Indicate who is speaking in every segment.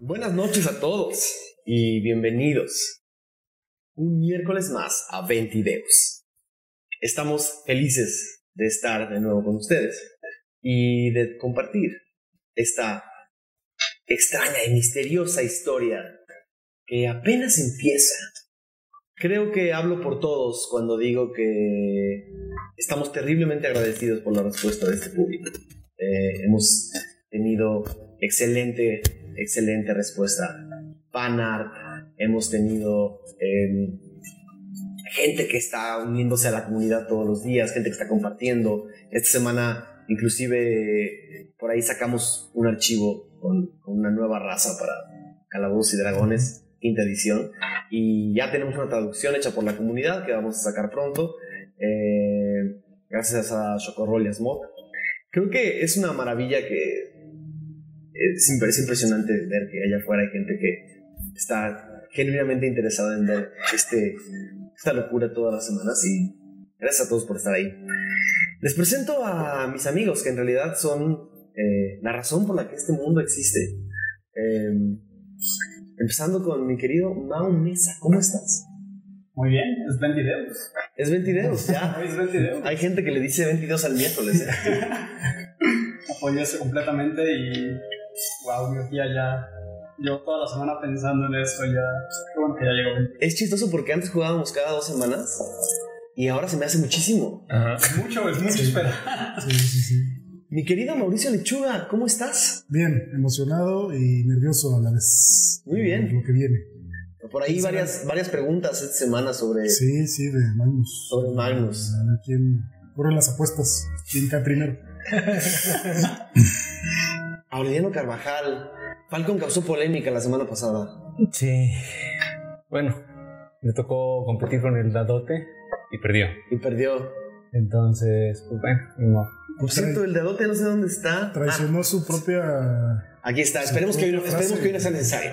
Speaker 1: buenas noches a todos y bienvenidos un miércoles más a 20 Deus. Estamos felices de estar de nuevo con ustedes y de compartir esta extraña y misteriosa historia que apenas empieza. Creo que hablo por todos cuando digo que estamos terriblemente agradecidos por la respuesta de este público. Eh, hemos tenido excelente, excelente respuesta. Panart, hemos tenido eh, gente que está uniéndose a la comunidad todos los días, gente que está compartiendo. Esta semana, inclusive, eh, por ahí sacamos un archivo con, con una nueva raza para Calabozos y Dragones, quinta edición. Y ya tenemos una traducción hecha por la comunidad que vamos a sacar pronto. eh, gracias a Chocorrol y a Smoke. Creo que es una maravilla que es, impre- es impresionante ver que allá afuera hay gente que está genuinamente interesada en ver este, esta locura todas las semanas y gracias a todos por estar ahí. Les presento a mis amigos que en realidad son eh, la razón por la que este mundo existe. Eh, empezando con mi querido Mao Mesa, ¿cómo estás?
Speaker 2: Muy bien, pues, es 20 dedos.
Speaker 1: Es 22, ya.
Speaker 2: Es 20 dedos.
Speaker 1: Hay gente que le dice 22 al miércoles. ¿eh?
Speaker 2: Apoyarse completamente y. Wow, mi tía ya. Yo toda la semana pensando en esto ya. Qué bueno que ya llegó 20.
Speaker 1: Es chistoso porque antes jugábamos cada dos semanas y ahora se me hace muchísimo.
Speaker 2: Es mucho, es mucho esperar.
Speaker 3: Sí, sí, sí.
Speaker 1: Mi querido Mauricio Lechuga, ¿cómo estás?
Speaker 3: Bien, emocionado y nervioso a la vez.
Speaker 1: Muy bien.
Speaker 3: Por Lo que viene.
Speaker 1: Por ahí varias, varias preguntas esta semana sobre...
Speaker 3: Sí, sí, de Magnus. Eh,
Speaker 1: Sobre Magnus.
Speaker 3: A ver quién corre las apuestas. ¿Quién cae primero?
Speaker 1: Aureliano Carvajal. Falcon causó polémica la semana pasada.
Speaker 4: Sí. Bueno, me tocó competir con el dadote y perdió.
Speaker 1: Y perdió.
Speaker 4: Entonces, pues bueno, ni modo.
Speaker 1: Por cierto, el dedote no sé dónde está.
Speaker 3: Traicionó su propia.
Speaker 1: Ah, aquí está. Esperemos que, hoy, no- esperemos que hoy no sea necesario.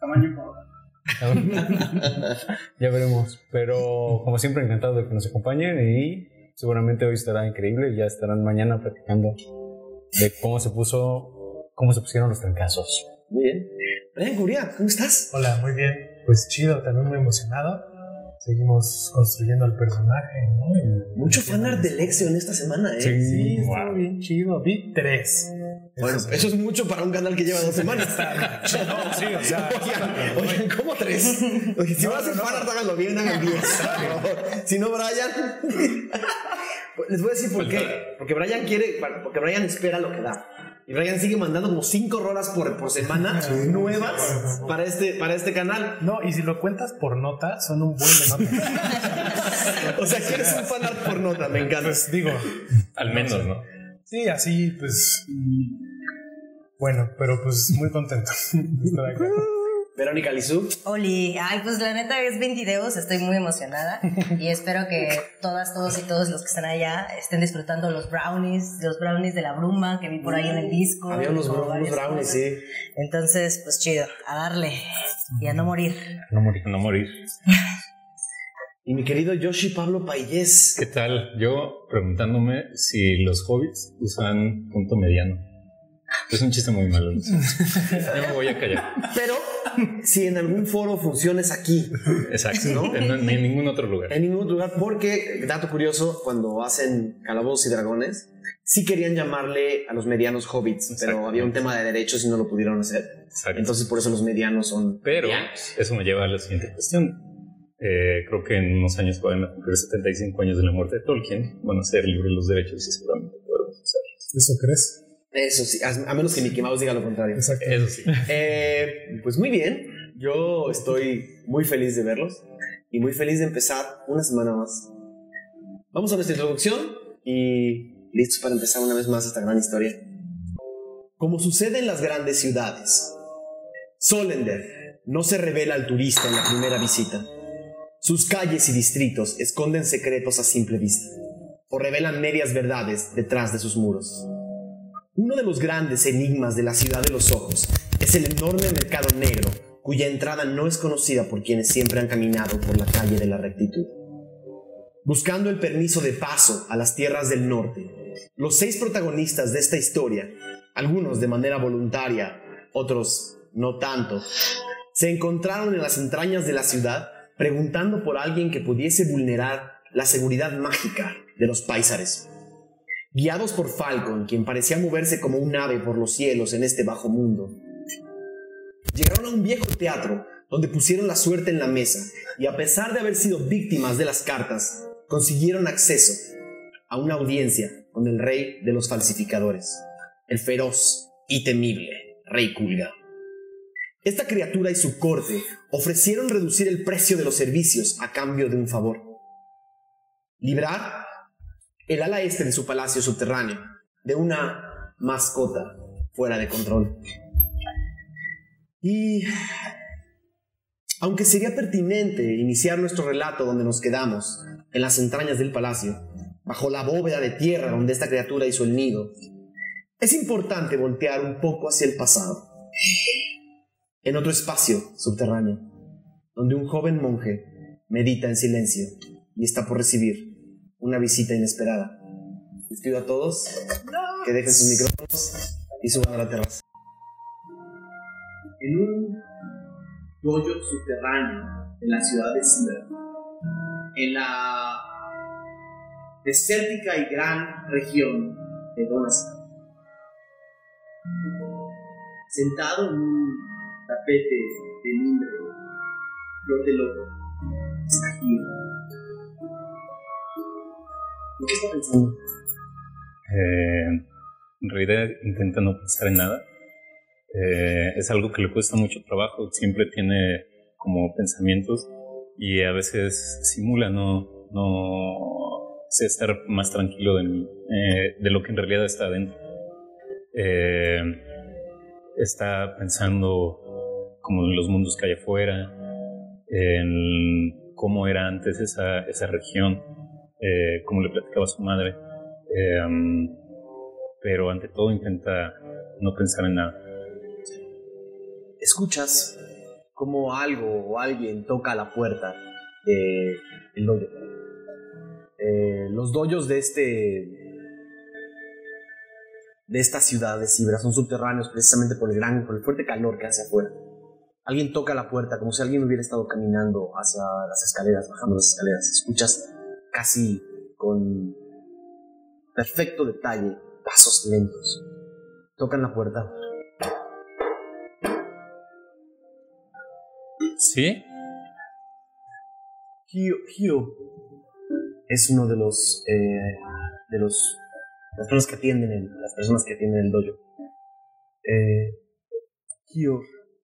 Speaker 2: Tamaño por-
Speaker 4: ya veremos. Pero como siempre, encantado de que nos acompañen y seguramente hoy estará increíble y ya estarán mañana platicando de cómo se puso, cómo se pusieron los trancazos.
Speaker 1: Muy bien. Brian Curia, ¿cómo estás?
Speaker 5: Hola, muy bien. Pues chido, también muy emocionado. Seguimos construyendo al personaje, ¿no? Y-
Speaker 1: Mucho fanart de Lexion esta semana, ¿eh?
Speaker 4: Sí.
Speaker 5: Sí,
Speaker 4: Wow.
Speaker 5: estuvo bien chido. Vi tres.
Speaker 1: Bueno,
Speaker 5: Eso es-
Speaker 1: eso es mucho para un canal que lleva dos semanas.
Speaker 4: No, sí, o sea,
Speaker 1: Oigan, oigan, ¿cómo tres? Oye, si vas a hacer fanart, háganlo bien, hagan bien. Por favor. Si no, Brian. Les voy a decir por qué. Porque Brian quiere, porque Brian espera lo que da. Y Brian sigue mandando como cinco rolas por, por semana nuevas para este, para este canal.
Speaker 5: No, y si lo cuentas por nota, son un buen de notas.
Speaker 1: O sea, quieres un fanart por nota,
Speaker 3: Ah,
Speaker 1: me encanta.
Speaker 5: Pues digo,
Speaker 6: Al menos, ¿no?
Speaker 5: sí, así, pues. y-
Speaker 3: mm,
Speaker 5: Bueno, pero pues muy contento. de estar acá.
Speaker 1: Verónica Lizú.
Speaker 7: Oli, ay, pues la neta es 20 videos, estoy muy emocionada y espero que todas, todos y todos los que están allá estén disfrutando los brownies, los brownies de la bruma que vi por ahí en el disco.
Speaker 1: Mm, Había unos,
Speaker 7: como
Speaker 1: bro- unos
Speaker 7: varias
Speaker 1: brownies,
Speaker 7: cosas.
Speaker 1: sí.
Speaker 7: Entonces, pues chido, a darle y a no morir.
Speaker 4: no morí.
Speaker 6: No morir.
Speaker 1: Y mi querido Yoshi Pablo Payés.
Speaker 6: ¿Qué tal? Yo preguntándome si los hobbits usan punto mediano. Es un chiste muy malo. lo siento. Yo me voy a callar.
Speaker 1: Pero si en algún foro funciones aquí,
Speaker 6: Exacto. No, ni en ningún otro lugar.
Speaker 1: En ningún otro lugar, porque, dato curioso, cuando hacen Calabozos y Dragones, sí querían llamarle a los medianos hobbits, pero
Speaker 6: Exactamente.
Speaker 1: había un tema de derechos y no lo pudieron hacer.
Speaker 6: Exacto.
Speaker 1: Entonces, por eso los medianos son.
Speaker 6: Pero eso me lleva a la siguiente cuestión. Eh, creo que en unos años van a cumplir 75 años de la muerte de Tolkien. Van a ser libres los derechos y seguramente podremos usar.
Speaker 3: ¿Eso crees?
Speaker 1: Eso sí, a, a menos que Mickey Mouse diga lo contrario.
Speaker 3: Exacto.
Speaker 6: Eso sí.
Speaker 1: Eh, pues muy bien, yo estoy muy feliz de verlos y muy feliz de empezar una semana más. Vamos a nuestra introducción y listos para empezar una vez más esta gran historia. Como sucede en las grandes ciudades, Solender no se revela al turista en la primera visita. Sus calles y distritos esconden secretos a simple vista o revelan medias verdades detrás de sus muros. Uno de los grandes enigmas de la ciudad de los ojos es el enorme mercado negro, cuya entrada no es conocida por quienes siempre han caminado por la calle de la rectitud. Buscando el permiso de paso a las tierras del norte, los seis protagonistas de esta historia, algunos de manera voluntaria, otros no tanto, se encontraron en las entrañas de la ciudad preguntando por alguien que pudiese vulnerar la seguridad mágica de los paisares. Guiados por Falcon, quien parecía moverse como un ave por los cielos en este bajo mundo, llegaron a un viejo teatro donde pusieron la suerte en la mesa y a pesar de haber sido víctimas de las cartas, consiguieron acceso a una audiencia con el rey de los falsificadores, el feroz y temible rey Kulga. Esta criatura y su corte ofrecieron reducir el precio de los servicios a cambio de un favor. Librar el ala este de su palacio subterráneo de una mascota fuera de control. Y aunque sería pertinente iniciar nuestro relato donde nos quedamos, en las entrañas del palacio, bajo la bóveda de tierra donde esta criatura hizo el nido, es importante voltear un poco hacia el pasado. En otro espacio subterráneo, donde un joven monje medita en silencio y está por recibir una visita inesperada. Les pido a todos que dejen sus micrófonos y suban a la terraza. En un dojo subterráneo en la ciudad de Sida, en la desértica y gran región de Donasca. Sentado en un tapete de mimbre, flor de loco, está aquí. ¿En qué está pensando?
Speaker 6: Eh, en realidad intenta no pensar en nada. Eh, es algo que le cuesta mucho trabajo, siempre tiene como pensamientos y a veces simula no, no sé estar más tranquilo de, mí, eh, de lo que en realidad está adentro. Eh, está pensando como en los mundos que hay afuera, en cómo era antes esa, esa región, eh, cómo le platicaba a su madre, eh, pero ante todo intenta no pensar en nada.
Speaker 1: Escuchas como algo o alguien toca la puerta del dojo. Eh, los doyos de este de esta ciudad de Sibra son subterráneos precisamente por el gran, por el fuerte calor que hace afuera. Alguien toca la puerta como si alguien hubiera estado caminando hacia las escaleras, bajando las escaleras. Escuchas casi con perfecto detalle pasos lentos. Tocan la puerta.
Speaker 6: ¿Sí?
Speaker 1: Hio, Hio es uno de los eh, de los las personas que atienden el, las personas que atienden el dojo. Eh, Hio,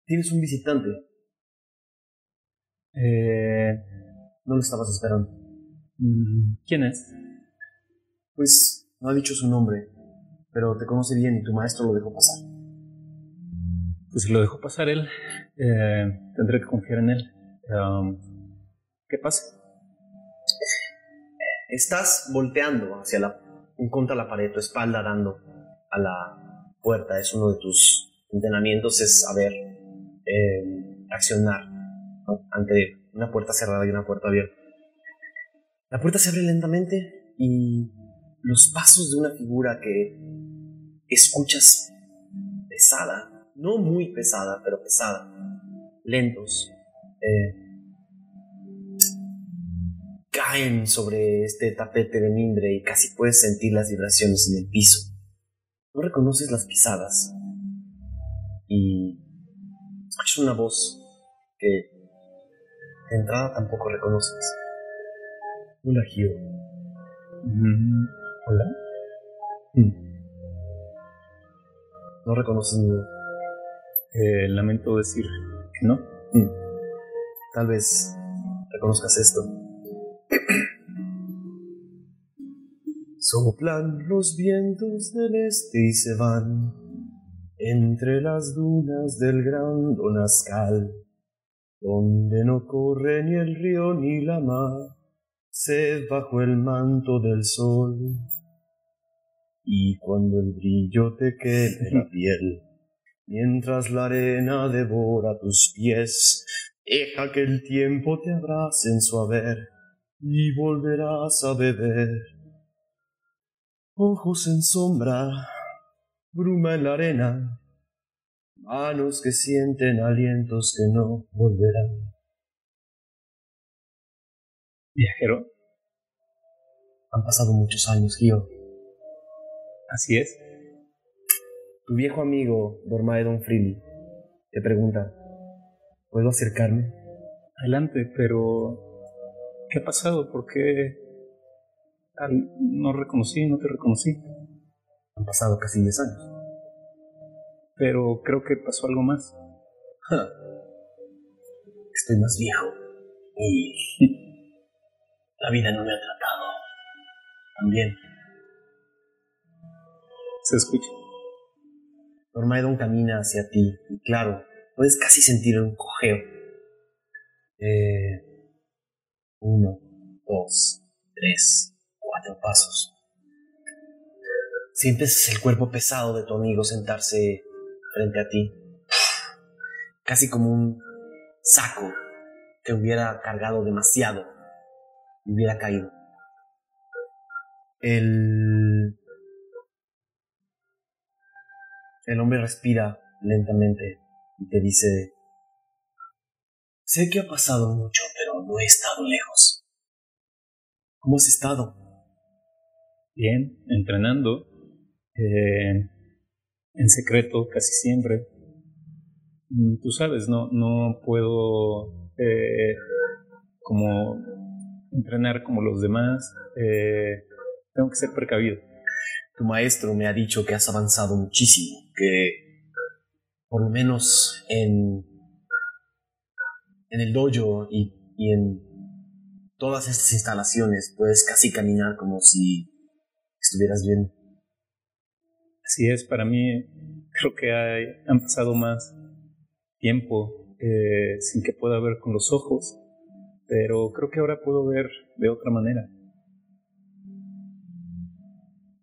Speaker 1: tienes un visitante.
Speaker 6: Eh,
Speaker 1: No lo estabas esperando.
Speaker 6: mm, ¿Quién es?
Speaker 1: Pues no ha dicho su nombre, pero te conoce bien y tu maestro lo dejó pasar.
Speaker 6: Pues lo dejó pasar él. Eh, tendré que confiar en él. Um, ¿Qué pasa?
Speaker 1: Estás volteando hacia la contra la pared, tu espalda dando a la puerta. Es uno de tus entrenamientos, es saber eh, accionar ¿no? ante una puerta cerrada y una puerta abierta. La puerta se abre lentamente y los pasos de una figura que escuchas pesada, no muy pesada, pero pesada, lentos, eh, caen sobre este tapete de mimbre y casi puedes sentir las vibraciones en el piso. No reconoces las pisadas. Y escuchas una voz que de entrada tampoco reconoces. Hola, Gio.
Speaker 6: Mm, Hola.
Speaker 1: No reconoces mi voz.
Speaker 6: Eh, lamento decir que no.
Speaker 1: Tal vez reconozcas esto. Soplan los vientos del este y se van entre las dunas del gran Donascal, donde no corre ni el río ni la mar, sed bajo el manto del sol. Y cuando el brillo te queme la piel, mientras la arena devora tus pies, Deja que el tiempo te abrace en su haber y volverás a beber. Ojos en sombra, bruma en la arena, Manos que sienten alientos que no volverán.
Speaker 6: Viajero,
Speaker 1: Han pasado muchos años, Gio.
Speaker 6: así es.
Speaker 1: Tu viejo amigo, Dormaedon Freely, te pregunta, ¿puedo acercarme?
Speaker 6: Adelante, pero ¿qué ha pasado? ¿Por qué tal? no reconocí, no te reconocí?
Speaker 1: Han pasado casi 10 años.
Speaker 6: Pero creo que pasó algo más.
Speaker 1: Ja. Estoy más viejo y la vida no me ha tratado tan bien.
Speaker 6: Se escucha.
Speaker 1: Normaedon camina hacia ti y claro, puedes casi sentir un cojeo. Eh, uno, dos, tres, cuatro pasos. Sientes el cuerpo pesado de tu amigo sentarse frente a ti. Casi como un saco que hubiera cargado demasiado y hubiera caído. El El hombre respira lentamente y te dice, sé que ha pasado mucho, pero no he estado lejos. ¿Cómo has estado?
Speaker 6: Bien, entrenando eh, en secreto casi siempre. Mm, Tú sabes, no, no puedo eh, como entrenar como los demás. eh, tengo que ser precavido.
Speaker 1: Tu maestro me ha dicho que has avanzado muchísimo, que por lo menos en, en el dojo y, y en todas estas instalaciones puedes casi caminar como si estuvieras bien.
Speaker 6: Así es, para mí creo que hay, han pasado más tiempo eh, sin que pueda ver con los ojos, pero creo que ahora puedo ver de otra manera.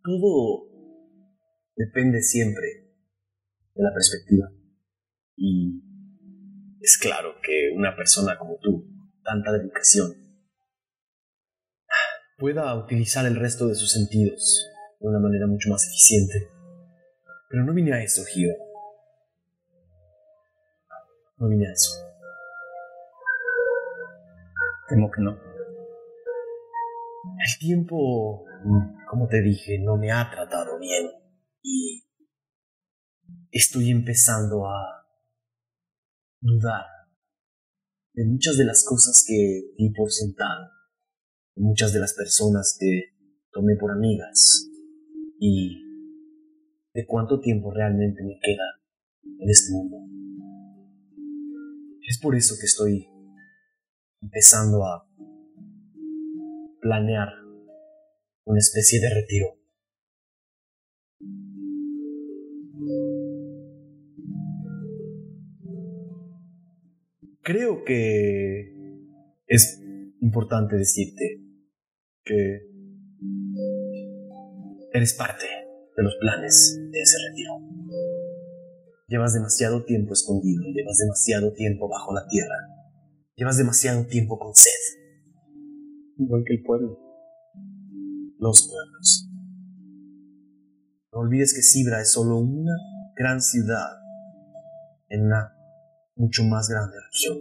Speaker 1: todo depende siempre de la perspectiva. Y es claro que una persona como tú, tanta dedicación, pueda utilizar el resto de sus sentidos de una manera mucho más eficiente. Pero no vine a eso, Gio. No vine a eso.
Speaker 6: Temo que no.
Speaker 1: El tiempo, mm, como te dije, no me ha tratado bien y estoy empezando a dudar de muchas de las cosas que di por sentado, de muchas de las personas que tomé por amigas y de cuánto tiempo realmente me queda en este mundo. Es por eso que estoy empezando a planear una especie de retiro. Creo que es importante decirte que eres parte de los planes de ese retiro. Llevas demasiado tiempo escondido, llevas demasiado tiempo bajo la tierra, llevas demasiado tiempo con sed.
Speaker 6: Igual que el pueblo.
Speaker 1: los pueblos. No olvides que Sibra es solo una gran ciudad en una mucho más grande región.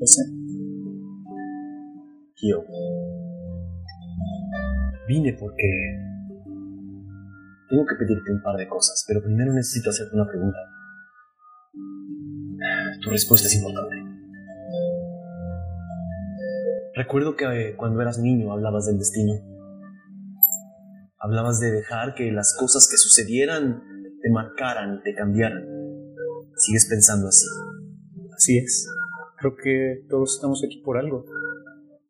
Speaker 6: Lo sé.
Speaker 1: Yo vine porque tengo que pedirte un par de cosas, pero primero necesito hacerte una pregunta. Tu respuesta es importante. Recuerdo que eh, cuando eras niño hablabas del destino. Hablabas de dejar que las cosas que sucedieran te marcaran y te cambiaran. Sigues pensando así.
Speaker 6: Así es. Creo que todos estamos aquí por algo.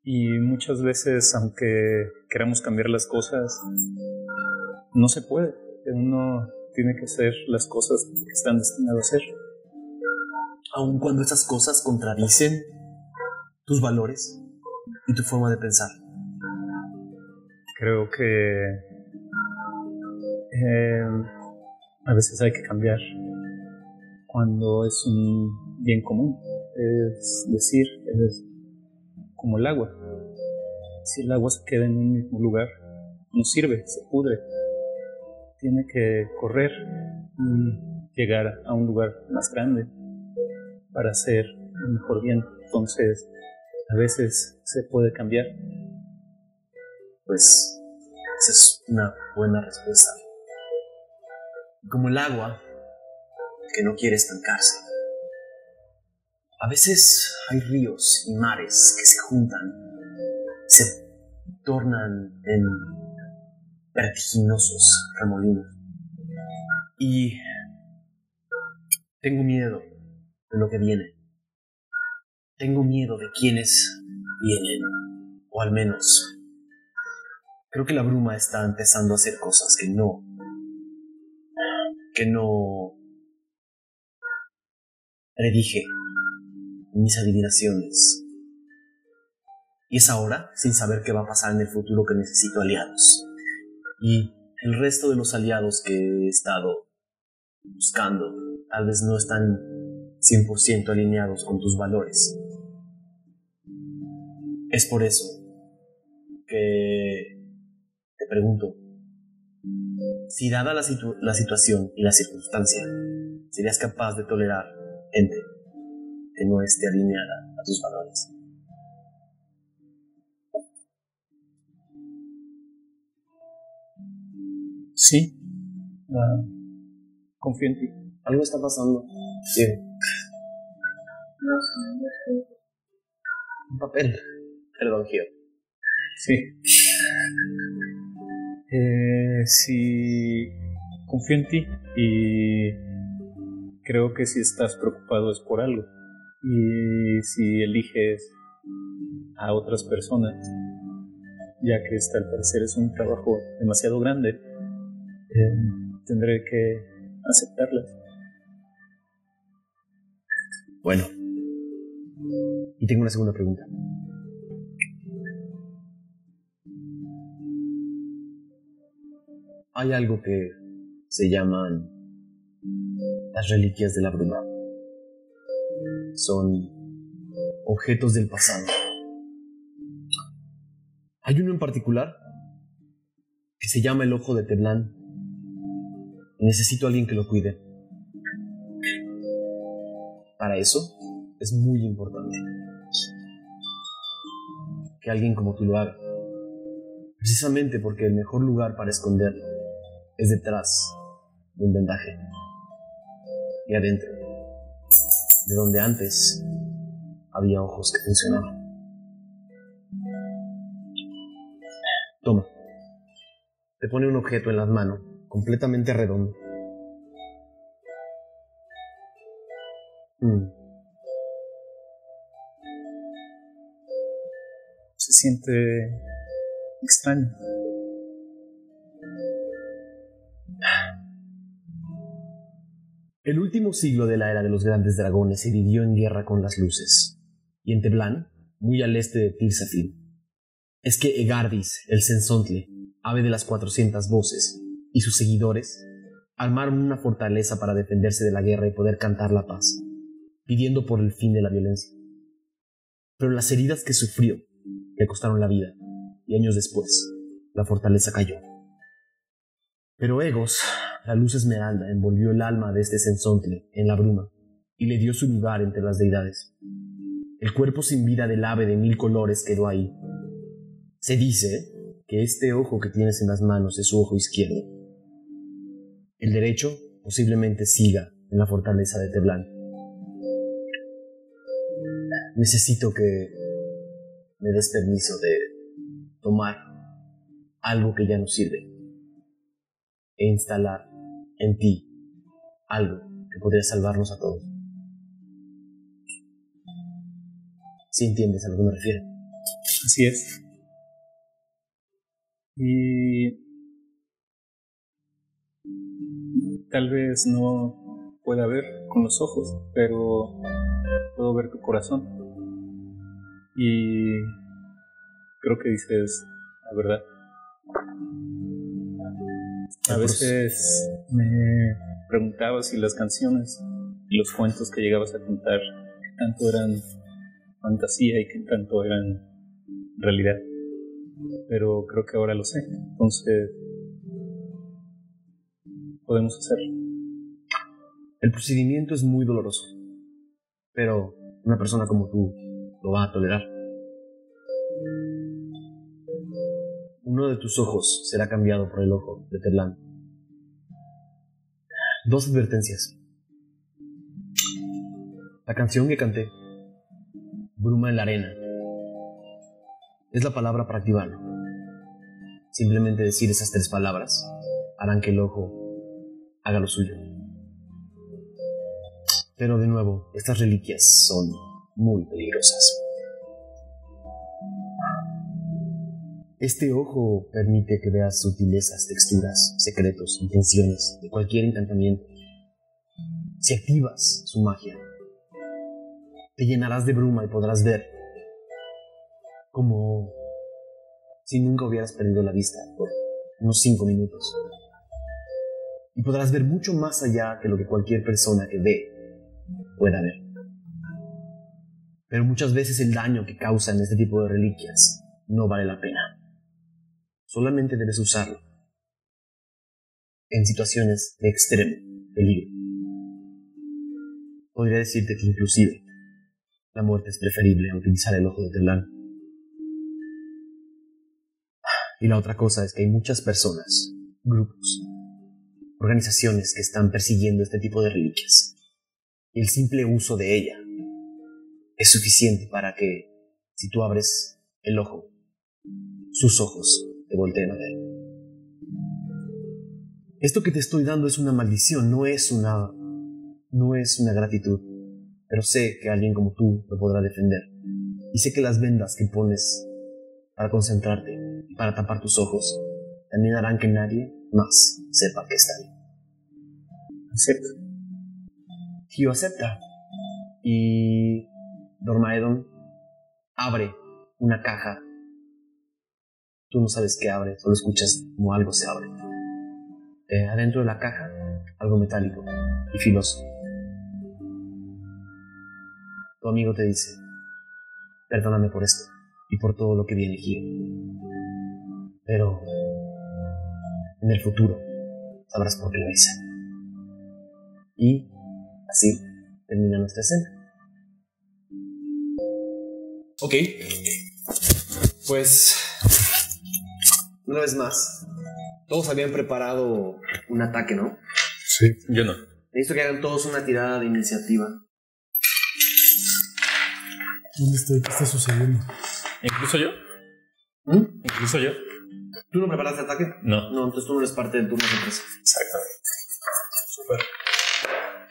Speaker 6: Y muchas veces, aunque queramos cambiar las cosas, no se puede. Uno tiene que hacer las cosas que están destinadas a hacer.
Speaker 1: aun cuando esas cosas contradicen tus valores y tu forma de pensar.
Speaker 6: Creo que eh, a veces hay que cambiar cuando es un bien común. Es decir, es como el agua. Si el agua se queda en un mismo lugar, no sirve, se pudre. Tiene que correr mm, llegar a un lugar más grande para hacer un mejor bien. Entonces, a veces se puede cambiar. Pues, esa es una buena respuesta.
Speaker 8: como el agua que no quiere estancarse. A veces hay ríos y mares que se juntan, se tornan en vertiginosos remolinos. Y tengo miedo de lo que viene. Tengo miedo de quienes vienen, o al menos creo que la bruma está empezando a hacer cosas que no que no predije en mis adivinaciones. Y es ahora, sin saber qué va a pasar en el futuro, que necesito aliados. Y el resto de los aliados que he estado buscando tal vez no están 100% alineados con tus valores. Es por eso que te pregunto, si dada la, situ- la situación y la circunstancia, serías capaz de tolerar gente que no esté alineada a tus valores.
Speaker 6: Sí, ah, confío en ti.
Speaker 8: Algo está pasando. Sí. Un papel. Perdón, Gio.
Speaker 6: Sí. Eh, sí, confío en ti y creo que si estás preocupado es por algo. Y si eliges a otras personas, ya que este al parecer es un trabajo demasiado grande, eh, tendré que aceptarlas.
Speaker 8: Bueno. Y tengo una segunda pregunta. Hay algo que se llaman las reliquias de la bruma. Son objetos del pasado. Hay uno en particular que se llama el ojo de Teblán. Necesito a alguien que lo cuide. Para eso es muy importante que alguien como tú lo haga. Precisamente porque el mejor lugar para esconderlo es detrás de un vendaje y adentro, de donde antes había ojos que funcionaban. Toma, te pone un objeto en las manos, completamente redondo. Mm.
Speaker 6: Se siente extraño.
Speaker 8: El último siglo de la era de los grandes dragones se vivió en guerra con las luces, y en Teblán, muy al este de Tirsafil. Es que Egardis, el censontle, ave de las 400 voces, y sus seguidores armaron una fortaleza para defenderse de la guerra y poder cantar la paz, pidiendo por el fin de la violencia. Pero las heridas que sufrió le costaron la vida, y años después, la fortaleza cayó. Pero Egos, la luz esmeralda envolvió el alma de este sensontle en la bruma y le dio su lugar entre las deidades. El cuerpo sin vida del ave de mil colores quedó ahí. Se dice que este ojo que tienes en las manos es su ojo izquierdo. El derecho posiblemente siga en la fortaleza de Teblán. Necesito que me des permiso de tomar algo que ya no sirve e instalar en ti algo que podría salvarnos a todos. Si entiendes a lo que me refiero.
Speaker 6: Así es. Y tal vez no pueda ver con los ojos, pero puedo ver tu corazón. Y creo que dices la verdad. A veces me preguntaba si las canciones y los cuentos que llegabas a contar qué tanto eran fantasía y qué tanto eran realidad. Pero creo que ahora lo sé. Entonces, podemos hacerlo.
Speaker 8: El procedimiento es muy doloroso, pero una persona como tú lo va a tolerar. Uno de tus ojos será cambiado por el ojo de Terlán. Dos advertencias. La canción que canté, Bruma en la arena, es la palabra para activarlo. Simplemente decir esas tres palabras harán que el ojo haga lo suyo. Pero de nuevo, estas reliquias son muy peligrosas. Este ojo permite que veas sutilezas, texturas, secretos, intenciones de cualquier encantamiento. Si activas su magia, te llenarás de bruma y podrás ver como si nunca hubieras perdido la vista por unos 5 minutos. Y podrás ver mucho más allá que lo que cualquier persona que ve pueda ver. Pero muchas veces el daño que causan este tipo de reliquias no vale la pena. Solamente debes usarlo en situaciones de extremo peligro. Podría decirte que inclusive la muerte es preferible a utilizar el ojo de Teblán. Y la otra cosa es que hay muchas personas, grupos, organizaciones que están persiguiendo este tipo de reliquias. Y el simple uso de ella es suficiente para que, si tú abres el ojo, sus ojos te volteen a ver. Esto que te estoy dando es una maldición, no es una, no es una gratitud. Pero sé que alguien como tú lo podrá defender. Y sé que las vendas que pones para concentrarte y para tapar tus ojos también harán que nadie más sepa que está ahí. Acepta. Tío acepta. Y Dormaedon abre una caja. Tú no sabes qué abre, solo escuchas como algo se abre. Eh, adentro de la caja, algo metálico y filoso. Tu amigo te dice, perdóname por esto y por todo lo que viene aquí. Pero en el futuro sabrás por qué lo hice. Y así termina nuestra escena. Ok. Pues, una vez más, todos habían preparado un ataque, ¿no?
Speaker 5: Sí.
Speaker 6: Yo no.
Speaker 8: Necesito que hagan todos una tirada de iniciativa.
Speaker 3: ¿Dónde estoy? ¿Qué está sucediendo?
Speaker 6: Incluso yo.
Speaker 8: ¿Mm?
Speaker 6: Incluso yo.
Speaker 8: ¿Tú no preparaste ataque?
Speaker 6: No.
Speaker 8: No, entonces tú no eres parte del turno sorpresa.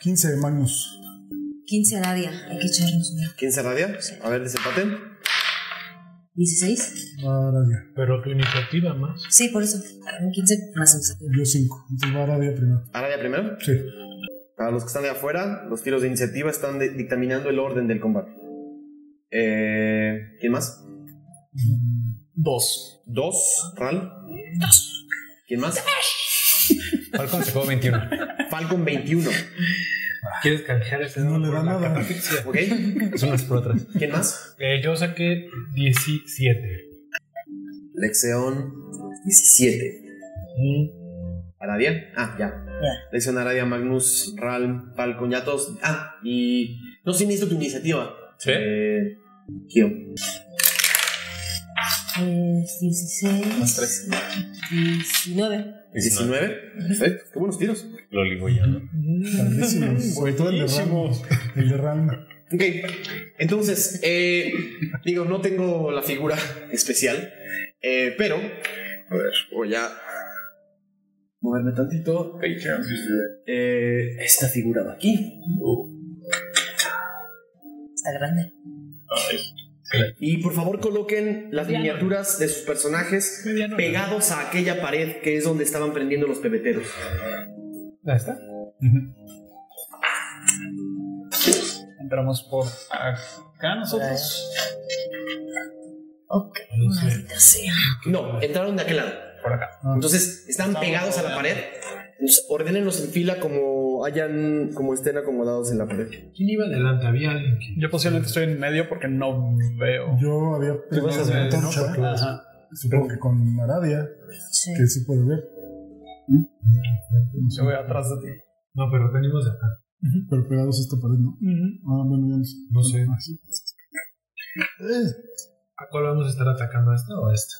Speaker 3: 15 de Magnus.
Speaker 7: 15 Nadia, hay que echarnos una.
Speaker 8: ¿Quién se radia? A ver, desempaten.
Speaker 7: 16.
Speaker 3: Baradia.
Speaker 5: Pero tu iniciativa más.
Speaker 7: Sí, por eso. Un 15 más iniciativa.
Speaker 3: Yo 5. Entonces Baradia primero.
Speaker 8: Aradia primero.
Speaker 3: Sí.
Speaker 8: Para los que están de afuera, los tiros de iniciativa están de- dictaminando el orden del combate. Eh, ¿Quién más?
Speaker 5: Dos.
Speaker 8: ¿Dos? ¿Ral? Dos. ¿Quién más?
Speaker 9: Falcon sacó 21.
Speaker 8: Falcon 21.
Speaker 5: ¿Quieres canjear ese dado
Speaker 3: No le
Speaker 5: por
Speaker 3: da
Speaker 5: la
Speaker 3: nada.
Speaker 5: catafixias?
Speaker 8: ¿Ok?
Speaker 9: Son unas por otras.
Speaker 8: ¿Quién más?
Speaker 5: Eh, yo saqué 17.
Speaker 8: Lección 17.
Speaker 5: Mm,
Speaker 8: ¿Aradia? Ah, ya. Lección Aradia, Magnus, Ral, Falcon, ya todos. Ah, y. No sé, necesito tu iniciativa.
Speaker 6: ¿Sí?
Speaker 8: Eh, Kio.
Speaker 7: Es 16. Más 3. 19.
Speaker 8: 19. Perfecto. Qué buenos tiros.
Speaker 6: Lo ligo yo, ¿no?
Speaker 3: Grandísimos. Sobre todo el de Ram. El de Ram.
Speaker 8: Ok, entonces, eh, digo, no tengo la figura especial, eh, pero... A ver, voy a moverme tantito. Eh, esta figura va aquí.
Speaker 7: Está grande.
Speaker 8: Y por favor coloquen las miniaturas de sus personajes pegados a aquella pared que es donde estaban prendiendo los pebeteros.
Speaker 5: ¿Ya está?
Speaker 1: Entramos por acá nosotros.
Speaker 7: Ok, maldita sea.
Speaker 8: No, entraron de aquel lado.
Speaker 1: Por acá.
Speaker 8: Entonces, están
Speaker 1: Estamos
Speaker 8: pegados a la pared.
Speaker 1: rodeando.
Speaker 8: Entonces, ordénenlos en fila como hayan, como estén acomodados en la pared.
Speaker 5: ¿Quién iba adelante? Había alguien que.
Speaker 1: Yo posiblemente estoy en medio porque no veo.
Speaker 3: Yo había
Speaker 1: vas
Speaker 3: pegado
Speaker 1: a hacer,
Speaker 3: la
Speaker 1: ¿no?
Speaker 3: antorcha.
Speaker 1: Ajá.
Speaker 3: Supongo que con Aradia,
Speaker 7: Sí.
Speaker 3: que sí puede ver.
Speaker 1: Yo voy atrás de ti.
Speaker 5: No, pero venimos de acá.
Speaker 3: Pero pegados a esta pared, ¿no? Ah, bueno, ya no sé.
Speaker 5: No sé.
Speaker 3: Ah, sí. Eh,
Speaker 5: ¿A cuál vamos a estar atacando? ¿A esta o a esta?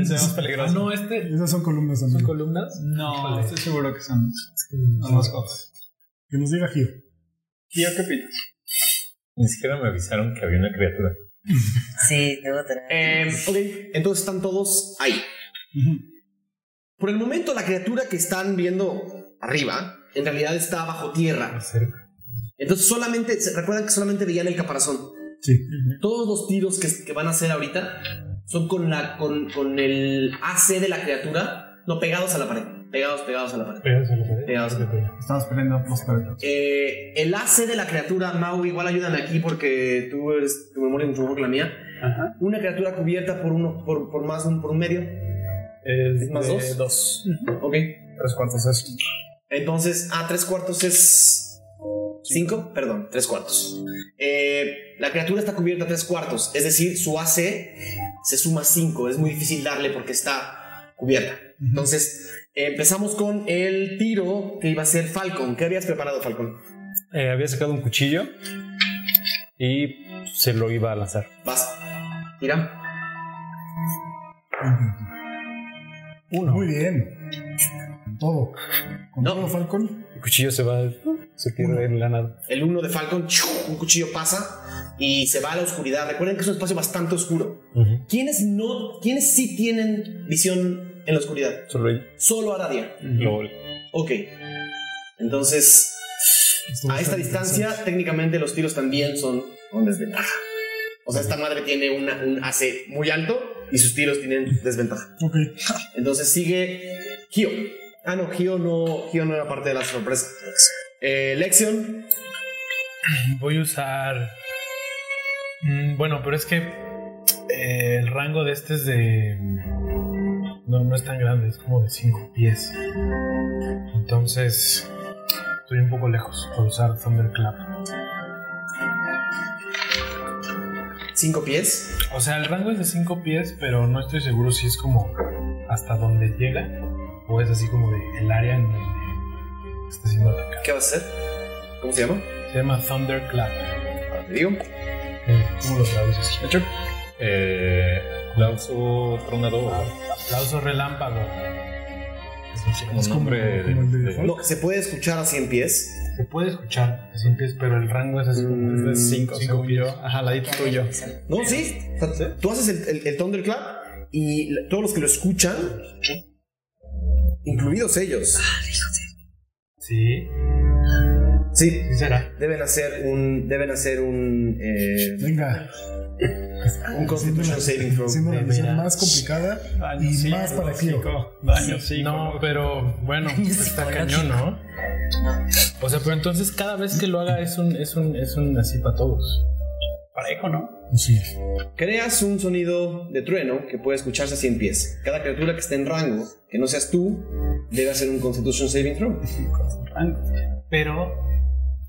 Speaker 2: Ese es más
Speaker 5: Ah,
Speaker 2: peligroso.
Speaker 5: no, este.
Speaker 3: esas son columnas,
Speaker 5: ¿Son
Speaker 3: amigo. Ah,
Speaker 5: columnas?
Speaker 2: No,
Speaker 5: Híjole.
Speaker 2: estoy seguro que son son las cosas.
Speaker 3: Que nos diga Gio.
Speaker 2: Tío, ¿qué opinas?
Speaker 6: Ni siquiera me avisaron que había una criatura.
Speaker 7: Sí, debo tener.
Speaker 1: Em, ok, entonces están todos ahí. Por el momento, la criatura que están viendo arriba, en realidad está bajo tierra. Entonces, solamente, ¿se recuerdan que solamente veían el caparazón.
Speaker 3: Sí.
Speaker 1: Todos los tiros que, que van a hacer ahorita son con, la, con, con el AC de la criatura, no pegados a la pared. Pegados, pegados a la pared. Pegados a la pared.
Speaker 2: Estamos peleando los perros.
Speaker 1: Eh, el AC de la criatura, Mau, igual ayúdame aquí porque tú eres, tu memoria es mucho mejor que la mía.
Speaker 2: Ajá.
Speaker 1: Una criatura cubierta por, uno, por, por más de un, por un medio.
Speaker 5: Es
Speaker 1: ¿Más
Speaker 5: de
Speaker 1: dos?
Speaker 5: Dos.
Speaker 1: Ok.
Speaker 5: Tres cuartos es.
Speaker 1: Entonces, a tres cuartos es. Cinco, perdón, tres cuartos. Eh, la criatura está cubierta a tres cuartos, es decir, su AC se suma cinco. Es muy difícil darle porque está cubierta. Entonces, eh, empezamos con el tiro que iba a ser Falcon. ¿Qué habías preparado, Falcon?
Speaker 4: Eh, había sacado un cuchillo y se lo iba a lanzar.
Speaker 1: Vas. Tira.
Speaker 4: Uno.
Speaker 3: Muy bien. Con todo. Con
Speaker 1: No.
Speaker 3: todo, Falcon.
Speaker 4: El cuchillo se va, se pierde en la nada.
Speaker 1: El uno de Falcon, ¡chiu! un cuchillo pasa y se va a la oscuridad. Recuerden que es un espacio bastante oscuro. ¿Quiénes no, quiénes sí tienen visión en la oscuridad?
Speaker 4: Solo ella.
Speaker 1: Solo Aradia.
Speaker 6: LOL.
Speaker 1: Ok. Entonces,
Speaker 3: Esto va
Speaker 1: a esta
Speaker 3: ser
Speaker 1: distancia, técnicamente los tiros también son con desventaja. O sea, esta madre tiene una, un AC muy alto y sus tiros tienen desventaja.
Speaker 3: interesante. Ok.
Speaker 1: Entonces sigue Gio. Ah, no, Gio no, Gio no era parte de la sorpresa. Eh, Lexion,
Speaker 5: Voy a usar. Mm, bueno, pero es que eh, el rango de este es de. No, no es tan grande, es como de 5 pies. Entonces. Estoy un poco lejos por usar Thunderclap.
Speaker 1: 5 pies.
Speaker 5: O sea, el rango es de 5 pies, pero no estoy seguro si es como hasta donde llega o es así como de el área en donde está siendo atacado.
Speaker 1: ¿Qué vas a hacer? ¿Cómo se llama?
Speaker 5: Se llama Thunderclap.
Speaker 1: Ahora Te digo.
Speaker 5: ¿Cómo lo traduces?
Speaker 6: hecho, eh, lanzo tronador.
Speaker 5: Aplauso relámpago.
Speaker 6: Es un nombre
Speaker 3: como el de
Speaker 6: de-
Speaker 1: No, se puede escuchar a 100 pies.
Speaker 5: Se puede escuchar a 100 pies, pero el rango es así como
Speaker 4: Es de Mm, cinco,
Speaker 5: cinco
Speaker 4: según yo. Ajá, ladito tuyo.
Speaker 1: No, sí. O sea, Tú haces el, el, el Thunderclap y la- todos los que lo escuchan, incluidos ellos,
Speaker 5: Sí,
Speaker 1: sí,
Speaker 5: sí será.
Speaker 1: deben hacer un. Deben hacer un. eh,
Speaker 3: Venga.
Speaker 1: un Constitution Saving Throw.
Speaker 3: Siendo la
Speaker 5: De
Speaker 3: misión
Speaker 5: veras.
Speaker 3: más complicada y más para Gio.
Speaker 5: Daño, sí. No, pero bueno, está cañón, ¿no? O sea, pero entonces cada vez que lo haga es un, es un, es un así para todos. Parejo, ¿no?
Speaker 1: Pues
Speaker 3: Sí.
Speaker 1: Creas un sonido de trueno que puede escucharse a 100 pies. Cada criatura que esté en rango, que no seas tú, debe hacer un Constitution Saving Throw.
Speaker 5: Pero,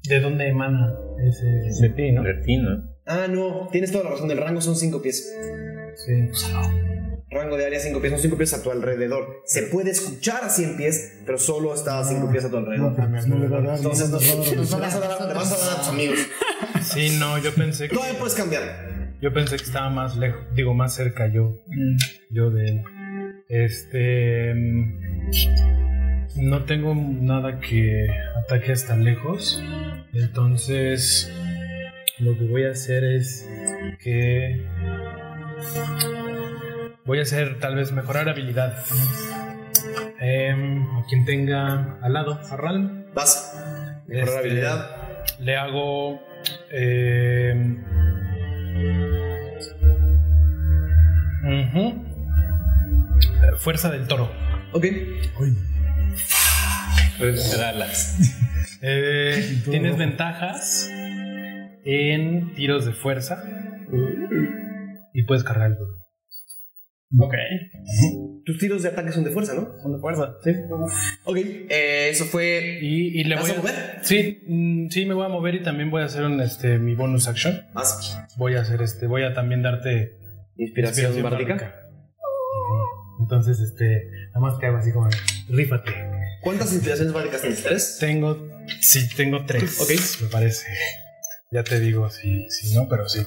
Speaker 5: ¿de dónde emana ese?
Speaker 4: De ti, ¿no?
Speaker 6: De ti, ¿no?
Speaker 1: Ah, no, tienes toda la razón. El rango son 5 pies.
Speaker 5: Sí.
Speaker 1: Rango de área 5 pies, son 5 pies a tu alrededor. Se puede escuchar a 100 pies, pero solo está a 5 pies a tu
Speaker 3: Ah, No,
Speaker 1: alrededor.
Speaker 3: pero pues no le va a dar.
Speaker 1: Entonces
Speaker 3: no
Speaker 1: no,
Speaker 3: le va a dar.
Speaker 1: le vas a dar, le vas a dar a tus amigos.
Speaker 5: Sí, no, yo pensé que
Speaker 1: Todavía puedes cambiar.
Speaker 5: yo pensé que estaba más lejos, digo más cerca yo, yo de él. Este mm, no tengo nada que ataque hasta lejos. Entonces lo que voy a hacer es que voy a hacer tal vez mejorar habilidad. Em, a quien tenga al lado, a Ralm.
Speaker 1: Vas. Mejorar
Speaker 5: Este,
Speaker 1: habilidad.
Speaker 5: Le hago. eh, ujú, Fuerza del toro.
Speaker 1: Ok.
Speaker 3: Uy,
Speaker 6: Pues, te da alas.
Speaker 5: Eh,
Speaker 3: Toro
Speaker 5: tienes
Speaker 3: rojo.
Speaker 5: ventajas en tiros de fuerza. Y puedes cargar el dado.
Speaker 2: Ok.
Speaker 1: Tus tiros de ataque son de fuerza, ¿no?
Speaker 5: Con fuerza, sí.
Speaker 1: Ok. Eh, eso fue.
Speaker 5: Y, y
Speaker 1: ¿Te
Speaker 5: le
Speaker 1: vas
Speaker 5: voy
Speaker 1: a
Speaker 5: a.
Speaker 1: mover?
Speaker 5: Sí, mm, sí, me voy a mover y también voy a hacer un, este, mi bonus action.
Speaker 1: Vas.
Speaker 5: Voy a hacer este. Voy a también darte
Speaker 1: Inspiración, bárdica.
Speaker 5: bárdica. Entonces, este, nada más te hago así como, rífate.
Speaker 1: ¿Cuántas inspiraciones básicas tienes?
Speaker 3: Este,
Speaker 1: ¿Tres?
Speaker 5: Tengo, sí, tengo tres.
Speaker 1: Ok.
Speaker 5: Me parece. Ya te digo si si no, pero sí.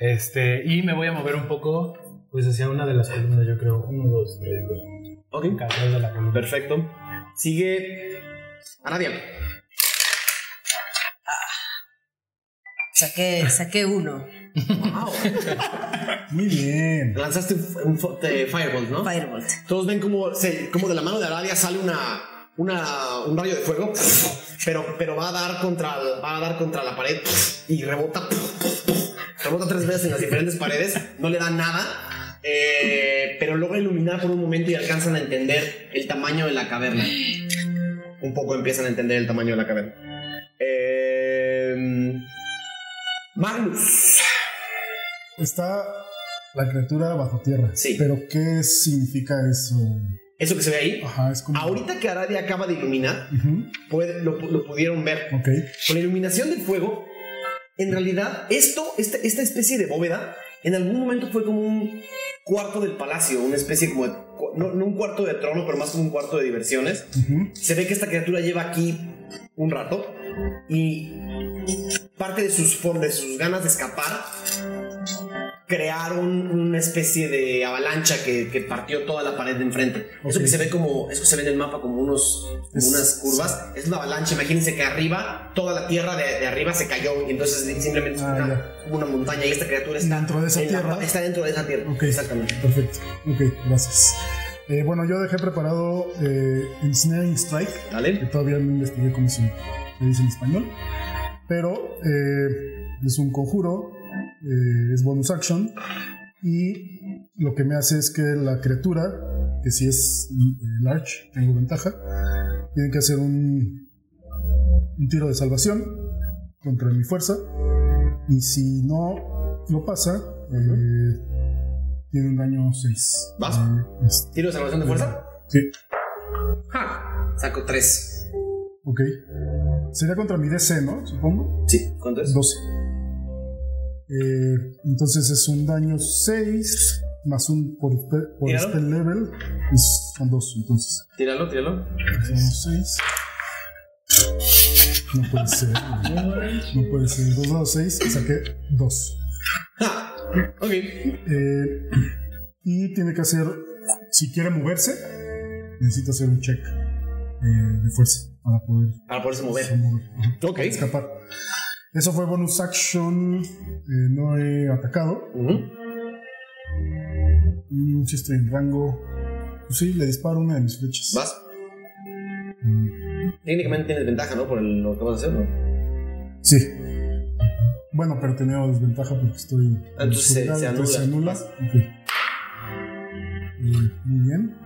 Speaker 5: Este, y me voy a mover un poco, pues hacia una de las columnas, yo creo. Uno, dos, tres, güey.
Speaker 1: Ok.
Speaker 5: Atrás de la columna.
Speaker 1: Perfecto. Sigue. Arabian.
Speaker 7: Saqué, saqué uno.
Speaker 1: Wow.
Speaker 3: Muy bien.
Speaker 1: Lanzaste un fo- te- Firebolt, ¿no?
Speaker 7: Firebolt.
Speaker 1: Todos ven como, se- como de la mano de Arabia sale una, una, un rayo de fuego, pero, pero va, a dar contra, el- va a dar contra la pared y rebota. Rebota tres veces en las diferentes paredes, no le da nada, eh, pero logra iluminar por un momento y alcanzan a entender el tamaño de la caverna. Un poco empiezan a entender el tamaño de la caverna. Em, Magnus.
Speaker 3: Está la criatura bajo tierra.
Speaker 1: Sí.
Speaker 3: Pero ¿qué significa eso?
Speaker 1: Eso que se ve ahí.
Speaker 3: Ajá, es como...
Speaker 1: Ahorita que Aradia acaba de iluminar,
Speaker 3: Ujú,
Speaker 1: puede- lo, lo pudieron ver.
Speaker 3: Ok.
Speaker 1: con la iluminación del fuego, en realidad esto, esta, esta especie de bóveda, en algún momento fue como un cuarto del palacio, una especie como, de cu- no, no un cuarto de trono, pero más como un cuarto de diversiones.
Speaker 3: ujú.
Speaker 1: Se ve que esta criatura lleva aquí un rato y parte de sus, for- de sus ganas de escapar crearon una especie de avalancha que, que partió toda la pared de enfrente. Eso
Speaker 3: Ok.
Speaker 1: que se ve como, eso que se ve en el mapa como unos, como
Speaker 3: Es-
Speaker 1: unas curvas, es una avalancha. Imagínense que arriba, toda la tierra de, de arriba se cayó y entonces simplemente es
Speaker 3: Ah,
Speaker 1: una,
Speaker 3: ya.
Speaker 1: hubo una montaña y esta criatura está
Speaker 3: Dentro de esa
Speaker 1: en la-
Speaker 3: tierra.
Speaker 1: está dentro de esa tierra.
Speaker 3: Ok.
Speaker 1: Exactamente.
Speaker 3: Perfecto. Ok, gracias. Eh, bueno, yo dejé preparado eh, Ensnaring Strike. que
Speaker 1: ¿Vale?
Speaker 3: todavía no investigué cómo se le dice en español. Pero eh, es un conjuro, eh, es bonus action. Y lo que me hace es que la criatura, que si es eh, large, tengo ventaja, tiene que hacer un, un tiro de salvación contra mi fuerza. Y si no lo pasa, eh, tiene un daño Eh, este, 6.
Speaker 1: ¿Vas? ¿Tiro de salvación de fuerza?
Speaker 3: Sí.
Speaker 1: Ja, saco tres.
Speaker 3: ok. Sería contra mi DC, ¿no? Supongo.
Speaker 1: Sí, ¿cuánto es?
Speaker 3: 12. Eh, entonces es un daño 6 más un por, pe- por
Speaker 1: Tíralo.
Speaker 3: spell level. es- son 2, entonces.
Speaker 1: Tíralo, tíralo.
Speaker 3: Son 6. No puede ser. güey. No puede ser. 2 dados 6, saqué 2.
Speaker 1: Ja, ok.
Speaker 3: Eh, y tiene que hacer, si quiere moverse, necesita hacer un check eh, de fuerza para poder
Speaker 1: Para poderse mover.
Speaker 3: mover. Ajá.
Speaker 1: Ok.
Speaker 3: escapar. Eso fue bonus action. eh, no he atacado.
Speaker 1: Ujú.
Speaker 3: Mm, sí estoy en rango. Pues sí, le disparo una de mis flechas.
Speaker 1: Vas.
Speaker 3: Mm,
Speaker 1: Técnicamente tienes ventaja, ¿no? Por el- lo que vas a hacer, ¿no?
Speaker 3: sí. Bueno, pero tenía desventaja porque estoy.
Speaker 1: Ah, entonces se-
Speaker 3: desubicado,
Speaker 1: se
Speaker 3: entonces
Speaker 1: anula.
Speaker 3: se anula. Ok. Mm, muy bien.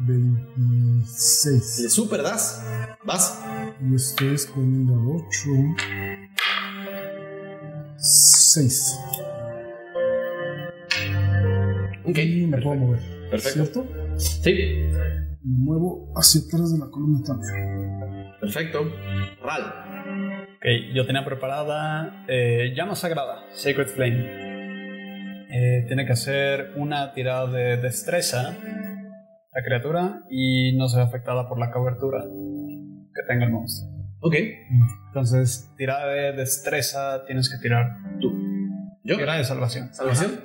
Speaker 3: 26.
Speaker 1: Le super das. Vas.
Speaker 3: Y esto es con un dado 8. 6.
Speaker 1: Ok.
Speaker 3: Y me puedo mover.
Speaker 1: Perfecto.
Speaker 3: ¿Cierto?
Speaker 1: Sí.
Speaker 3: Me muevo hacia atrás de la columna también.
Speaker 1: Perfecto. Ral.
Speaker 4: Ok, yo tenía preparada eh, Llama Sagrada, Sacred Flame. Eh, tiene que hacer una tirada de destreza la criatura y no se ve afectada por la cobertura que tenga el monstruo.
Speaker 1: Ok.
Speaker 4: Entonces, tirada de destreza tienes que tirar.
Speaker 1: Yo.
Speaker 4: Tirada de salvación.
Speaker 1: Salvación.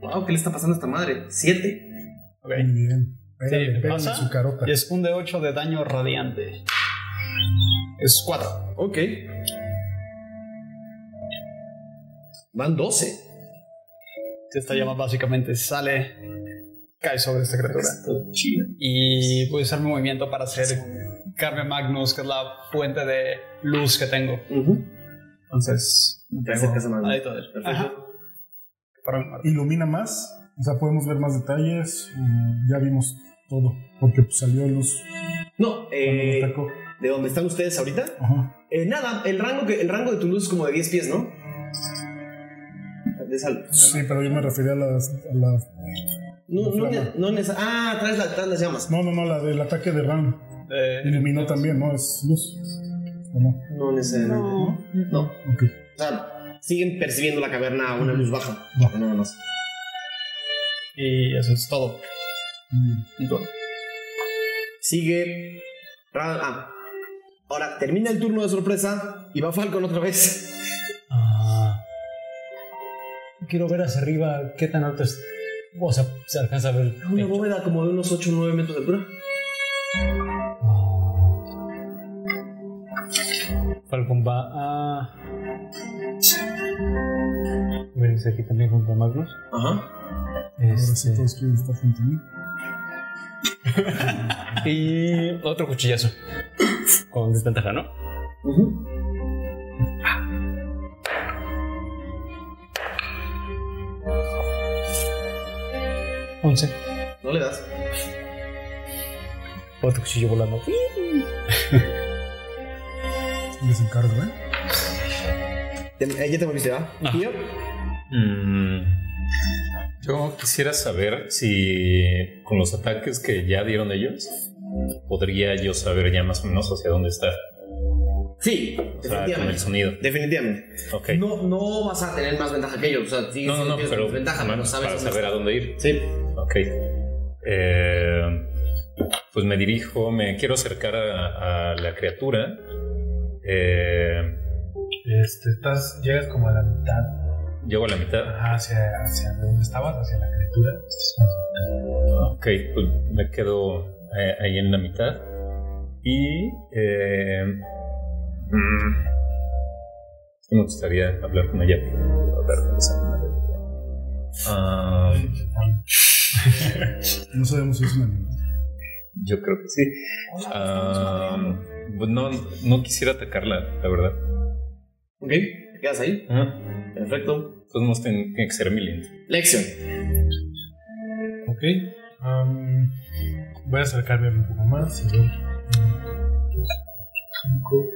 Speaker 1: Wow, ¿qué le está pasando a esta madre? Siete.
Speaker 4: Ok.
Speaker 3: Muy bien. Pégale,
Speaker 4: Sí,
Speaker 3: pégale
Speaker 4: ¿pasa?
Speaker 3: su carota.
Speaker 4: Y es un de 8 de daño radiante. Es 4.
Speaker 1: Ok. Van doce.
Speaker 4: Esta llama básicamente sale, cae sobre esta criatura. Y puede usar mi movimiento para acercarme a Magnus, que es la fuente de luz que tengo. Entonces, no
Speaker 1: Te
Speaker 4: tengo
Speaker 1: acercas a Magnus.
Speaker 4: nadito de él.
Speaker 1: Perfecto.
Speaker 4: Ajá. Para mi parte.
Speaker 3: ilumina más, o sea, podemos ver más detalles, mm, ya vimos todo, porque pues, salió luz
Speaker 1: No,
Speaker 3: cuando
Speaker 1: eh,
Speaker 3: me atacó.
Speaker 1: de dónde están ustedes ahorita.
Speaker 3: Ajá.
Speaker 1: Eh, nada, el rango, que, el rango de tu luz es como de 10 pies, ¿no? De sal.
Speaker 3: Sí, pero yo me refería a las- a la...
Speaker 1: No, no,
Speaker 3: La
Speaker 1: ne- no, neces- Ah, traes, la- traes las llamas.
Speaker 3: No, no, no, la del ataque de Ram.
Speaker 4: Eh,
Speaker 3: Iluminó también, ¿no? Es luz. ¿O no?
Speaker 1: No necesariamente. No.
Speaker 3: Ok.
Speaker 1: O sea, siguen percibiendo la caverna a una luz baja.
Speaker 3: Baja.
Speaker 1: Nada más.
Speaker 4: Y eso es todo.
Speaker 1: Mm,
Speaker 3: Muy bien.
Speaker 4: Y todo.
Speaker 1: Sigue. Ra- ah. Ahora termina el turno de sorpresa y va Falcon otra vez.
Speaker 10: Ah. Quiero ver hacia arriba qué tan alto es. O sea, se alcanza a ver. el
Speaker 1: Una
Speaker 10: techo.
Speaker 1: bóveda como de unos 8 o 9 metros de altura.
Speaker 10: Ah. Falcon va a.
Speaker 5: Venís aquí también junto a Magnus.
Speaker 1: Ajá.
Speaker 3: Ahora sí
Speaker 5: Este,
Speaker 3: todos quieren estar junto a mí.
Speaker 10: Y otro cuchillazo. Con desventaja, ¿no? Ah. Once.
Speaker 1: No le das.
Speaker 10: Otro cuchillo volando.
Speaker 3: Se les encargo, ¿eh?
Speaker 1: Te- eh, ya te moriste, ¿verdad?
Speaker 10: Ajá.
Speaker 1: Tío.
Speaker 6: Mm, yo quisiera saber si con los ataques que ya dieron ellos, podría yo saber ya más o menos hacia dónde está.
Speaker 1: Sí,
Speaker 6: O sea, con el
Speaker 1: definitivamente.
Speaker 6: sonido.
Speaker 1: Definitivamente.
Speaker 6: Ok.
Speaker 1: No, no vas a tener más ventaja que ellos. O sea, sí,
Speaker 6: No, no,
Speaker 1: sí
Speaker 6: no,
Speaker 1: tienes
Speaker 6: pero
Speaker 1: ventaja,
Speaker 6: más
Speaker 1: pero sabes
Speaker 6: para
Speaker 1: dónde
Speaker 6: saber a dónde ir.
Speaker 1: Sí.
Speaker 6: Ok. Eh, pues me dirijo, me quiero acercar a, a la criatura. Eh,
Speaker 5: este, estás, llegas como a la mitad,
Speaker 6: llego a la mitad.
Speaker 5: ajá, hacia, hacia donde estabas, hacia la criatura.
Speaker 6: Ok, pues me quedo eh, ahí en la mitad. Y. eh, mm, es que me gustaría hablar con ella. pero hablar con esa madre. Ah,
Speaker 3: No sabemos si es un animal.
Speaker 6: yo creo que sí. Ah, pues no, no quisiera atacarla, la verdad.
Speaker 1: Ok, te quedas ahí.
Speaker 6: Ajá.
Speaker 1: Perfecto.
Speaker 6: Entonces, no tiene tiene que ser mi lente.
Speaker 1: Lección.
Speaker 5: Ok. am, voy a acercarme un poco más. A ver. Cinco.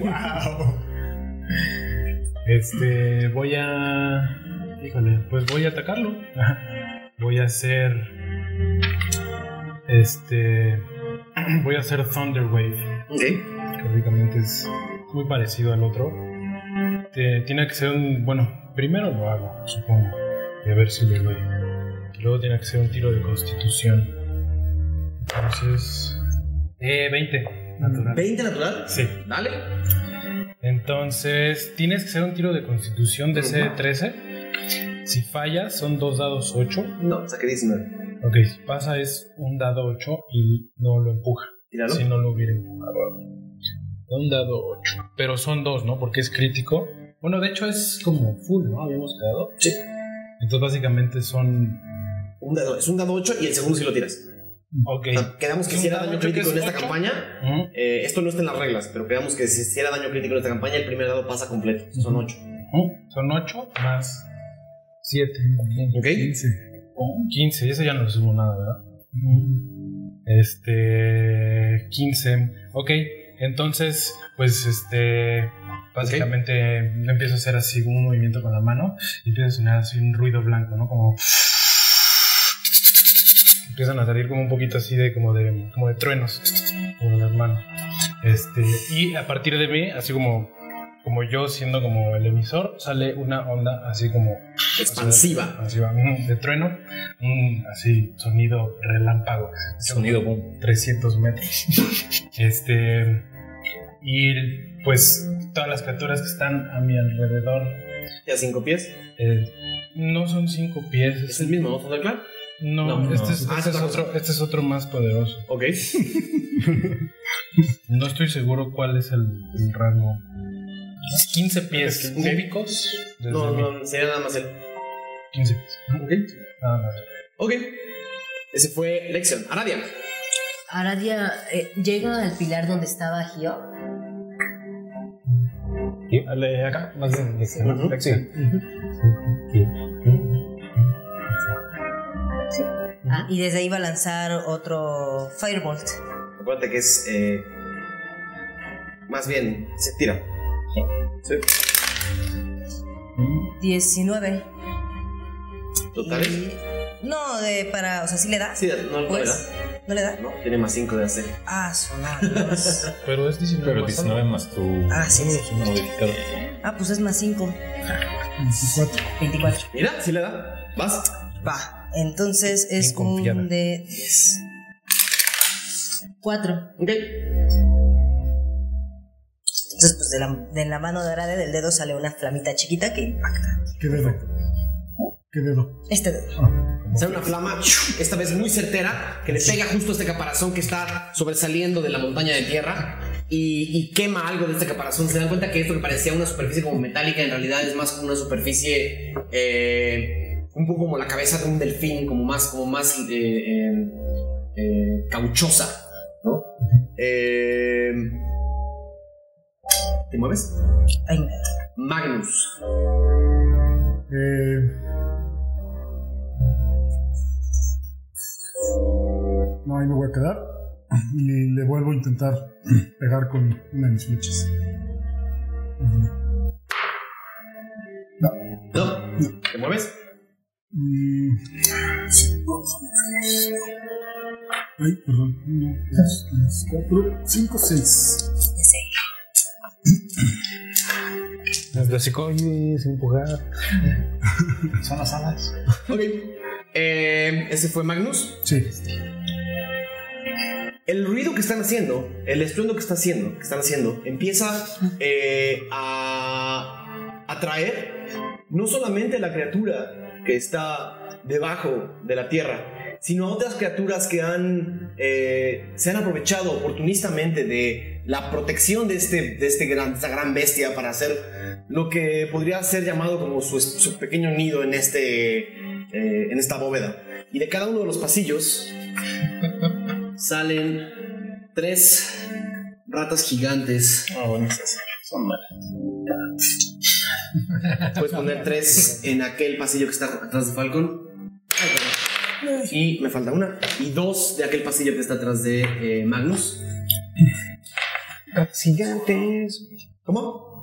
Speaker 5: wow. Este, voy a. Híjole, pues voy a atacarlo. Voy a hacer. Este. Voy a hacer Thunder Wave
Speaker 1: Ok.
Speaker 5: que básicamente es muy parecido al otro. Te- tiene que ser un. Bueno, primero lo hago, supongo. Y a ver si le doy. Luego tiene que ser un tiro de constitución. Entonces. Eh, 20. Natural.
Speaker 1: 20 natural.
Speaker 5: Sí.
Speaker 1: Dale.
Speaker 5: Entonces, tienes que ser un tiro de constitución de C13. Si fallas, son dos dados 8.
Speaker 1: No, saqué 19.
Speaker 5: Ok, si pasa, es un dado 8 y no lo empuja.
Speaker 1: Tíralo.
Speaker 5: Si no lo hubiera empujado. Un dado 8. Pero son dos, ¿no? Porque es crítico. Bueno, de hecho es como full, ¿no? Habíamos quedado.
Speaker 1: Sí.
Speaker 5: Entonces básicamente son.
Speaker 1: Un dado, es un dado 8 y el segundo sí lo tiras.
Speaker 5: Ok.
Speaker 1: O sea, quedamos que
Speaker 5: Es
Speaker 1: si
Speaker 5: un
Speaker 1: era
Speaker 5: dado
Speaker 1: daño
Speaker 5: ocho que
Speaker 1: crítico en
Speaker 5: es
Speaker 1: esta
Speaker 5: ocho.
Speaker 1: campaña,
Speaker 5: Ujú.
Speaker 1: eh, esto no está en las reglas, pero quedamos que si si era daño crítico en esta campaña, el primer dado pasa completo. Son 8.
Speaker 5: Ujú. Son 8 más 7.
Speaker 1: Ok.
Speaker 5: 15. Eso ya no le subo nada, ¿verdad? Este. 15. Ok. Entonces, pues este. Básicamente yo empiezo a hacer así un movimiento con la mano y empieza a sonar así un ruido blanco, ¿no? Como. Empiezan a salir como un poquito así de como de, como de truenos, como de las manos. Este, y a partir de mí, así como, como yo siendo como el emisor, sale una onda así como
Speaker 1: Expansiva.
Speaker 5: así va, mm, de trueno, un así sonido relámpago,
Speaker 6: Sonido boom.
Speaker 5: 300 metros. Este, y pues todas las criaturas que están a mi alrededor
Speaker 1: Y a 5 pies.
Speaker 5: eh, no son cinco pies.
Speaker 1: Es el mismo, ¿no? ¿Todo claro?
Speaker 5: No,
Speaker 1: No,
Speaker 5: este,
Speaker 1: no.
Speaker 5: Es,
Speaker 1: Ah,
Speaker 5: este
Speaker 1: es
Speaker 5: es
Speaker 1: otra
Speaker 5: otro,
Speaker 1: cosa.
Speaker 5: este es otro más poderoso.
Speaker 1: Ok.
Speaker 5: No estoy seguro cuál es el, el rango. 15 pies
Speaker 1: Ok.
Speaker 5: cúbicos. desde
Speaker 1: No,
Speaker 5: mí.
Speaker 1: no, sería nada más él.
Speaker 5: 15 pies. Ah,
Speaker 1: Ok.
Speaker 5: Nada más.
Speaker 1: Ok. Ese fue Lección. Aradia.
Speaker 7: Aradia eh, llega al pilar donde estaba Gio.
Speaker 10: Dale, acá, más bien. dice, ¿no?
Speaker 1: Ujú.
Speaker 10: Sí.
Speaker 7: Ah, y desde ahí va a lanzar otro Firebolt.
Speaker 1: Acuérdate que es. eh, más bien, se tira.
Speaker 5: Mm,
Speaker 7: 19.
Speaker 1: ¿Totales?
Speaker 7: Y- No, de para. O sea, ¿sí le da?
Speaker 1: Sí, no no le
Speaker 7: Pues,
Speaker 1: da.
Speaker 7: ¿No le da?
Speaker 1: No, tiene más 5 de AC.
Speaker 7: Ah, sonar. Dios.
Speaker 5: Pero es 19.
Speaker 6: Pero
Speaker 5: más
Speaker 6: 19 más tu
Speaker 7: Ah, sí, sí.
Speaker 6: modificador.
Speaker 7: Ah, pues es más 5.
Speaker 3: 24.
Speaker 7: 24.
Speaker 1: Mira, sí le da. Vas.
Speaker 7: Va. Entonces es
Speaker 5: Bien confiada.
Speaker 7: un de 10. 4. Entonces, pues de la, de la mano dorada del dedo sale una flamita chiquita que impacta.
Speaker 3: ¿Qué dedo? ¿Qué dedo? Ah,
Speaker 7: Este dedo.
Speaker 1: Sale una flama, esta vez muy certera, que le pega justo a este caparazón que está sobresaliendo de la montaña de tierra y, y quema algo de este caparazón. Se dan cuenta que esto que parecía una superficie como metálica, en realidad es más como una superficie eh, un poco como la cabeza de un delfín, como más, como más eh, eh, eh, cauchosa, ¿no? Eh, ¿Te mueves?
Speaker 7: Ahí me-
Speaker 1: Magnus.
Speaker 3: Eh, No, ahí me voy a quedar. Y le vuelvo a intentar pegar con una de mis flechas.
Speaker 1: ¿No? ¿Te mueves?
Speaker 3: Mm. Ay, perdón. 1, 2, 3, 4, 5, 6.
Speaker 5: Las brasicoides, empujar.
Speaker 11: Son las alas.
Speaker 1: Ok. Eh, ese fue Magnus.
Speaker 3: Sí.
Speaker 1: el ruido que están haciendo, el estruendo que, está haciendo, que están haciendo, empieza eh, a atraer no solamente a la criatura que está debajo de la tierra, sino a otras criaturas que han, eh, se han aprovechado oportunistamente de la protección de, este, de este gran, esta gran bestia para hacer lo que podría ser llamado como su, su pequeño nido en, este, eh, en esta bóveda. Y de cada uno de los pasillos salen tres ratas gigantes.
Speaker 6: Ah, bueno, esas son malas.
Speaker 1: Puedes poner tres en aquel pasillo que está atrás de Falcon. Ay, perdón. Y me falta una. Y dos de aquel pasillo que está atrás de eh, Magnus.
Speaker 3: Ah,
Speaker 5: gigantes.
Speaker 1: ¿Cómo?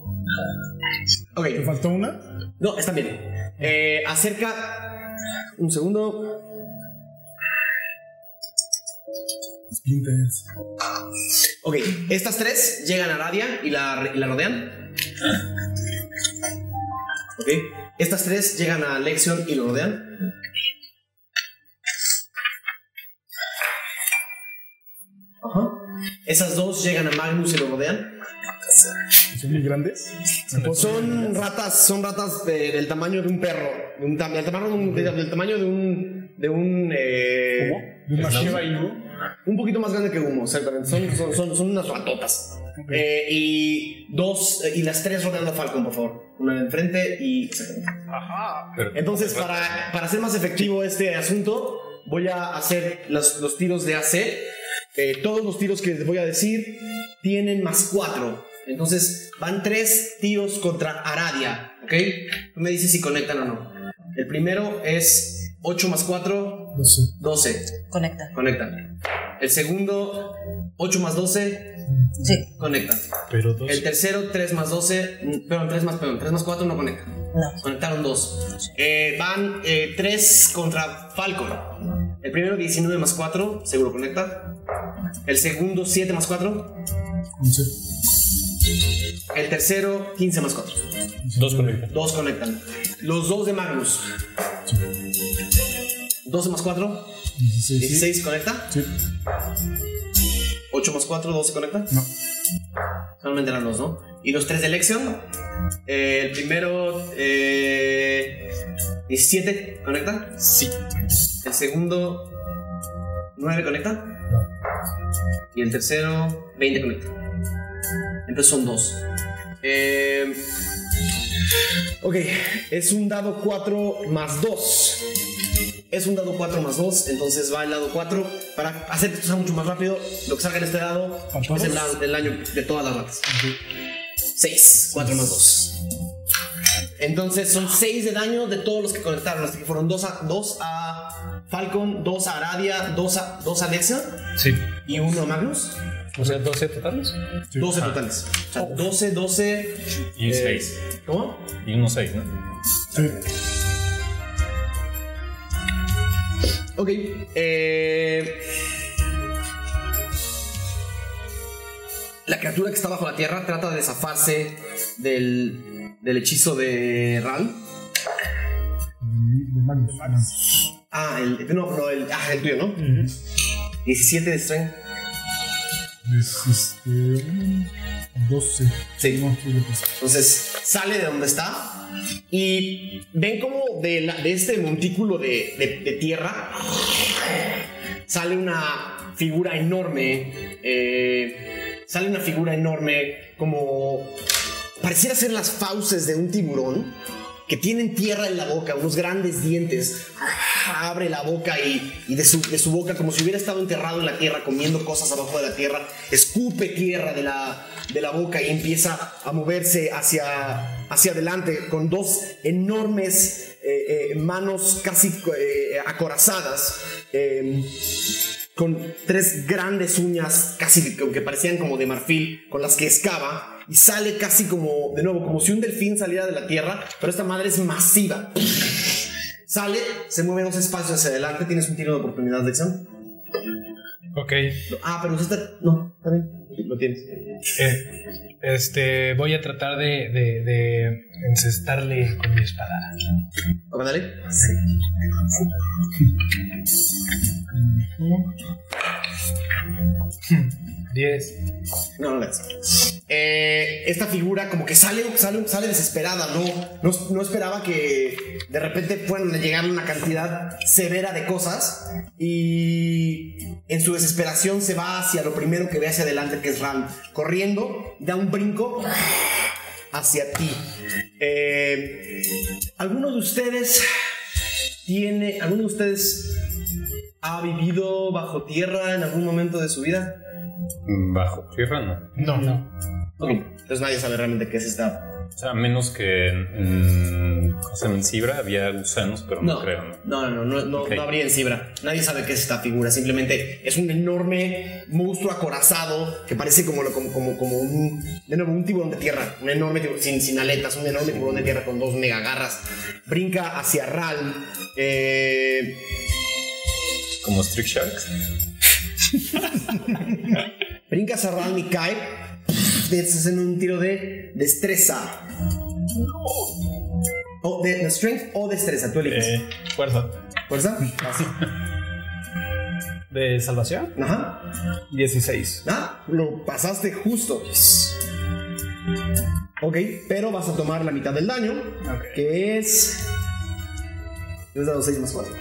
Speaker 1: Ok,
Speaker 3: ¿Te faltó una?
Speaker 1: no, está bien. Eh, acerca. Un segundo.
Speaker 3: Splinters.
Speaker 1: Ok, estas tres llegan a Radia y la, y la rodean. Ok, estas tres llegan a Lexion y lo rodean. Ajá. Esas dos llegan a Magnus y lo rodean.
Speaker 3: Son muy grandes.
Speaker 1: Pues Son ratas, son ratas de- del tamaño de un perro, de un tam- del tamaño de un, de- del tamaño de un, de un, eh,
Speaker 3: De una Shiba
Speaker 1: un poquito más grande que humo, exactamente. Son, son, son, son unas ratotas. Eh, y dos, eh, y las tres rodeando a Falcon, por favor. Una de enfrente y. Entonces, para, para hacer más efectivo este asunto, voy a hacer los, los tiros de AC. Eh, todos los tiros que les voy a decir tienen más cuatro. Entonces, van tres tiros contra Aradia, ¿ok? Tú me dices si conectan o no. El primero es 8 más 4,
Speaker 3: 12.
Speaker 1: 12.
Speaker 7: Conecta.
Speaker 1: Conectan. El segundo, 8 más 12,
Speaker 7: Sí,
Speaker 1: conectan.
Speaker 5: Pero dos.
Speaker 1: El tercero, 3 más 12, mm, perdón, 3 más, perdón, 3 más 4 no conectan.
Speaker 7: no.
Speaker 1: Conectaron 2. van 3 contra Falcon. El primero, 19 más 4, seguro conecta. El segundo, 7 más 4.
Speaker 3: 11.
Speaker 1: El tercero, 15 más 4.
Speaker 6: Dos conectan.
Speaker 1: Dos conectan. Los dos de Magnus. 12 más 4,
Speaker 3: 16.
Speaker 1: 16 conecta.
Speaker 3: Sí.
Speaker 1: 8 más 4, 12 conecta.
Speaker 3: No.
Speaker 1: Solamente eran los, ¿no? Y los tres de elección. el primero, eh, 17, ¿conecta? Sí. El segundo, 9, ¿conecta? Y el tercero, 20, ¿conecta? Entonces son dos. Eh, ok, es un dado 4 más 2. Es un dado 4 más 2, entonces va el dado 4. Para hacer que esto sea mucho más rápido, lo que salga en este dado
Speaker 3: ¿Cuántos?
Speaker 1: es el dado del año de todas las ratas. 6, 4 más 2. Entonces son 6 de daño de todos los que conectaron. Así que fueron 2 a, dos a Falcon, 2 a Aradia, 2 a, dos a Alexa
Speaker 5: Sí.
Speaker 1: y 1 a Magnus.
Speaker 5: O sea, 12 totales.
Speaker 1: 12 totales. O sea, 12, 12.
Speaker 6: Y
Speaker 1: eh,
Speaker 6: un 6.
Speaker 1: ¿Cómo?
Speaker 6: Y uno 6, ¿no?
Speaker 3: Sí.
Speaker 1: Ok. eh, La criatura que está bajo la tierra trata de zafarse del, del hechizo de Ral.
Speaker 3: De, de Magnus.
Speaker 1: Ah, el. No, no, el. Ah, el tuyo, ¿no? 17 de strength.
Speaker 12: Es este.
Speaker 3: mm,
Speaker 12: 12.
Speaker 1: Sí.
Speaker 12: No, sí, lo puse.
Speaker 1: Entonces sale de donde está y ven como de, la- de este montículo de, de- de tierra sale una figura enorme. eh, sale una figura enorme como pareciera ser las fauces de un tiburón que tienen tierra en la boca, unos grandes dientes. Abre la boca y, y de, su, de su boca, como si hubiera estado enterrado en la tierra, comiendo cosas abajo de la tierra, escupe tierra de la, de la boca y empieza a moverse hacia, hacia adelante con dos enormes eh, eh, manos casi eh, acorazadas. eh, con tres grandes uñas, casi que que parecían como de marfil, con las que excava y sale casi como, de nuevo, como si un delfín saliera de la tierra, pero esta madre es masiva. Sale, se mueve dos espacios hacia adelante, tienes un tiro de oportunidad de acción.
Speaker 5: Ok.
Speaker 1: No, Ah, pero usaste. No, está bien, lo tienes.
Speaker 5: eh, este, voy a tratar de, de, de encestarle con mi espada.
Speaker 1: Ok, dale.
Speaker 5: Diez.
Speaker 1: No, no, no. Eh, esta figura como que sale, sale, sale desesperada, ¿no? No, no esperaba que de repente fueran a llegar una cantidad severa de cosas y en su desesperación se va hacia lo primero que ve hacia adelante, que es Ram. Corriendo, da un brinco hacia ti. Eh, ¿Alguno de ustedes tiene, alguno de ustedes ha vivido bajo tierra en algún momento de su vida?
Speaker 6: Bajo tierra no.
Speaker 5: No, no.
Speaker 1: Ok, entonces nadie sabe realmente qué es esta.
Speaker 6: O sea, a menos que en, en, o sea, en Sibra había gusanos, pero no,
Speaker 1: No.
Speaker 6: creo, ¿no?
Speaker 1: No, no, no, no,
Speaker 6: Ok.
Speaker 1: no habría en Cibra. Nadie sabe qué es esta figura. Simplemente es un enorme monstruo acorazado que parece como, lo- como, como, como un, de nuevo, un tiburón de tierra. Un enorme tiburón sin, sin aletas, un enorme tiburón de tierra con dos mega garras. Brinca hacia Ral. Eh,
Speaker 6: Como Strict Sharks.
Speaker 1: brinca hacia Ral y cae. Estás en un tiro de destreza. O de, de strength o destreza, tú eliges.
Speaker 3: Eh, fuerza.
Speaker 1: ¿Fuerza? Así.
Speaker 3: ¿De salvación?
Speaker 1: Ajá.
Speaker 3: 16.
Speaker 1: Ah, lo pasaste justo. Ok, pero vas a tomar la mitad del daño, que es. Yo he dado 6 más 4.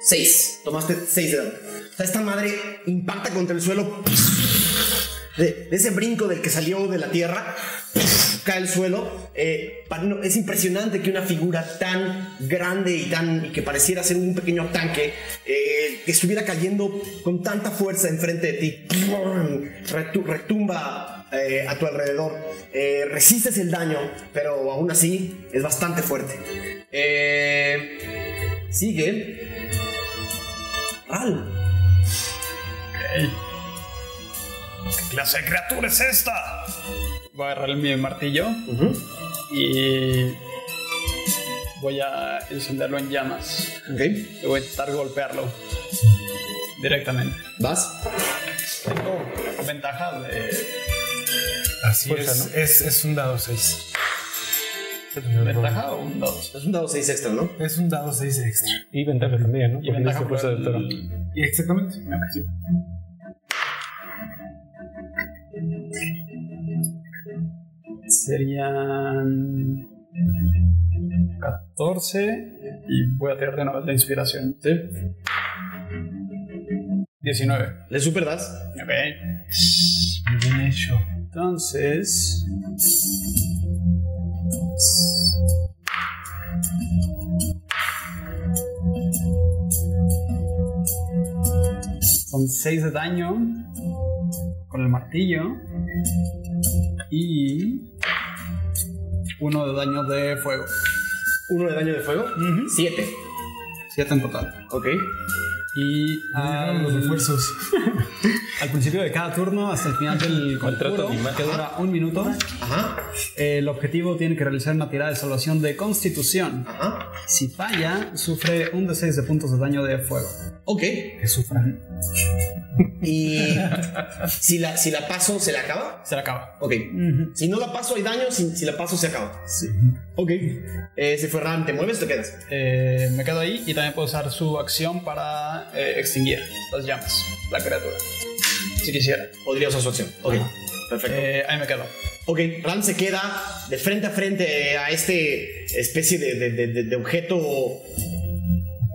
Speaker 1: Seis. Tomaste seis de daño. O sea, esta madre impacta contra el suelo. De, de ese brinco del que salió de la tierra, cae al suelo. Eh, pa- no, es impresionante que una figura tan grande y, tan, y que pareciera ser un pequeño tanque eh, que estuviera cayendo con tanta fuerza enfrente de ti. Retu- retumba eh, a tu alrededor. Eh, resistes el daño, pero aún así es bastante fuerte. Eh, sigue. Ral.
Speaker 3: ¿Qué clase de criatura es esta? Voy a agarrar mi martillo
Speaker 1: Ujú.
Speaker 3: y voy a encenderlo en llamas.
Speaker 1: Ok,
Speaker 3: Y voy a intentar golpearlo directamente.
Speaker 1: vas.
Speaker 3: Tengo ventaja de...
Speaker 5: Así
Speaker 3: Fuerza,
Speaker 5: es, es. Es un dado 6.
Speaker 3: ¿Ventaja o un dos?
Speaker 1: Es un dado 6 extra, ¿no?
Speaker 5: Es un dado 6 extra.
Speaker 13: Y ventaja también, ¿no?
Speaker 3: Y
Speaker 13: Porque
Speaker 3: ventaja
Speaker 13: es
Speaker 3: por
Speaker 13: fuerza de toro.
Speaker 3: el...
Speaker 5: Y Exactamente.
Speaker 3: Serían 14 y voy a tirar de nuevo la inspiración. ¿Sí? 19.
Speaker 1: Le super das.
Speaker 3: Ok.
Speaker 5: Muy bien hecho.
Speaker 3: Entonces... Son 6 de daño con el martillo y 1 de daño de fuego.
Speaker 1: Uno de daño de fuego. 7.
Speaker 3: 7 en total.
Speaker 1: Ok.
Speaker 3: Y al,
Speaker 5: los refuerzos.
Speaker 3: al principio de cada turno, hasta el final del conjuro, que dura un minuto,
Speaker 1: Ajá.
Speaker 3: eh, el objetivo tiene que realizar una tirada de salvación de constitución.
Speaker 1: Ajá.
Speaker 3: Si falla, sufre un de 6 de puntos de daño de fuego.
Speaker 1: Ok.
Speaker 5: Que sufran.
Speaker 1: Y si la, si la paso, ¿se la acaba?
Speaker 14: Se la acaba.
Speaker 1: Ok. Si no la paso, hay daño. Si, si la paso, se acaba. Sí. Ok. Eh, si fue Ram, ¿te mueves o te quedas?
Speaker 14: Eh, me quedo ahí y también puedo usar su acción para eh, extinguir las llamas, la criatura. Si quisiera.
Speaker 1: Podría usar su acción. Ok. Perfecto.
Speaker 14: Eh, ahí me quedo.
Speaker 1: Ok, Ram se queda de frente a frente a este especie de, de- de- de- de objeto.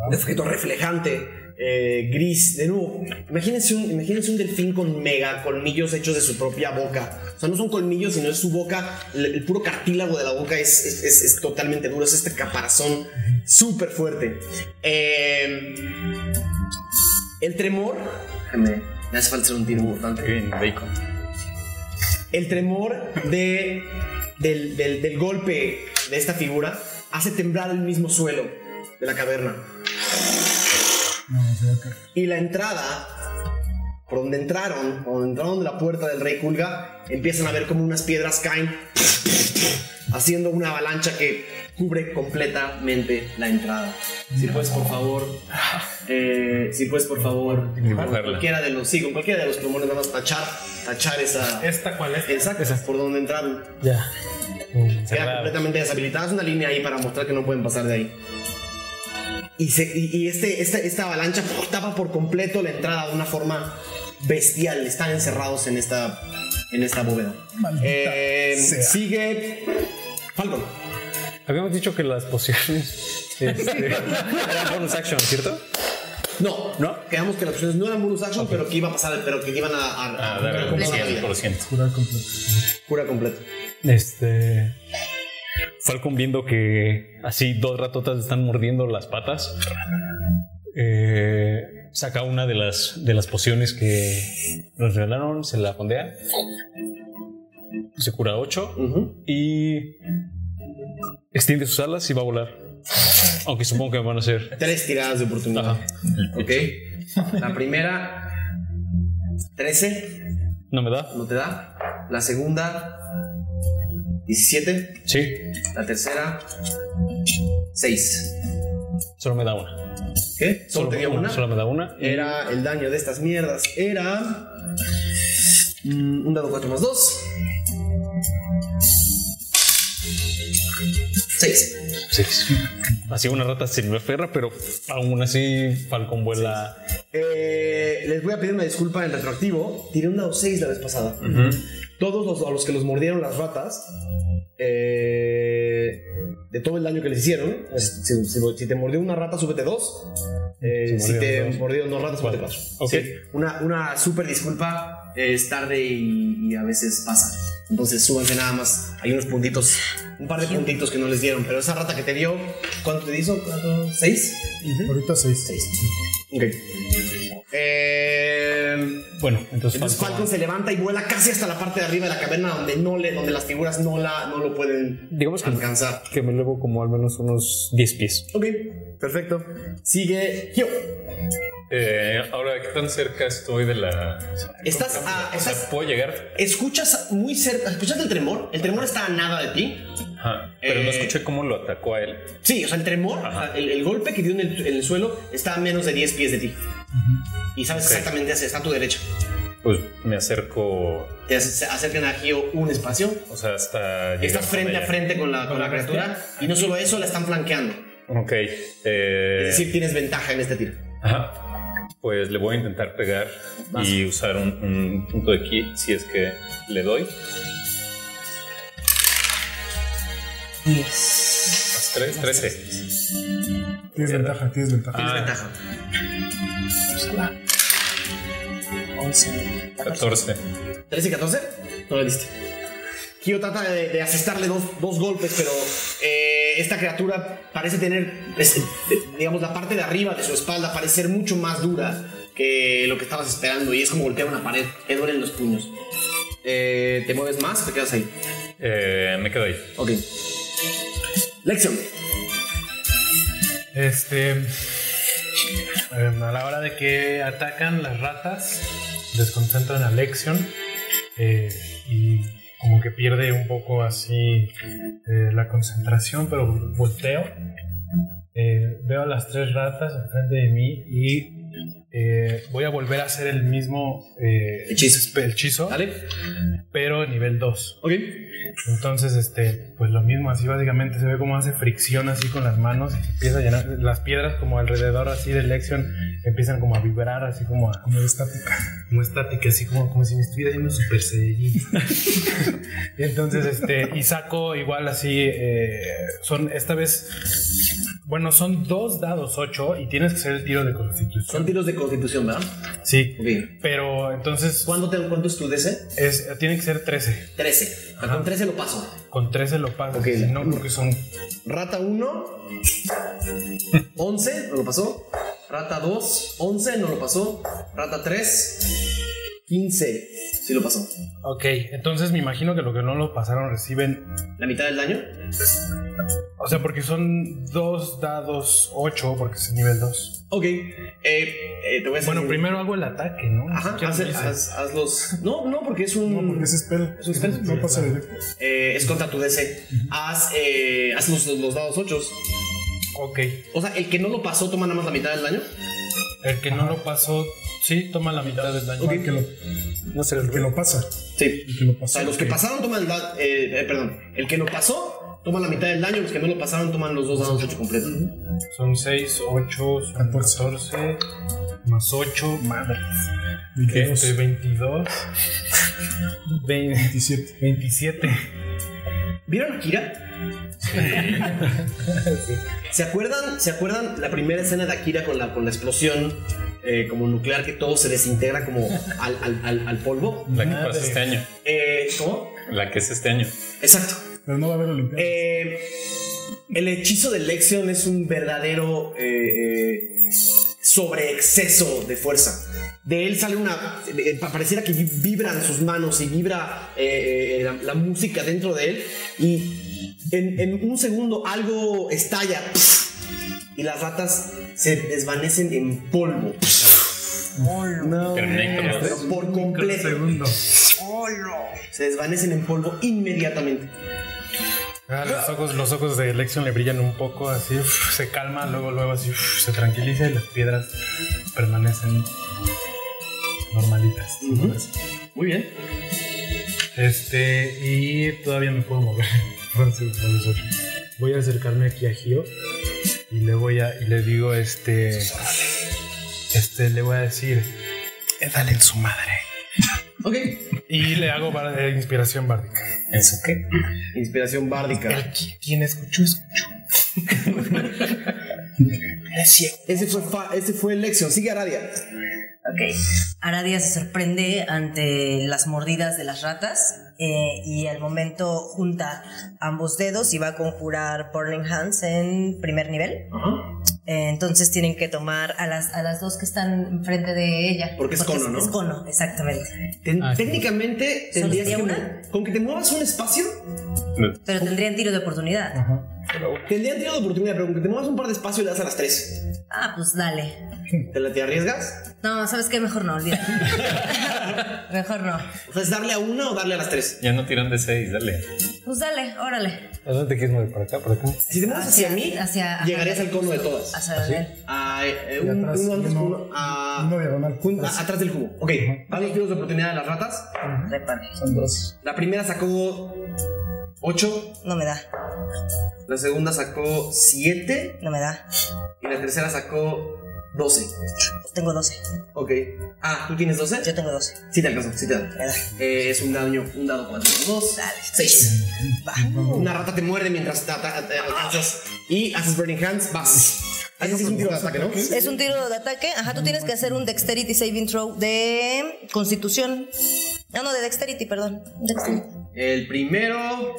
Speaker 1: de objeto reflejante. eh, gris, de nuevo. Imagínense un, imagínense un delfín con mega colmillos hechos de su propia boca. O sea, no son colmillos, sino es su boca. El, el puro cartílago de la boca es, es- es- es totalmente duro. Es este caparazón súper fuerte. Eh, el tremor. Déjame, Me hace falta hacer un tiro importante
Speaker 6: Kevin Bacon.
Speaker 1: el tremor de, del, del- del golpe de esta figura hace temblar el mismo suelo de la caverna. Y la entrada, por donde entraron, por donde entraron de la puerta del rey Kulga, empiezan a ver como unas piedras caen, haciendo una avalancha que cubre completamente la entrada. Si puedes, por favor, eh, si puedes, por favor,
Speaker 6: Dibujarla.
Speaker 1: cualquiera de los, sí, con cualquiera de los plumones, nada más tachar, tachar esa,
Speaker 15: ¿Esta cuál es?
Speaker 1: Exacto, por donde entraron.
Speaker 5: Ya. Mm.
Speaker 1: Queda completamente deshabilitada. Es una línea ahí para mostrar que no pueden pasar de ahí. Y, se- y- y este, esta, esta avalancha ¡puf! tapa por completo la entrada de una forma bestial. Están encerrados en esta, en esta bóveda. Eh,
Speaker 3: sea.
Speaker 1: sigue Falcon.
Speaker 5: Habíamos dicho que las pociones este, eran bonus action, ¿cierto?
Speaker 1: No,
Speaker 5: ¿No?
Speaker 1: Quedamos que las opciones no eran bonus action, pero que iba a pasar, pero que iban a, a- a-
Speaker 6: Ah, dale,
Speaker 1: cura
Speaker 7: completo.
Speaker 1: completa.
Speaker 6: 100%.
Speaker 3: Curar completo.
Speaker 1: Cura completa.
Speaker 5: Este. Falcon viendo que así dos ratotas le están mordiendo las patas. eh, saca una de las, de las pociones que nos regalaron, se la fondea. Se cura 8
Speaker 1: Ujú.
Speaker 5: y extiende sus alas y va a volar. Aunque supongo que van a ser.
Speaker 1: Tres tiradas de oportunidad.
Speaker 5: Ajá.
Speaker 1: Ok. La primera, 13,
Speaker 5: ¿No me da?
Speaker 1: no te da. La segunda, 17.
Speaker 5: Sí,
Speaker 1: La tercera, 6.
Speaker 5: solo me da una.
Speaker 1: ¿Qué? Solo tenía una.
Speaker 5: Solo me da una.
Speaker 1: Era el daño de estas mierdas. Era. mm, Un dado 4 más 2. 6.
Speaker 5: Sí. Así una rata se me aferra, pero aún así Falcon vuela.
Speaker 1: Eh, les voy a pedir una disculpa en retroactivo. Tiré un dado 6 la vez pasada. Todos los a los que los mordieron las ratas. eh, de todo el daño que les hicieron. Si, si- si- si te mordió una rata, súbete dos. Eh, si te
Speaker 5: Si mordieron dos.
Speaker 1: mordieron dos ratas, súbete cuatro.
Speaker 5: Ok.
Speaker 1: Sí, Una, una súper disculpa. eh, es tarde y, y a veces pasa. Entonces súbanse nada más. Hay unos puntitos. Un par de puntitos que no les dieron. Pero esa rata que te dio, ¿cuánto te hizo? ¿Cuánto? ¿Seis?
Speaker 3: Ahorita 6.
Speaker 1: Seis. Ok. Eh,
Speaker 5: Bueno, entonces,
Speaker 1: entonces
Speaker 5: Falcon-
Speaker 1: Falcon se levanta y vuela casi hasta la parte de arriba de la caverna donde no le, donde las figuras no la, no lo pueden
Speaker 5: digamos
Speaker 7: Ah.
Speaker 5: que,
Speaker 1: alcanzar.
Speaker 5: que me elevo como al menos unos 10 pies.
Speaker 1: Ok, perfecto. Sigue Hio.
Speaker 6: Eh, ahora, ¿qué tan cerca estoy de la.
Speaker 1: Estás a-
Speaker 6: O sea,
Speaker 1: estás-
Speaker 6: puedo llegar.
Speaker 1: Escuchas muy cerca, escuchas el tremor. El tremor está a nada de ti.
Speaker 6: Ajá, Pero
Speaker 1: Eh,
Speaker 6: no escuché cómo lo atacó a él.
Speaker 1: Sí, o sea, el tremor,
Speaker 6: Ajá.
Speaker 1: el, el golpe que dio en el, en el suelo está a menos de 10 pies de ti. Y sabes
Speaker 6: Ok.
Speaker 1: exactamente hacia, está a tu derecha.
Speaker 6: Pues me acerco.
Speaker 1: Te ac- se acercan a Gio un espacio.
Speaker 6: O sea, hasta. llegar
Speaker 1: Estás
Speaker 6: con
Speaker 1: frente a
Speaker 6: ella.
Speaker 1: frente con la, con la criatura. Y no solo eso, la están flanqueando.
Speaker 6: Ok. eh,
Speaker 1: Es decir, tienes ventaja en este tiro.
Speaker 6: Ajá. Pues le voy a intentar pegar y usar un, un punto de ki si es que le doy.
Speaker 7: 10.
Speaker 6: Más 3, 13.
Speaker 3: Tienes ventaja, tienes ventaja.
Speaker 1: Tienes
Speaker 6: Ah.
Speaker 1: ventaja.
Speaker 7: 11.
Speaker 6: 14.
Speaker 1: 13 y 14, no le diste. Kyo trata de, de asestarle dos, dos golpes, pero eh, esta criatura parece tener, es- eh, digamos, la parte de arriba de su espalda parece ser mucho más dura que lo que estabas esperando y es como golpear una pared, te duelen los puños. Eh, ¿Te mueves más? ¿Te quedas ahí?
Speaker 6: Eh, me quedo ahí.
Speaker 1: Ok. Lección.
Speaker 15: Este. em, a la hora de que atacan las ratas, desconcentran a Lexion eh, y como que pierde un poco así eh, la concentración, pero volteo. Eh, veo a las tres ratas enfrente de mí y
Speaker 5: eh, voy a volver a hacer el mismo eh,
Speaker 1: Hechizo.
Speaker 5: espe- hechizo,
Speaker 1: ¿Vale?
Speaker 5: pero nivel 2.
Speaker 1: Ok.
Speaker 5: Entonces, este, pues lo mismo, así básicamente se ve cómo hace fricción así con las manos, y se empieza a llenar las piedras como alrededor así de Lexion, empiezan como a vibrar, así como a... Como estática. Como estática, así como, como si me estuviera yendo super Saiyajin. Y Entonces, este, y saco igual así, eh, son esta vez, bueno, son dos dados ocho y tienes que hacer el tiro de
Speaker 1: Son
Speaker 5: constitución.
Speaker 1: tiros de constitución, ¿verdad?
Speaker 5: Sí,
Speaker 1: Ok.
Speaker 5: pero entonces
Speaker 1: ¿Cuánto, te, cuánto es tu DC?
Speaker 5: es, tiene que ser 13.
Speaker 1: 13. Ah,
Speaker 5: Ajá.
Speaker 1: Con 13 lo paso.
Speaker 5: Con 13 lo pagas,
Speaker 16: Ok.
Speaker 5: si no, porque son
Speaker 1: Rata 1, 11, no lo pasó. Rata 2, 11, no lo pasó. Rata 3, 15, sí lo pasó.
Speaker 5: Ok, entonces me imagino que lo que no lo pasaron reciben.
Speaker 1: La mitad del daño.
Speaker 5: O sea, porque son dos dados 8, porque es nivel 2.
Speaker 1: Ok. eh, eh, te voy a hacer
Speaker 5: Bueno,
Speaker 1: un-
Speaker 5: primero hago el ataque, ¿no? Ni
Speaker 1: Ajá,
Speaker 5: siquiera
Speaker 1: haz,
Speaker 5: lo hice.
Speaker 1: haz- haz los. No, no, porque es un.
Speaker 3: No, porque ese es pedo.
Speaker 1: Es un spell.
Speaker 3: No pasa directo.
Speaker 1: eh, es contra tu DC. Haz, eh, haz los, los dados 8.
Speaker 5: Ok,
Speaker 1: O sea, el que no lo pasó toma nada más la mitad del daño.
Speaker 5: el que no lo pasó, sí, toma la mitad del daño.
Speaker 1: Ok.
Speaker 3: El Ah, que lo,
Speaker 5: No sé,
Speaker 3: el que lo pasa.
Speaker 1: Sí.
Speaker 3: El que lo
Speaker 1: O
Speaker 3: pasa.
Speaker 1: sea, los que pasaron toman el da- eh, eh, perdón. El que lo pasó toma la mitad del daño. Los que no lo pasaron toman los dos dados 8 completos.
Speaker 5: Son 6, 8, son 14, más 8, madre.
Speaker 3: Veintidós.
Speaker 5: Este, 22, 20,
Speaker 3: 27.
Speaker 5: 27.
Speaker 1: ¿Vieron Akira? ¿Se acuerdan? ¿Se acuerdan la primera escena de Akira con la, con la explosión eh, como nuclear que todo se desintegra como al, al- al- al polvo?
Speaker 6: La que pasa este año.
Speaker 1: Eh, ¿Cómo?
Speaker 6: La que es este año.
Speaker 1: Exacto.
Speaker 3: Pero no va a haber Olimpiadas.
Speaker 1: Eh, el hechizo de Lexion es un verdadero eh, eh, sobreexceso de fuerza. De él sale una. eh, pareciera que vi- vibran sus manos y vibra eh, eh, la, la música dentro de él. Y en, en un segundo algo estalla. Y las ratas se desvanecen en polvo.
Speaker 5: No,
Speaker 6: Terminator
Speaker 1: Pero
Speaker 6: dos.
Speaker 1: por completo.
Speaker 5: segundo.
Speaker 1: Se desvanecen en polvo inmediatamente.
Speaker 5: Ah, los ojos, los ojos de Lexion le brillan un poco, así uf, se calma, luego, luego así uf, se tranquiliza y las piedras permanecen normalitas. sin
Speaker 1: Ujú.
Speaker 5: moverse.
Speaker 1: Muy bien.
Speaker 5: Este, y todavía me puedo mover. Entonces, son los ocho. Voy a acercarme aquí a Gio y le voy a, y le digo, este, este, le voy a decir, "Eh, dale en su madre.
Speaker 1: Ok.
Speaker 5: Y le hago bar- eh, inspiración bárdica.
Speaker 6: ¿Eso qué?
Speaker 1: Inspiración bárdica.
Speaker 5: El qui- quien escuchó, escuchó.
Speaker 1: Ese fue, fa- ese fue Lexion. Sigue Aradia.
Speaker 7: Ok. Aradia se sorprende ante las mordidas de las ratas eh, y al momento junta ambos dedos y va a conjurar Burning Hands en primer nivel. Eh, entonces tienen que tomar a las, a las dos que están enfrente de ella.
Speaker 1: Porque es cono, ¿no?
Speaker 7: Es cono, exactamente.
Speaker 1: Ten-
Speaker 17: Ah, sí.
Speaker 1: técnicamente
Speaker 7: ¿Solo
Speaker 1: tendrías
Speaker 7: sería
Speaker 1: que.
Speaker 7: una?
Speaker 1: Con que te muevas un espacio,
Speaker 7: Pero tendrían tiro de oportunidad.
Speaker 1: tendrían tenido oportunidad, pero con que te muevas un par de espacio le das a las tres.
Speaker 7: Ah, pues dale.
Speaker 1: ¿Te, la, te arriesgas?
Speaker 7: No, ¿sabes qué? Mejor no, olvida. Mejor no.
Speaker 1: O sea, es darle a una o darle a las tres.
Speaker 6: Ya no tiran de 6, dale.
Speaker 7: Pues dale, órale.
Speaker 5: ¿A dónde te quieres mover? ¿Para acá? ¿Para acá?
Speaker 1: Si te mueves hacia, mí,
Speaker 7: hacia- ajá,
Speaker 1: llegarías al cono de todas.
Speaker 7: hacia él.
Speaker 1: Ah, eh,
Speaker 3: Y
Speaker 1: un-
Speaker 3: atrás,
Speaker 1: uno antes,
Speaker 3: uno-
Speaker 1: uno a-
Speaker 3: Una diagonal.
Speaker 1: a- atrás del cubo. Ok, van los tiros de oportunidad de las ratas.
Speaker 7: Repare.
Speaker 1: La primera sacó 8,
Speaker 7: No me da,
Speaker 1: la segunda sacó 7
Speaker 7: no me da.
Speaker 1: y la tercera sacó 12.
Speaker 7: Tengo 12.
Speaker 1: Ok. Ah, ¿tú tienes 12?
Speaker 7: Yo tengo 12.
Speaker 1: Sí te alcanzó, sí te da.
Speaker 7: Me da.
Speaker 1: Eh, es un daño, un dado 4, 2,
Speaker 7: Dale.
Speaker 1: 6.
Speaker 7: Va.
Speaker 1: Una rata te muerde mientras te, ata- te alcanzas y haces Burning Hands, vas. Haces un tiro de ataque, ¿no?
Speaker 7: Es un tiro de ataque. Ajá, tú tienes que hacer un Dexterity Saving Throw de Constitución. Ah, No, no, de Dexterity, perdón. Dexterity.
Speaker 1: El primero,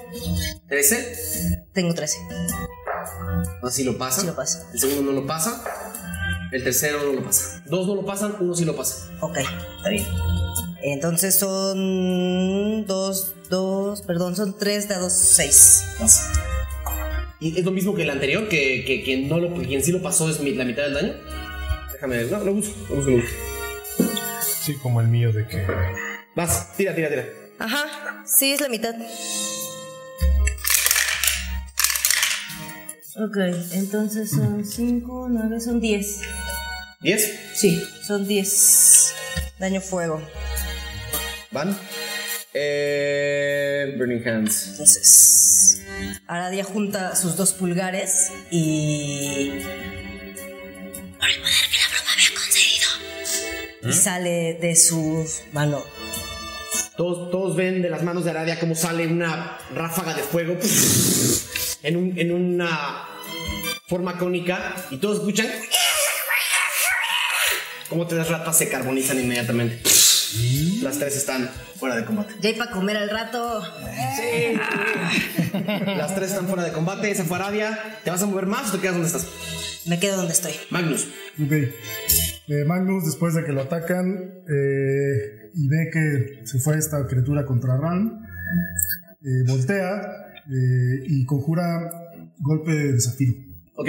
Speaker 1: 13.
Speaker 7: Tengo 13.
Speaker 1: No, sí lo pasa.
Speaker 7: Sí lo paso.
Speaker 1: El segundo no lo pasa. El tercero no lo pasa. Dos no lo pasan, uno sí lo pasa.
Speaker 7: Ok, está bien. Entonces son dos, dos, perdón, son tres dados seis.
Speaker 1: Y es lo mismo que el anterior, que, que quien, no lo, quien sí lo pasó es mi- la mitad del daño. Déjame ver. No, lo busco, lo busco, lo busco.
Speaker 5: Sí, como el mío de que...
Speaker 1: Vas, tira, tira, tira.
Speaker 7: Ajá, sí, es la mitad. Ok, entonces son cinco, nueve, son diez.
Speaker 1: ¿10?
Speaker 7: Sí, son 10. Daño fuego.
Speaker 8: ¿Van? Eh, Burning Hands.
Speaker 7: Entonces, Aradia junta sus dos pulgares y. Por el poder que la broma había conseguido.
Speaker 5: ¿Eh?
Speaker 7: Y sale de su mano.
Speaker 1: Todos, todos ven de las manos de Aradia cómo sale una ráfaga de fuego en, un- en una forma cónica y todos escuchan cómo tres ratas se carbonizan inmediatamente. Las tres están fuera de combate.
Speaker 7: Ya hay para comer al rato.
Speaker 1: Las tres están fuera de combate. Esa fue Aradia. ¿Te vas a mover más o te quedas donde estás?
Speaker 7: Me quedo donde estoy.
Speaker 1: Magnus.
Speaker 3: Ok. Eh, Magnus, después de que lo atacan eh, y ve que se fue esta criatura contra Ran, eh, voltea eh, y conjura golpe de desafío.
Speaker 1: Ok.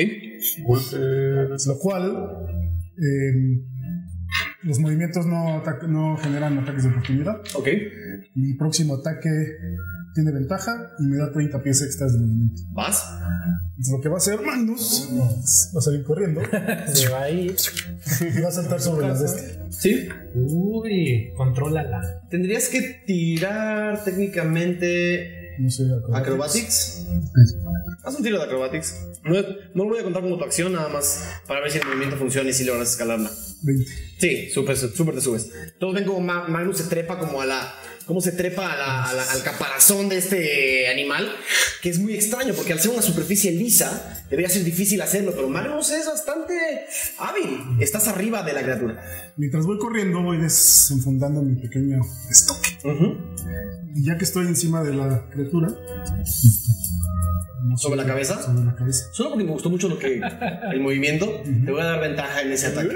Speaker 3: Lo cual, eh, los movimientos no, ataca- no generan ataques de oportunidad.
Speaker 1: Ok.
Speaker 3: Mi próximo ataque tiene ventaja y me da 30 pies extras de movimiento.
Speaker 1: ¿Vas?
Speaker 3: Entonces, lo que va a hacer Magnus es- va a salir corriendo
Speaker 5: Se va ahí.
Speaker 3: y va a saltar sobre las bestias.
Speaker 1: Sí.
Speaker 5: Uy, contrólala.
Speaker 1: Tendrías que tirar técnicamente
Speaker 3: No sé,
Speaker 1: acrobatics. Haz un tiro de acrobatics. No, no lo voy a contar como tu acción, nada más para ver si el movimiento funciona y si logras escalarla.
Speaker 3: 20.
Speaker 1: Sí, súper, súper te subes. Todos ven como Ma- Magnus se trepa como a la. Cómo se trepa a la- a la- al caparazón de este animal, que es muy extraño, porque al ser una superficie lisa, debería ser difícil hacerlo, pero Magnus es bastante hábil. Estás arriba de la criatura.
Speaker 3: Mientras voy corriendo, voy desenfundando mi pequeño estoque. Y ya que estoy encima de la criatura, no
Speaker 1: ¿Sobre la cabeza?
Speaker 3: Sobre la cabeza.
Speaker 1: Solo porque me gustó mucho lo que el movimiento, te voy a dar ventaja en ese ataque.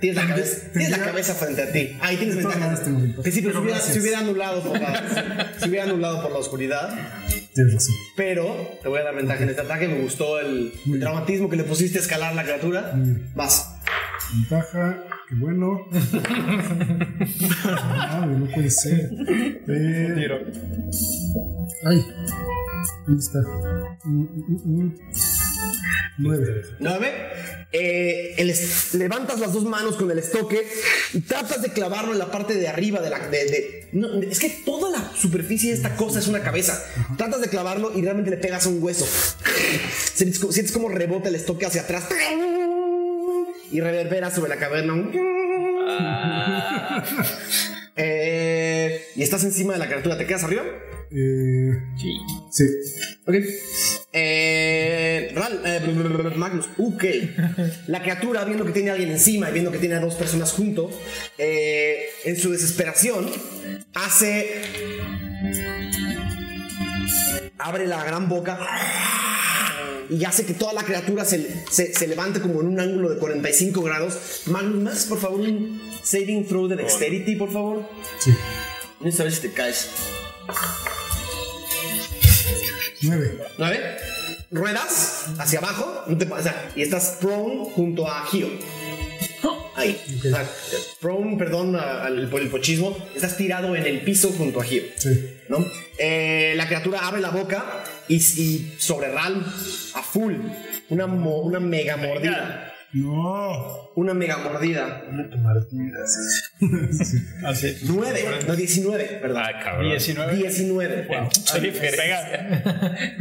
Speaker 1: Tienes la cabeza, tienes la cabeza frente a ti. Ahí tienes
Speaker 3: De todas
Speaker 1: ventaja.
Speaker 3: maneras tengo ventaja.
Speaker 1: Que sí, pero se hubiera,
Speaker 3: gracias.
Speaker 1: se hubiera anulado por la, se hubiera anulado por la oscuridad,
Speaker 3: Tienes razón.
Speaker 1: pero te voy a dar ventaja en este ataque. Me gustó el, el
Speaker 3: bien.
Speaker 1: dramatismo que le pusiste a escalar la criatura.
Speaker 3: Muy bien.
Speaker 1: Vas.
Speaker 3: Ventaja, qué bueno. Madre, no puede ser. Eh, Ay, ¿dónde está? Mm, mm, mm. Nueve.
Speaker 1: Nueve. Eh, el est- levantas las dos manos con el estoque y tratas de clavarlo en la parte de arriba de la. de- de- no, es que toda la superficie de esta cosa es una cabeza. Tratas de clavarlo y realmente le pegas a un hueso. Sientes, co- sientes como rebota el estoque hacia atrás y reverbera sobre la caverna. Eh, y estás encima de la criatura. ¿Te quedas arriba?
Speaker 3: Eh, sí.
Speaker 1: Ok. Eh, Ral- eh, bl- bl- bl- bl- Magnus, ok. La criatura, viendo que tiene a alguien encima y viendo que tiene a dos personas junto, eh, en su desesperación, hace. abre la gran boca y hace que toda la criatura se, se- se levante como en un ángulo de 45 grados. Magnus, ¿me haces, por favor un saving throw de dexterity, por favor?
Speaker 3: Sí.
Speaker 1: No sabes si te caes.
Speaker 3: Nueve.
Speaker 1: ¿Nueve? Ruedas hacia abajo, no te pa- o sea, y estás prone junto a Gio. Ahí.
Speaker 3: Ok.
Speaker 1: O sea, prone, perdón a- al- por el pochismo, estás tirado en el piso junto a Gio.
Speaker 3: Sí.
Speaker 1: ¿no? Eh, la criatura abre la boca y, y sobre Ral a full. Una, mo- una mega mordida.
Speaker 3: No.
Speaker 1: Una mega mordida.
Speaker 4: Así.
Speaker 1: Nueve, no, 19, ¿verdad?
Speaker 6: Ah, cabrón.
Speaker 4: 19.
Speaker 1: 19.
Speaker 6: Qué diferencia.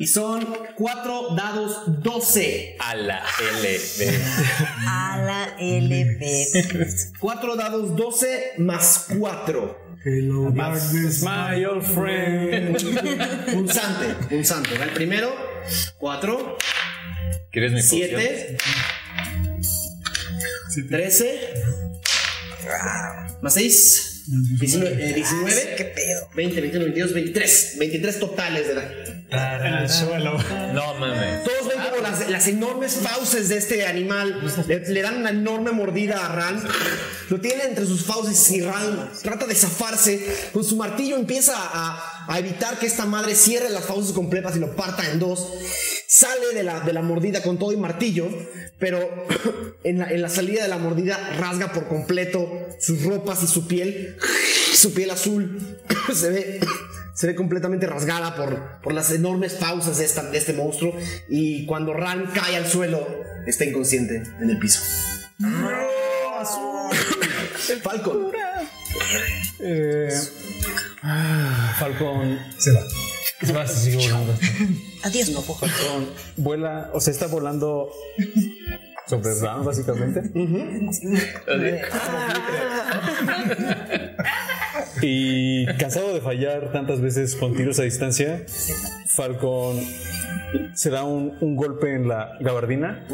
Speaker 1: Y son cuatro dados 12.
Speaker 6: A la L.
Speaker 5: Ah.
Speaker 7: A la LP.
Speaker 1: 4 dados 12 más 4.
Speaker 3: Hello, darkness.
Speaker 4: My old friend.
Speaker 1: Punzante, punzante. Va el primero. 4,
Speaker 6: ¿Quieres mi poción?
Speaker 1: 7, 13, más 6, 19, eh, 19 20, 21, 22, 23. 23 totales de daño.
Speaker 5: En el suelo.
Speaker 6: No mames.
Speaker 1: Todos ven como las, las enormes fauces de este animal le, le dan una enorme mordida a Ran. Lo tiene entre sus fauces y Ran trata de zafarse. Con su martillo empieza a, a evitar que esta madre cierre las fauces completas y lo parta en dos. Sale de la, de la mordida con todo y martillo, pero en la, en la salida de la mordida rasga por completo sus ropas y su piel. Su piel azul se ve se ve completamente rasgada por, por las enormes fauces de, esta- de este monstruo
Speaker 4: ¡Ah!
Speaker 1: y cuando Ran cae al suelo está inconsciente en el piso. Falcon.
Speaker 4: Eh, ah, Falcon
Speaker 5: Se va.
Speaker 4: se va, se sigue volando.
Speaker 7: Adiós, papu.
Speaker 4: Falcon vuela, o sea, está volando sobre Ram, básicamente. Y cansado de fallar tantas veces con tiros a distancia, Falcon se da un, un golpe en la gabardina,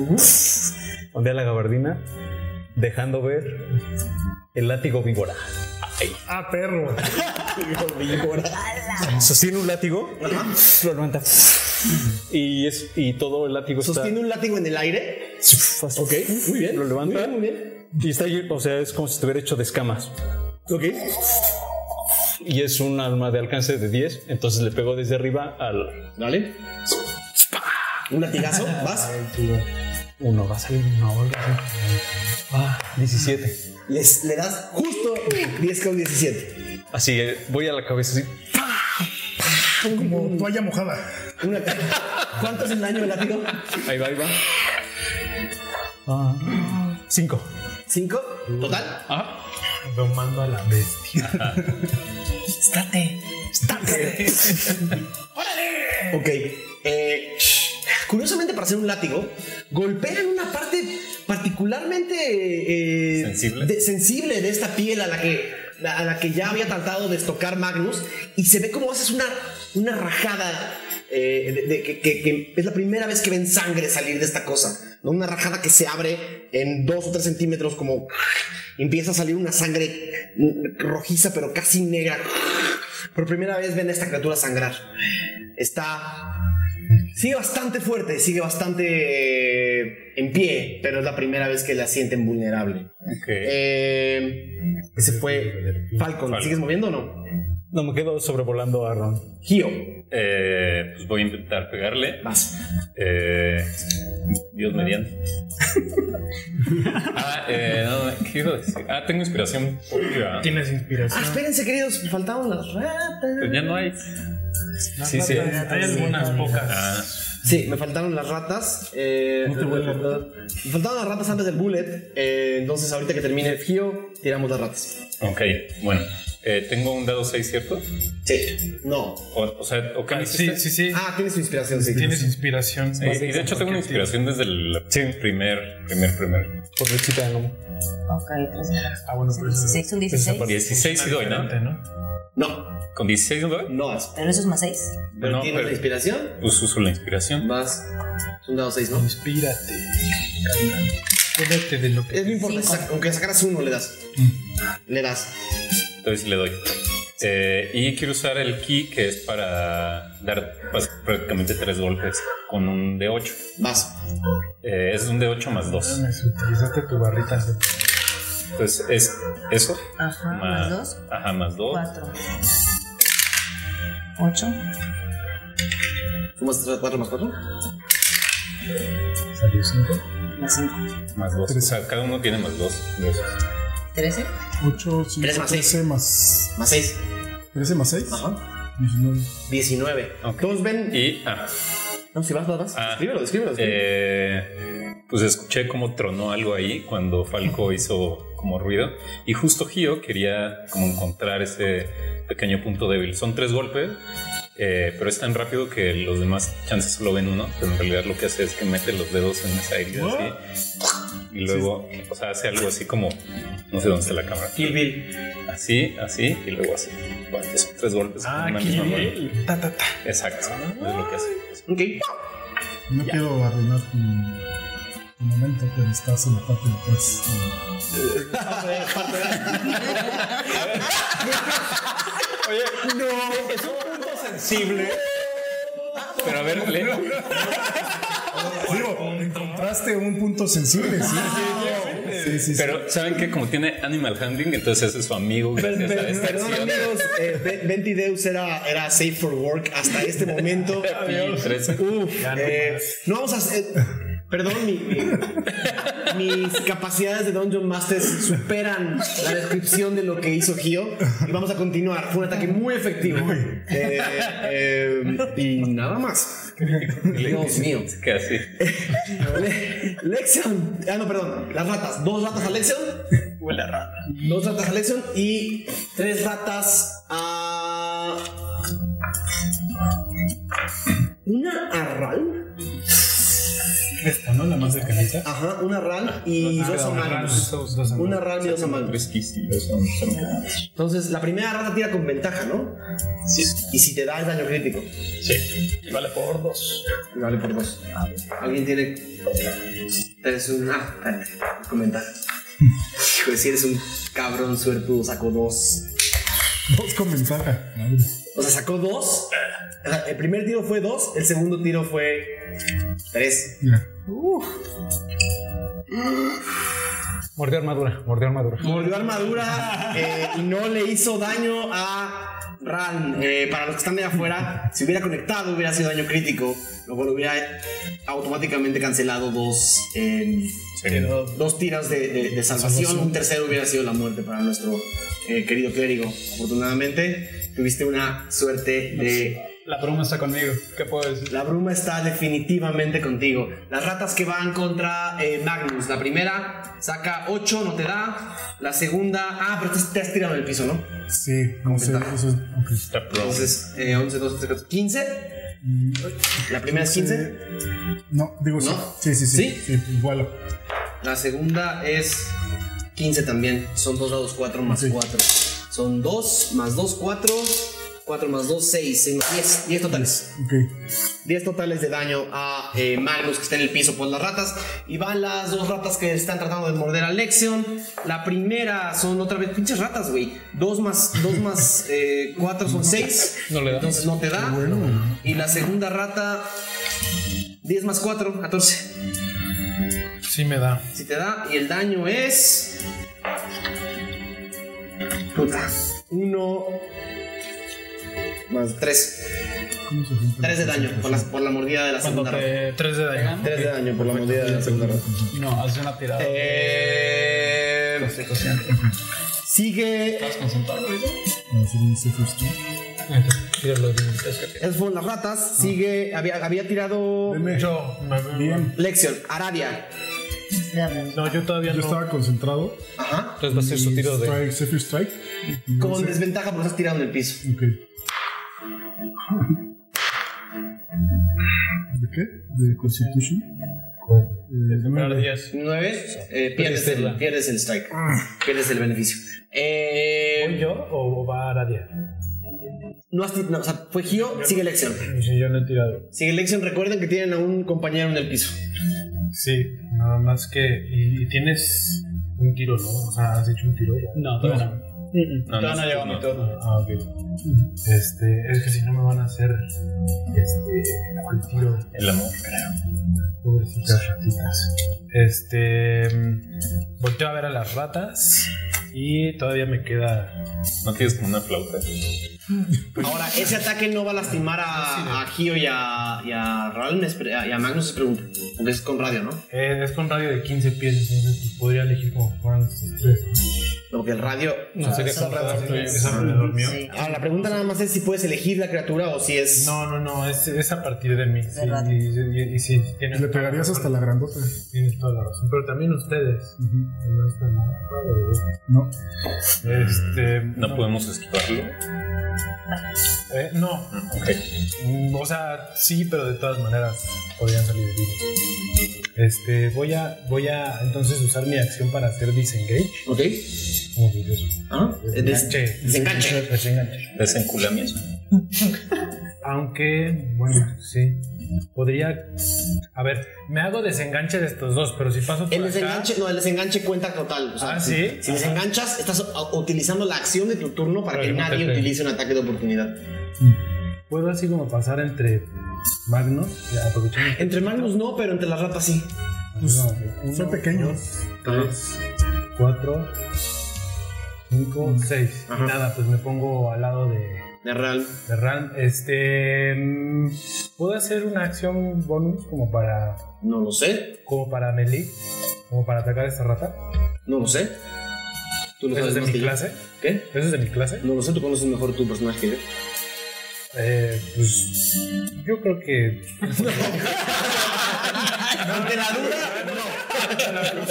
Speaker 4: ondea la gabardina, dejando ver el látigo víbora.
Speaker 5: Ah, perro.
Speaker 4: Sostiene un látigo, lo levanta y, es, y todo el látigo
Speaker 1: Sostiene un látigo en el aire.
Speaker 4: está.
Speaker 1: Ok, muy bien.
Speaker 4: Lo levanta.
Speaker 1: Muy bien, muy bien.
Speaker 4: Y está allí, o sea, es como si estuviera hecho de escamas.
Speaker 1: Ok.
Speaker 4: Y es un arma de alcance de 10, entonces le pegó desde arriba al
Speaker 1: Dale. Un latigazo. Vas.
Speaker 4: 1. Va a salir una hora. Ah, 17.
Speaker 1: Les, le das justo 10 con 17.
Speaker 4: Así, eh, voy a la cabeza así.
Speaker 3: Como toalla mojada.
Speaker 1: Una ca- ¿Cuánto es el daño del látigo?
Speaker 4: Ahí va, ahí va. 5.
Speaker 1: ¿Cinco? ¿Total?
Speaker 5: Domando a la bestia.
Speaker 1: Ok. Eh, curiosamente, para hacer un látigo, golpean una parte particularmente eh,
Speaker 6: Sensible.
Speaker 1: de, sensible de esta piel a la que a la que ya había tratado de estocar Magnus y se ve como haces una, una rajada eh, de- de- que, que- que es la primera vez que ven sangre salir de esta cosa ¿no? una rajada que se abre en dos o tres centímetros como empieza a salir una sangre mm, rojiza pero casi negra por primera vez ven a esta criatura sangrar está. Sigue bastante fuerte, sigue bastante eh, en pie, pero es la primera vez que la sienten vulnerable. Eh, ese fue Falcon.
Speaker 6: Falcon.
Speaker 1: ¿Sigues moviendo o no?
Speaker 4: No me quedo sobrevolando a Ron.
Speaker 1: Gio,
Speaker 6: Eh, pues voy a intentar pegarle.
Speaker 1: vas.
Speaker 6: Eh, Dios mediante. ah, eh, no, ¿qué iba a decir? Ah, tengo inspiración. propia.
Speaker 5: Tienes
Speaker 1: Ah,
Speaker 5: inspiración.
Speaker 1: espérense, queridos, faltaban las ratas.
Speaker 6: Pues ya no hay.
Speaker 5: Sí, sí. Hay algunas
Speaker 6: Ah,
Speaker 5: pocas.
Speaker 1: Sí, me faltaron las ratas. eh,
Speaker 5: No te voy a matar.
Speaker 1: me faltaban las ratas antes del bullet. eh, entonces, ahorita que termine el Gio, tiramos las ratas.
Speaker 6: ok, bueno. Eh, tengo un dado 6, ¿cierto?
Speaker 1: Sí. No.
Speaker 6: O, o sea, ¿o qué me
Speaker 5: Sí, sí,
Speaker 6: dijiste?
Speaker 5: sí.
Speaker 1: Ah, tienes su inspiración, sí.
Speaker 5: Tienes inspiración.
Speaker 6: Sí, y de hecho tengo una inspiración desde el primer, primer, primer.
Speaker 4: Por lechita de goma.
Speaker 7: Ok, tres.
Speaker 5: Ah, bueno, pero eso
Speaker 7: 16, un 16.
Speaker 6: 16 y doy, ¿no?
Speaker 5: Diferente,
Speaker 1: No,
Speaker 6: ¿Con 16 doy?
Speaker 1: no es.
Speaker 7: Pero eso es más 6.
Speaker 1: Pero
Speaker 6: No,
Speaker 1: tienes
Speaker 6: pero-
Speaker 1: la inspiración.
Speaker 6: Pues uso la inspiración.
Speaker 1: Vas. Es un dado 6, ¿no?
Speaker 5: Inspírate. Acuérdate de lo
Speaker 1: Es
Speaker 5: que.
Speaker 1: no importa,
Speaker 7: Cinco.
Speaker 1: sac- aunque sacaras uno le das.
Speaker 6: Mm.
Speaker 1: Le das.
Speaker 6: Entonces le doy. Eh, y quiero usar el ki que es para dar pues, prácticamente tres golpes con un D8.
Speaker 1: Vas.
Speaker 6: Eh, es un D8 más 2.
Speaker 5: Me utilizaste tu barrita.
Speaker 6: Entonces es eso.
Speaker 7: Ajá, más 2.
Speaker 6: Ajá, más 2.
Speaker 7: 4. 8.
Speaker 1: ¿Sumas 4 más 4?
Speaker 5: Salió 5.
Speaker 7: Más 5.
Speaker 6: Más 2. O sea, cada uno tiene más 2.
Speaker 7: 13.
Speaker 3: 8, 5,
Speaker 1: Tres más
Speaker 3: 13 más.
Speaker 1: Más 6.
Speaker 3: 13 más 6.
Speaker 1: Ajá.
Speaker 3: 19.
Speaker 1: 19.
Speaker 6: Ok.
Speaker 1: Todos ven.
Speaker 6: Y, ah,
Speaker 1: No, si vas, vas, vas.
Speaker 6: Ah.
Speaker 1: Escríbelo, escríbelo.
Speaker 6: eh, pues escuché cómo tronó algo ahí cuando Falco hizo como ruido. Y justo Gio quería como encontrar ese pequeño punto débil. Son tres golpes, eh, pero es tan rápido que los demás chances solo ven uno. Pero en realidad lo que hace es que mete los dedos en esa herida así. Y luego, o sea, hace algo así como, no sé dónde está la cámara.
Speaker 1: Kill Bill.
Speaker 6: Así, así y luego así. Bueno, son tres golpes. con
Speaker 5: Ah,
Speaker 6: una
Speaker 5: aquí.
Speaker 6: misma mano.
Speaker 5: bien. Ta, ta, ta.
Speaker 6: Exacto, es lo que hace.
Speaker 1: Ok.
Speaker 3: No quiero arruinar tu, tu momento, pero estás en la parte de atrás.
Speaker 6: Pero a ver, le,
Speaker 3: Digo, encontraste un punto sensible, sí. Sí, sí, sí.
Speaker 6: Pero saben que como tiene Animal Handling, entonces es su amigo gracias a este esta
Speaker 1: Perdón,
Speaker 6: acción.
Speaker 1: amigos. Eh, Ve- Venti Deus era, era safe for work hasta este momento.
Speaker 6: Y trece.
Speaker 1: Uf, eh, no vamos a hacer. Perdón, mi- mi- mis capacidades de Dungeon Masters superan la descripción de lo que hizo Gio. Y vamos a continuar. Fue un ataque muy efectivo. Eh, eh, y nada más. Dios mío.
Speaker 6: Casi.
Speaker 1: Le- Lexion. Ah, no, perdón. Las ratas. Dos ratas a Lexion. Dos ratas a Lexion y tres ratas a. Una a Ral.
Speaker 5: Esta, ¿no? La más cercanita.
Speaker 1: Ajá, una Ral y dos a Magnus. Una Ral y dos a Magnus. Entonces, la primera rata tira con ventaja, ¿no? Sí. Y si te da el daño crítico.
Speaker 18: Y vale por dos.
Speaker 1: Vale por dos. Alguien tiene. Eres un. Ah, espérate, comenta. Hijo, si eres un cabrón suertudo, sacó dos.
Speaker 3: Dos con ventaja. Madre.
Speaker 1: O sea, sacó dos. O sea, el primer tiro fue dos, el segundo tiro fue tres.
Speaker 3: Mira.
Speaker 5: Mordió armadura, mordió armadura.
Speaker 1: Mordió armadura eh, y no le hizo daño a Ran. Eh, para los que están de afuera, si hubiera conectado hubiera sido daño crítico, lo cual hubiera automáticamente cancelado dos, eh, dos tiras de, de- de salvación. Un tercero hubiera sido la muerte para nuestro eh, querido clérigo. Afortunadamente, tuviste una suerte de...
Speaker 18: La broma está conmigo. ¿Qué puedo decir?
Speaker 1: La bruma está definitivamente contigo. Las ratas que van contra eh, Magnus. La primera saca 8, no te da. La segunda. Ah, pero te, te has tirado en el piso, ¿no?
Speaker 3: Sí, no sé.
Speaker 1: ventaja.
Speaker 3: Eso es, ok.
Speaker 1: Entonces, eh, 11, 12, 13, 14, 15.
Speaker 3: Mm,
Speaker 1: La primera es 15.
Speaker 3: eh, No, digo sí.
Speaker 1: ¿No?
Speaker 3: Sí, sí, sí.
Speaker 1: ¿Sí?
Speaker 3: sí, igual.
Speaker 1: La segunda es 15 también. Son dos dados 4 más
Speaker 3: Sí.
Speaker 1: 4. Son 2 más 2, 4. 4 más 2, 6. 10. 10 totales.
Speaker 3: Ok.
Speaker 1: 10 totales de daño a eh, Magnus que está en el piso por las ratas. Y van las dos ratas que están tratando de morder a Lexion. La primera son otra vez pinches ratas, güey. 2 más 2 más 4 son 6.
Speaker 7: No le da.
Speaker 1: Entonces no te da. Y la segunda rata 10 más 4, 14.
Speaker 5: Sí me da.
Speaker 1: Si te da y el daño es puta. 1 más 3.
Speaker 3: ¿Cómo se siente?
Speaker 1: 3 de daño por la, por la mordida de la
Speaker 18: Cuando
Speaker 1: segunda rata.
Speaker 18: te
Speaker 5: 3 Eh, de daño.
Speaker 1: 3 de daño por la mordida de la segunda rata.
Speaker 18: No, hace una tirada.
Speaker 1: Eh, sigue.
Speaker 18: ¿Estás concentrado?
Speaker 3: No, sí, sí, sí, sí.
Speaker 1: Esas fueron las
Speaker 18: Ah.
Speaker 1: ratas. Sigue. Había, había tirado.
Speaker 3: Deme.
Speaker 5: Yo,
Speaker 3: Bien.
Speaker 1: Lección. Arabia.
Speaker 5: no, yo todavía
Speaker 3: Yo
Speaker 5: no.
Speaker 3: estaba concentrado.
Speaker 1: Ajá.
Speaker 7: Entonces va a ser su tiro de.
Speaker 3: Strike, Zephyr Strike.
Speaker 1: Con desventaja porque estás tirado en el piso.
Speaker 3: Ok. ¿De qué? ¿De Constitution? Eh,
Speaker 18: Pero
Speaker 3: nueve.
Speaker 18: 10.
Speaker 1: 9. eh, pierdes,
Speaker 7: Perdiste
Speaker 1: el,
Speaker 7: la-
Speaker 1: pierdes el strike.
Speaker 18: Ah.
Speaker 1: Pierdes el beneficio.
Speaker 5: ¿Voy
Speaker 1: Eh,
Speaker 5: yo o va Aradia?
Speaker 1: no has ti- no, o sea, fue Gio. Sigue lección.
Speaker 5: Si yo no he tirado.
Speaker 1: Sigue lección. Recuerden que tienen a un compañero en el piso.
Speaker 5: Sí, nada más que. Y, y tienes un tiro, ¿no? O sea, has hecho un tiro ya.
Speaker 18: No, todavía no. Todavía no lleva mi turno.
Speaker 5: Ah, ok. Este, es que si no me van a hacer. Este. Al tiro.
Speaker 6: El amor.
Speaker 5: Pobrecitas ratitas. Este. mm, Volteo a ver a las ratas. Y todavía me queda.
Speaker 6: No tienes como una flauta.
Speaker 1: Ahora, ese ataque no va a lastimar a, a Gio y a, y a Ralm, es pre- y a Magnus, se pregunta. Porque es con radio, ¿no?
Speaker 5: eh, es con radio de 15 pies, entonces pues, podría elegir como fueran estos tres.
Speaker 1: Lo que el radio.
Speaker 7: No
Speaker 5: Ah,
Speaker 7: sería
Speaker 19: Son
Speaker 7: contra-
Speaker 5: ¿Es alrededor mío?
Speaker 19: Sí.
Speaker 1: Ahora, la pregunta nada más es si puedes elegir la criatura o si es.
Speaker 5: No, no, no, es, es a partir de mí. Sí,
Speaker 19: rato.
Speaker 5: y, y- y sí, tienes
Speaker 3: Le pegarías
Speaker 5: toda
Speaker 3: hasta la grandota.
Speaker 5: razón, Tienes toda la razón. Pero también ustedes.
Speaker 3: Ujú.
Speaker 5: No está nada
Speaker 3: No.
Speaker 5: padre. Este.
Speaker 6: No, podemos esquivarlo.
Speaker 5: eh, no. Mm, O sea, sí, pero de todas maneras podrían salir vivos. Este, voy a, voy a entonces usar mi acción para hacer disengage.
Speaker 1: Ok.
Speaker 5: ¿Cómo se dice eso?
Speaker 1: Ah, des-
Speaker 5: Desenganche.
Speaker 1: desenganche.
Speaker 5: Desenganche.
Speaker 6: Desenculamiento.
Speaker 5: Aunque, bueno, sí. Podría. A ver, me hago desenganche de estos dos, pero si paso por
Speaker 1: El
Speaker 5: acá-
Speaker 1: desenganche, no, el desenganche cuenta total. O sea,
Speaker 5: Ah, ¿sí?
Speaker 1: Si desenganchas, estás a- utilizando la acción de tu turno para
Speaker 5: Pero
Speaker 1: que
Speaker 5: no te
Speaker 1: nadie
Speaker 5: pega.
Speaker 1: utilice un ataque de oportunidad.
Speaker 5: Puedo así como pasar entre Magnus, ya, aprovechando. que-
Speaker 1: Entre Magnus no, pero entre las ratas sí. Pues,
Speaker 5: No, pero uno,
Speaker 3: son pequeños.
Speaker 5: dos, tres, cuatro, cinco, seis. Y
Speaker 1: Ajá.
Speaker 5: nada, pues me pongo al lado de,
Speaker 1: De real.
Speaker 5: de Ran. Este. mm, ¿Puedo hacer una acción bonus como para.
Speaker 1: No lo sé,
Speaker 5: como para Melee? Como para atacar a esta rata.
Speaker 1: no lo sé. ¿Tú lo
Speaker 5: ¿Eso
Speaker 1: sabes
Speaker 5: es de
Speaker 1: más
Speaker 5: mi
Speaker 1: que yo.
Speaker 5: clase?
Speaker 1: ¿Qué?
Speaker 5: ¿Eso es de mi clase?
Speaker 1: No lo sé, tú conoces mejor tu personaje que yo.
Speaker 5: Eh, pues. Yo creo que.
Speaker 1: Ante la duda, no.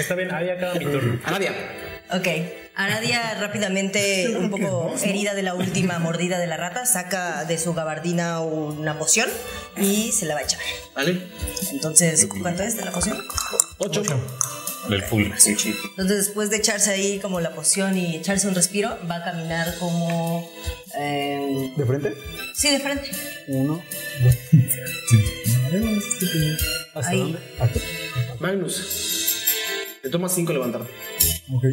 Speaker 5: Está bien, ahí acaba mi
Speaker 20: Mm.
Speaker 5: turno.
Speaker 1: Aradia,
Speaker 7: Ok. Aradia rápidamente, un poco herida de la última mordida de la rata, saca de su gabardina una poción y se la va a echar.
Speaker 1: ¿vale?
Speaker 7: Entonces, ¿cuánto es de la poción?
Speaker 1: Ocho.
Speaker 6: Del full.
Speaker 7: Entonces, después de echarse ahí como la poción y echarse un respiro, va a caminar como. eh,
Speaker 21: ¿De frente?
Speaker 7: sí, de frente.
Speaker 21: Uno.
Speaker 5: ¿Hasta
Speaker 7: Ahí.
Speaker 5: dónde?
Speaker 1: Magnus, te toma cinco levantarte.
Speaker 3: Ok.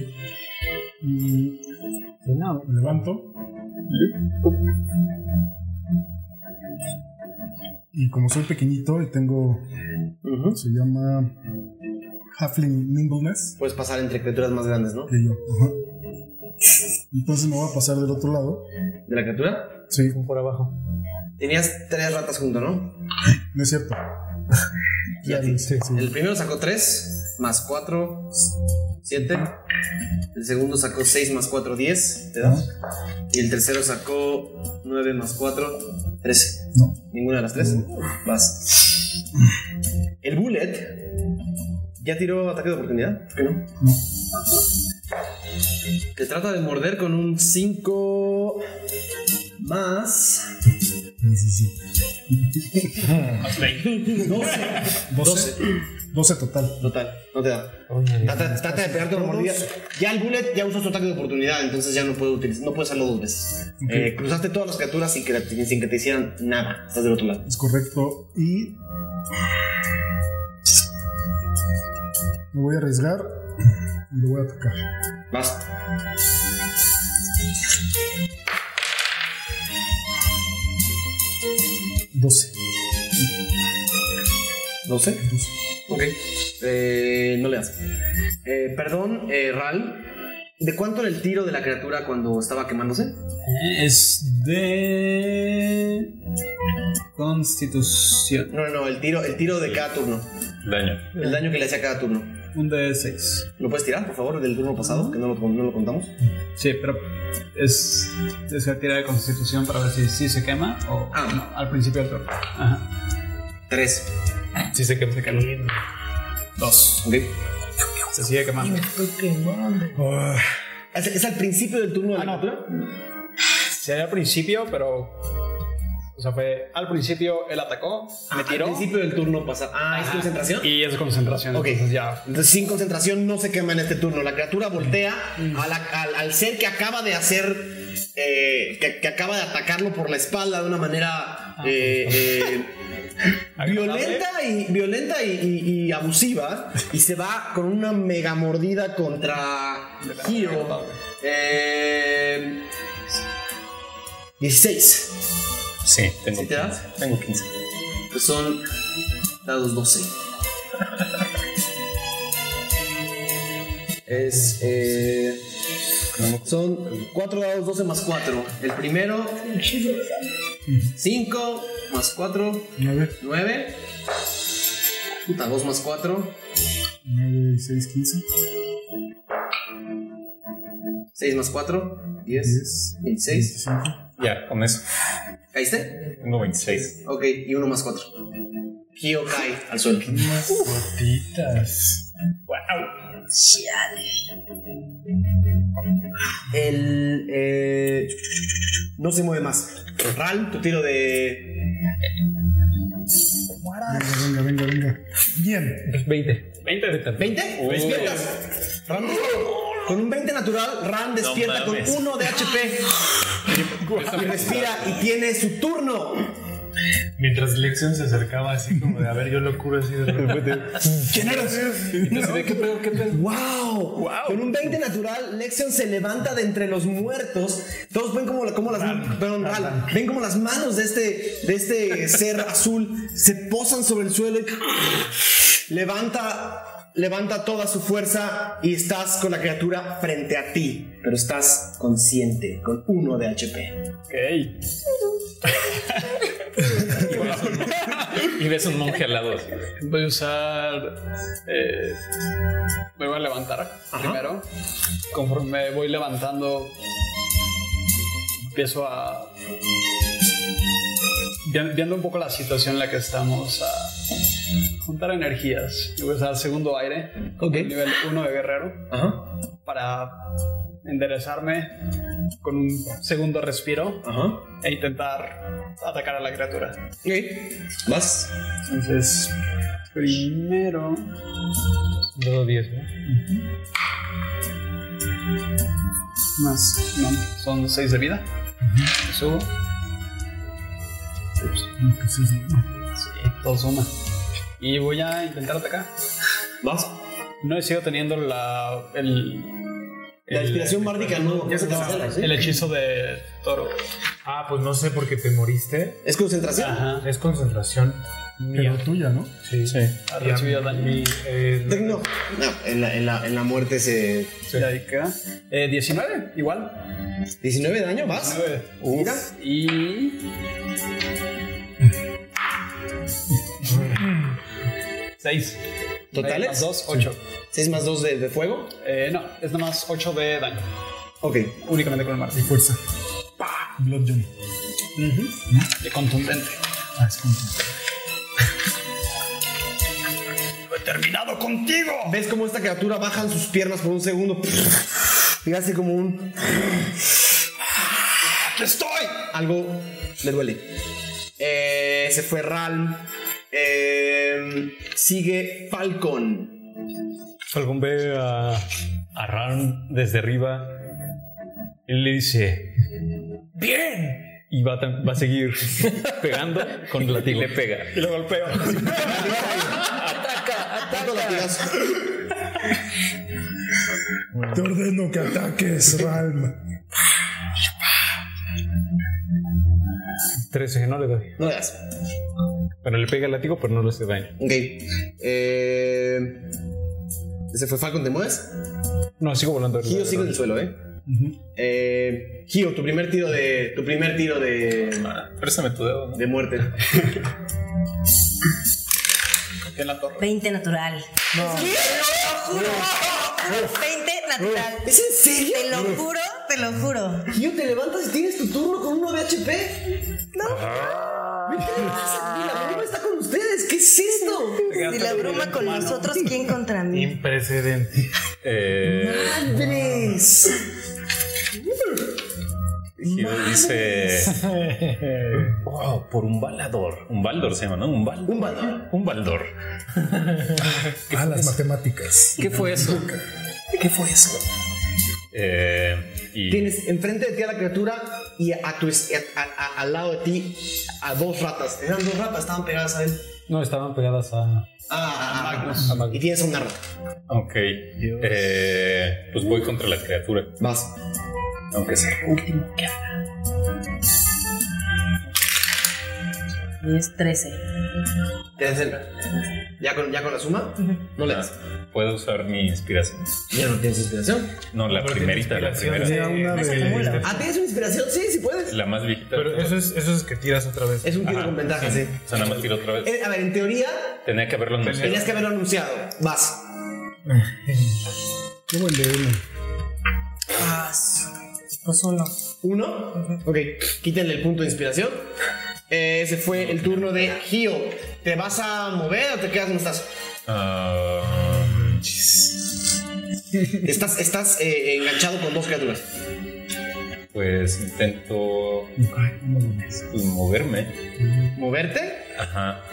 Speaker 3: Y me levanto. Y como soy pequeñito y tengo.
Speaker 1: Ujú.
Speaker 3: Se llama. Halfling Nimbleness.
Speaker 1: Puedes pasar entre criaturas más grandes, ¿no?
Speaker 3: Que yo. Ajá. Entonces me voy a pasar del otro lado.
Speaker 1: De la criatura.
Speaker 3: Sí,
Speaker 5: Por abajo.
Speaker 1: Tenías tres ratas junto, ¿no?
Speaker 3: no es cierto.
Speaker 1: Y a ti.
Speaker 3: Sí, sí.
Speaker 1: El primero sacó tres, más cuatro, siete. El segundo sacó seis más cuatro, diez. ¿Te das? Y el tercero sacó nueve más cuatro, trece.
Speaker 3: No.
Speaker 1: Ninguna de las tres. Vas. El bullet. ¿Ya tiró ataque de oportunidad? ¿Por qué no?
Speaker 3: No.
Speaker 1: Te trata de morder con un 5 más
Speaker 3: 17.
Speaker 1: 12.
Speaker 3: 12 total.
Speaker 1: Total, no te da. Trata, trata de pegarte una mordida. Ya el bullet ya usó su ataque de oportunidad, entonces ya no puede utilizar, no puede hacerlo dos veces. Eh, cruzaste todas las criaturas sin que, sin que te hicieran nada. Estás del otro lado.
Speaker 3: Es correcto. Y. Me voy a arriesgar y lo voy a atacar.
Speaker 1: Vas.
Speaker 3: Doce.
Speaker 1: 12. Ok. Eh, no le das. Eh, perdón, eh, Ral. ¿De cuánto era el tiro de la criatura cuando estaba quemándose?
Speaker 20: Es de. Constitución.
Speaker 1: No, no, no, el tiro, el tiro de cada turno.
Speaker 6: Daño.
Speaker 1: El daño que le hacía cada turno.
Speaker 20: Un de 6.
Speaker 1: ¿Lo puedes tirar, por favor, del turno pasado? Que no lo, no lo contamos.
Speaker 20: Sí, pero es. Es la tira de constitución para ver si, si se quema o.
Speaker 1: Ah.
Speaker 20: no, al principio del turno. Ajá.
Speaker 1: 3.
Speaker 5: Sí, se quema.
Speaker 20: Dos.
Speaker 1: Ok.
Speaker 20: Se sigue quemando.
Speaker 1: ¿Es, es al principio del turno de
Speaker 20: Ah,
Speaker 1: la
Speaker 20: no.
Speaker 1: criatura?
Speaker 20: Sería al principio, pero. O sea, fue al principio él atacó,
Speaker 1: Ah,
Speaker 20: me tiró.
Speaker 1: Al principio del turno pasado. Ah, ¿es concentración?
Speaker 20: Y es concentración.
Speaker 1: Ok.
Speaker 20: Entonces ya.
Speaker 1: Entonces, sin concentración no se quema en este turno. La criatura voltea
Speaker 20: Mm.
Speaker 1: a la- al, al ser que acaba de hacer. eh, que, que acaba de atacarlo por la espalda de una manera.
Speaker 20: Ah,
Speaker 1: eh, eh, violenta y, violenta y, y- y abusiva. Y se va con una mega mordida contra. Hiro. Eh, 16.
Speaker 6: Sí, tengo
Speaker 1: ¿Sí te
Speaker 6: 15.
Speaker 1: das?
Speaker 6: Tengo 15.
Speaker 1: Pues son dados 12. Es. eh, son 4 dados 12 más 4. El primero. 5 más 4,
Speaker 3: Nueve.
Speaker 1: 9. Puta, 2 más 4,
Speaker 3: Nueve, seis, quince.
Speaker 1: 6 más 4, 10,
Speaker 3: Diez.
Speaker 1: 26.
Speaker 3: veinticinco.
Speaker 6: Ya, con eso.
Speaker 1: ¿Caíste?
Speaker 6: Tengo 26.
Speaker 1: Ok, y 1 más 4. Kyo cae al suelo. El. eh, no se mueve más. Ral, tu tiro de.
Speaker 3: Venga, venga, venga, venga. Bien.
Speaker 5: 20.
Speaker 22: 20 de tanto.
Speaker 1: 20, despiertas. Ram, con un 20 natural, Ram despierta con
Speaker 6: mames.
Speaker 1: uno de HP. Y respira y tiene su turno.
Speaker 5: Mientras Lexion se acercaba así como de, a ver, yo lo curo así de repente.
Speaker 1: ¿Quién eres? Wow. Con un 20 natural, Lexion se levanta de entre los muertos. Todos ven como, como las perdón, Ral. ven como las manos de este de este ser azul se posan sobre el suelo y levanta levanta toda su fuerza y estás con la criatura frente a ti, pero estás consciente con uno de HP.
Speaker 20: Ok.
Speaker 23: Y ves un monje al lado. así, güey.
Speaker 5: Voy a usar. eh, me voy a levantar primero. Conforme me voy levantando, empiezo a. vi- Viendo un poco la situación en la que estamos, a juntar energías. Yo voy a usar segundo aire,
Speaker 1: Ok.
Speaker 5: nivel 1 de guerrero,
Speaker 1: Ajá.
Speaker 5: para enderezarme con un segundo respiro
Speaker 1: Ajá.
Speaker 5: e intentar atacar a la criatura.
Speaker 1: Ok. Vas.
Speaker 5: Entonces, primero.
Speaker 23: Dado 10, ¿no?
Speaker 5: más. No, son 6 de vida. Subo. Sí, todo suma. Y voy a intentar atacar.
Speaker 1: Vas.
Speaker 5: No he sido teniendo la. El,
Speaker 1: La
Speaker 5: el-
Speaker 1: inspiración bárdica no.
Speaker 24: Ya se te
Speaker 1: cancela, ¿sí?
Speaker 5: El hechizo de toro.
Speaker 24: Ah, pues no sé por qué te moriste.
Speaker 1: Es concentración.
Speaker 5: Ajá.
Speaker 24: Es concentración mía.
Speaker 3: Pero tuya, ¿no?
Speaker 24: Sí.
Speaker 5: Ha
Speaker 24: Y a
Speaker 5: recibido daño.
Speaker 24: mí, eh,
Speaker 1: Tecno. No, en la, en la, en la muerte se.
Speaker 5: Y ahí queda. Eh, 19, igual.
Speaker 1: 19 de daño, vas.
Speaker 5: 19.
Speaker 1: Mira.
Speaker 5: Y. Seis.
Speaker 1: ¿Totales?
Speaker 5: Más dos, ocho.
Speaker 1: 6 más 2 de, de fuego.
Speaker 5: Eh, no, es nada más ocho de daño.
Speaker 1: Ok.
Speaker 5: Únicamente con el martillo.
Speaker 3: Fuerza. Blood Johnny.
Speaker 5: De contundente.
Speaker 3: Ah, es como-
Speaker 1: ¿Ves cómo esta criatura bajan sus piernas por un segundo? Y hace como un. ¡Aquí estoy! Algo le duele. Eh, se fue Ralm. Eh, sigue Falcon.
Speaker 23: Falcón ve a, a Ram desde arriba y le dice: ¡Bien! Y va, tam- va a seguir pegando con el latigo. Y le pega. Y lo golpea.
Speaker 1: Ataca latigazo.
Speaker 3: Te ordeno que ataques, Ralm.
Speaker 23: 13, no le doy.
Speaker 1: No le das.
Speaker 23: Bueno, le pega el latigo, pero no le hace daño.
Speaker 1: Ok. Eh, se fue Falcon, ¿te mueves?
Speaker 23: No, sigo volando.
Speaker 1: Gio sigue en el suelo, ¿eh? Eh, Gio, tu primer tiro de. Tu primer tiro de.
Speaker 23: Préstame tu dedo, ¿no?
Speaker 1: De muerte.
Speaker 5: En la torre.
Speaker 7: 20 natural. ¿Qué? Te lo juro. 20 natural.
Speaker 1: ¿Es en serio?
Speaker 7: Te lo juro, te lo juro.
Speaker 1: Gio, te levantas y tienes tu turno con uno de HP. No. ¿Qué le pasa aquí? La bruma está con ustedes. ¿Qué es esto?
Speaker 7: Si la bruma con nosotros, ¿quién contra mí?
Speaker 24: Imprecedente.
Speaker 6: Eh,
Speaker 1: ¡Madres!
Speaker 6: Gio dice. Wow, por un balador. Un baldor se llama, ¿no? Un baldor.
Speaker 1: Un balón.
Speaker 6: Un baldor.
Speaker 3: Ah, las matemáticas.
Speaker 6: ¿Qué fue eso? ¿Qué fue eso? Eh, y
Speaker 1: Tienes enfrente de ti a la criatura y a tu, es- a- a- a- al lado de ti a dos ratas. Eran dos ratas, estaban pegadas a él.
Speaker 23: No, estaban pegadas a.
Speaker 1: Ah, a Magnus.
Speaker 23: a Magnus.
Speaker 1: Y tienes a una rata.
Speaker 6: Ok. Eh, pues voy contra la criatura.
Speaker 1: Vas.
Speaker 6: Aunque sea.
Speaker 7: Y es 13.
Speaker 1: Te das el- ¿Ya con, ¿Ya con la suma? No le das.
Speaker 6: Puedo usar mi inspiración.
Speaker 1: Ya no tienes inspiración.
Speaker 6: No, la
Speaker 24: Pero
Speaker 6: primerita, la primera.
Speaker 24: inspiración de-
Speaker 3: Tenía una
Speaker 7: No se
Speaker 3: de-
Speaker 7: acumula.
Speaker 1: Ah, ¿tienes una inspiración? Sí, sí puedes.
Speaker 6: La más viejita.
Speaker 24: Pero eso es, eso es que tiras otra vez.
Speaker 1: Es un tiro
Speaker 6: Ajá,
Speaker 1: con ventaja, sí.
Speaker 6: O sea, nada más tiro otra vez.
Speaker 1: Eh, a ver, en teoría,
Speaker 6: Tenía que haberlo anunciado.
Speaker 1: tenías que haberlo anunciado. Vas.
Speaker 3: Qué buen DM.
Speaker 7: Ah, su- pues uno.
Speaker 1: Uno. Ok, quítenle el punto de inspiración. Eh, ese fue el turno de Gio. ¿Te vas a mover o te quedas donde estás?
Speaker 6: Ah,
Speaker 1: Estás, estás eh, enganchado con dos criaturas.
Speaker 6: pues intento pues, moverme.
Speaker 1: ¿Moverte?
Speaker 6: Ajá.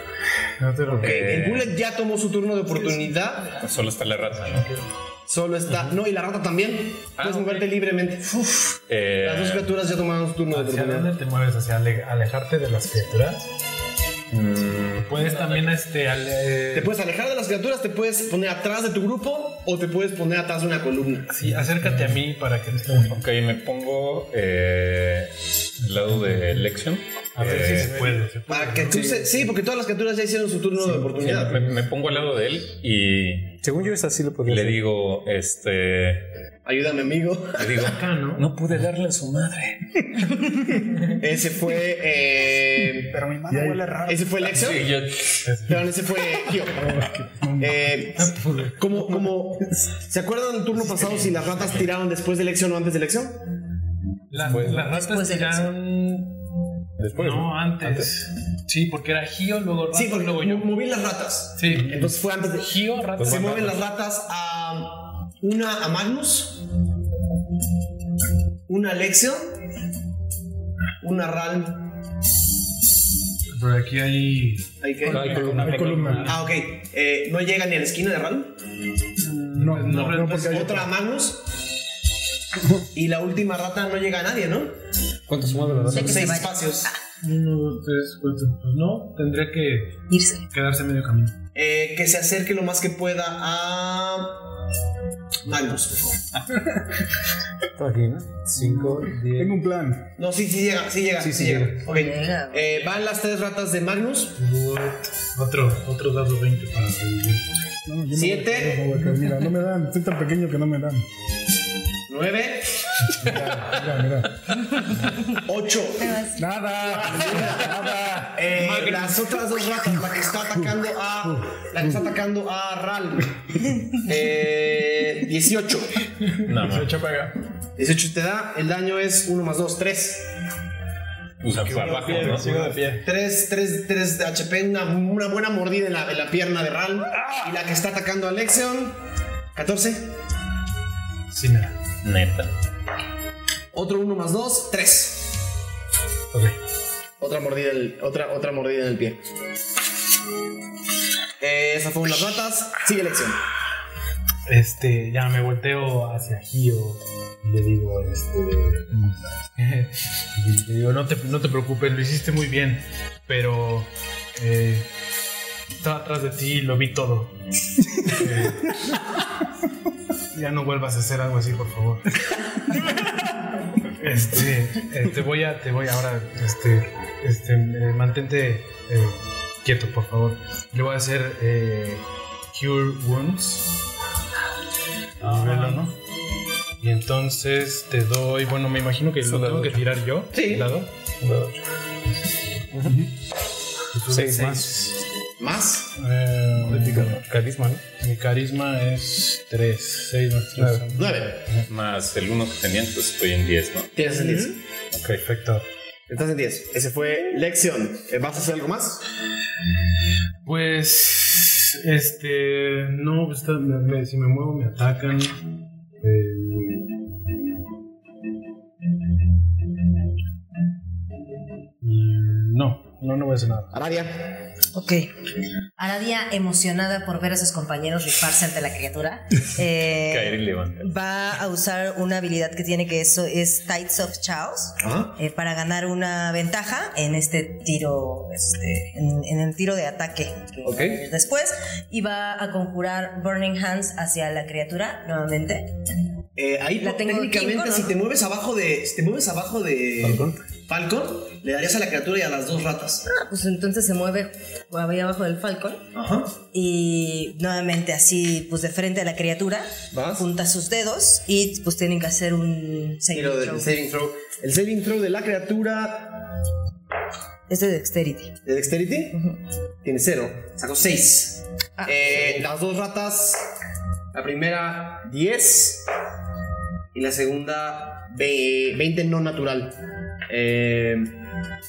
Speaker 24: No te lo
Speaker 6: Ok. Eh.
Speaker 1: El bullet ya tomó su turno de oportunidad.
Speaker 6: Solo está la rata, ¿no?
Speaker 1: Solo está. No, y la rata también.
Speaker 6: Ah,
Speaker 1: Puedes
Speaker 6: ok.
Speaker 1: moverte libremente. Uf,
Speaker 6: Eh,
Speaker 1: Las dos criaturas ya tomaron su turno de
Speaker 24: ¿Hacia
Speaker 1: oportunidad.
Speaker 24: dónde te mueves? ¿Hacia ale- alejarte de las criaturas? Puedes también este... ale-
Speaker 1: Te puedes alejar de las criaturas, te puedes poner atrás de tu grupo o te puedes poner atrás de una columna.
Speaker 24: Sí, acércate a mí para que te...
Speaker 6: ok, me pongo eh, al lado de Lexion
Speaker 5: A ver si
Speaker 24: Eh,
Speaker 5: se puede. se puede.
Speaker 1: Para que tú se- sí, porque todas las criaturas ya hicieron su turno de oportunidad.
Speaker 24: Me, me pongo al lado de él y
Speaker 5: Según yo es así lo podría
Speaker 24: le
Speaker 5: hacer.
Speaker 24: digo, este,
Speaker 1: Ayúdame, amigo.
Speaker 24: le digo,
Speaker 5: Acá, ¿no?
Speaker 24: no pude darle a su madre.
Speaker 1: Ese fue. eh,
Speaker 25: Pero mi
Speaker 3: Y
Speaker 25: mano
Speaker 3: ahí-
Speaker 25: huele raro.
Speaker 1: ese fue el Exo.
Speaker 24: Sí, yo,
Speaker 1: Perdón, ese fue Gio. Eh, como, como, ¿Se acuerdan del turno pasado si las ratas tiraron después de elección o antes de elección?
Speaker 5: Las, las
Speaker 7: Pues
Speaker 5: ratas tiraron.
Speaker 24: después.
Speaker 5: no, antes. Sí, porque era Gio, luego ratas,
Speaker 1: Sí, porque
Speaker 5: luego
Speaker 1: mo-
Speaker 5: yo.
Speaker 1: moví las ratas.
Speaker 5: Sí.
Speaker 1: Entonces fue antes de.
Speaker 5: Gio, ratas.
Speaker 1: Se mueven las ratas a. Una a Magnus. Una a Alexio. Una a Ral.
Speaker 5: Pero aquí hay.
Speaker 1: Ahí que-
Speaker 5: Hay columna.
Speaker 3: Hay columna.
Speaker 1: Ah, ok. Eh, no llega ni a la esquina de Ral.
Speaker 3: No, no, no, porque
Speaker 1: Entonces,
Speaker 3: hay
Speaker 1: Pues otra a Magnus. Y la última rata no llega a nadie, ¿no?
Speaker 5: ¿Cuánto se mueve la
Speaker 7: Sí,
Speaker 5: rata?
Speaker 7: que se
Speaker 1: Seis
Speaker 7: vaya.
Speaker 1: espacios.
Speaker 5: Uno, dos, tres, cuatro. Pues no, tendría que
Speaker 7: Irse.
Speaker 5: quedarse medio camino.
Speaker 1: Eh, que se acerque lo más que pueda a. Magnus, por favor.
Speaker 5: Cinco, diez.
Speaker 3: Tengo un plan.
Speaker 1: No, sí, sí llega, sí llega. Sí,
Speaker 5: Sí, sí
Speaker 1: llega.
Speaker 5: llega.
Speaker 1: Ok.
Speaker 7: Llega, güey.
Speaker 1: Eh, van las tres ratas de Magnus.
Speaker 5: Otro, otro dado 20 para revivir.
Speaker 3: No, yo no voy a
Speaker 1: Siete.
Speaker 3: caer, no voy a caer. Mira, no me dan. Estoy tan pequeño que no me dan.
Speaker 1: Nueve.
Speaker 3: Mira, mira.
Speaker 1: Ocho.
Speaker 3: Nada. Nada.
Speaker 1: Eh, las otras dos ratas, la que está atacando a. La que está atacando a Ral. Eh, 18.
Speaker 24: No, no.
Speaker 1: 18 te da, el daño es 1 más 2, 3.
Speaker 24: Pues abajo, ¿no?
Speaker 26: Sigo de pie.
Speaker 1: 3, 3, 3 de HP, una, una buena mordida en la, en la pierna de Ral. Y la que está atacando a Lexion, 14.
Speaker 5: Sí, nada.
Speaker 24: Neta.
Speaker 1: Otro 1 más 2, 3.
Speaker 5: Ok.
Speaker 1: Otra mordida en el, otra, otra mordida en el pie. Eh, esa fueron las ratas. Sigue Lexion.
Speaker 5: Este, ya me volteo hacia Gio y le digo, este. y le digo, no te, no te preocupes, lo hiciste muy bien, pero. eh, estaba atrás de ti y lo vi todo. Eh, ya no vuelvas a hacer algo así, por favor. Este, eh, te voy a, te voy ahora, este, este, eh, mantente eh, quieto, por favor. Le voy a hacer eh, Cure Wounds. Ah, ¿no? Y entonces te doy, bueno, me imagino que lo tengo que tirar yo. Sí. Lado. Seis más.
Speaker 1: Más.
Speaker 5: Eh, carisma, ¿no? Mi carisma es tres. Seis más tres. son-
Speaker 1: 9.
Speaker 24: Más el uno que tenían, pues estoy en 10, ¿no?
Speaker 1: Tienes el 10.
Speaker 5: Perfecto.
Speaker 1: Estás en 10. Ese fue Lexion. Eh, ¿Vas a hacer algo más?
Speaker 5: Pues, este, no, pues, está- me- me- si me muevo me atacan. Eh, mm, no, no, no voy a hacer nada.
Speaker 1: Aradia.
Speaker 7: Ok. Aradia, emocionada por ver a sus compañeros rifarse ante la criatura, eh,
Speaker 24: Caer y levantar.
Speaker 7: va a usar una habilidad que tiene que eso es Tides of Chaos
Speaker 1: Ajá.
Speaker 7: eh, para ganar una ventaja en este tiro, este, en, en el tiro de ataque que va a venir después. Y va a conjurar Burning Hands hacia la criatura nuevamente.
Speaker 1: Eh, ahí
Speaker 7: La tengo
Speaker 1: técnicamente
Speaker 7: cinco, ¿no?
Speaker 1: si te mueves abajo de. Si te mueves abajo de. Falcon. le darías a la criatura y a las dos ratas.
Speaker 7: Ah, pues entonces se mueve ahí abajo del Falcon.
Speaker 1: Ajá.
Speaker 7: Y nuevamente así, pues de frente a la criatura,
Speaker 1: Vas.
Speaker 7: junta sus dedos y pues tienen que hacer un saving
Speaker 1: Tiro
Speaker 7: throw.
Speaker 1: del saving throw. El saving throw de la criatura
Speaker 7: Es de dexterity.
Speaker 1: de Dexterity
Speaker 7: Ujú.
Speaker 1: tiene cero. Sacó 6.
Speaker 7: Ah,
Speaker 1: Las dos ratas. La primera 10. Y la segunda ve- 20 no natural. Eh,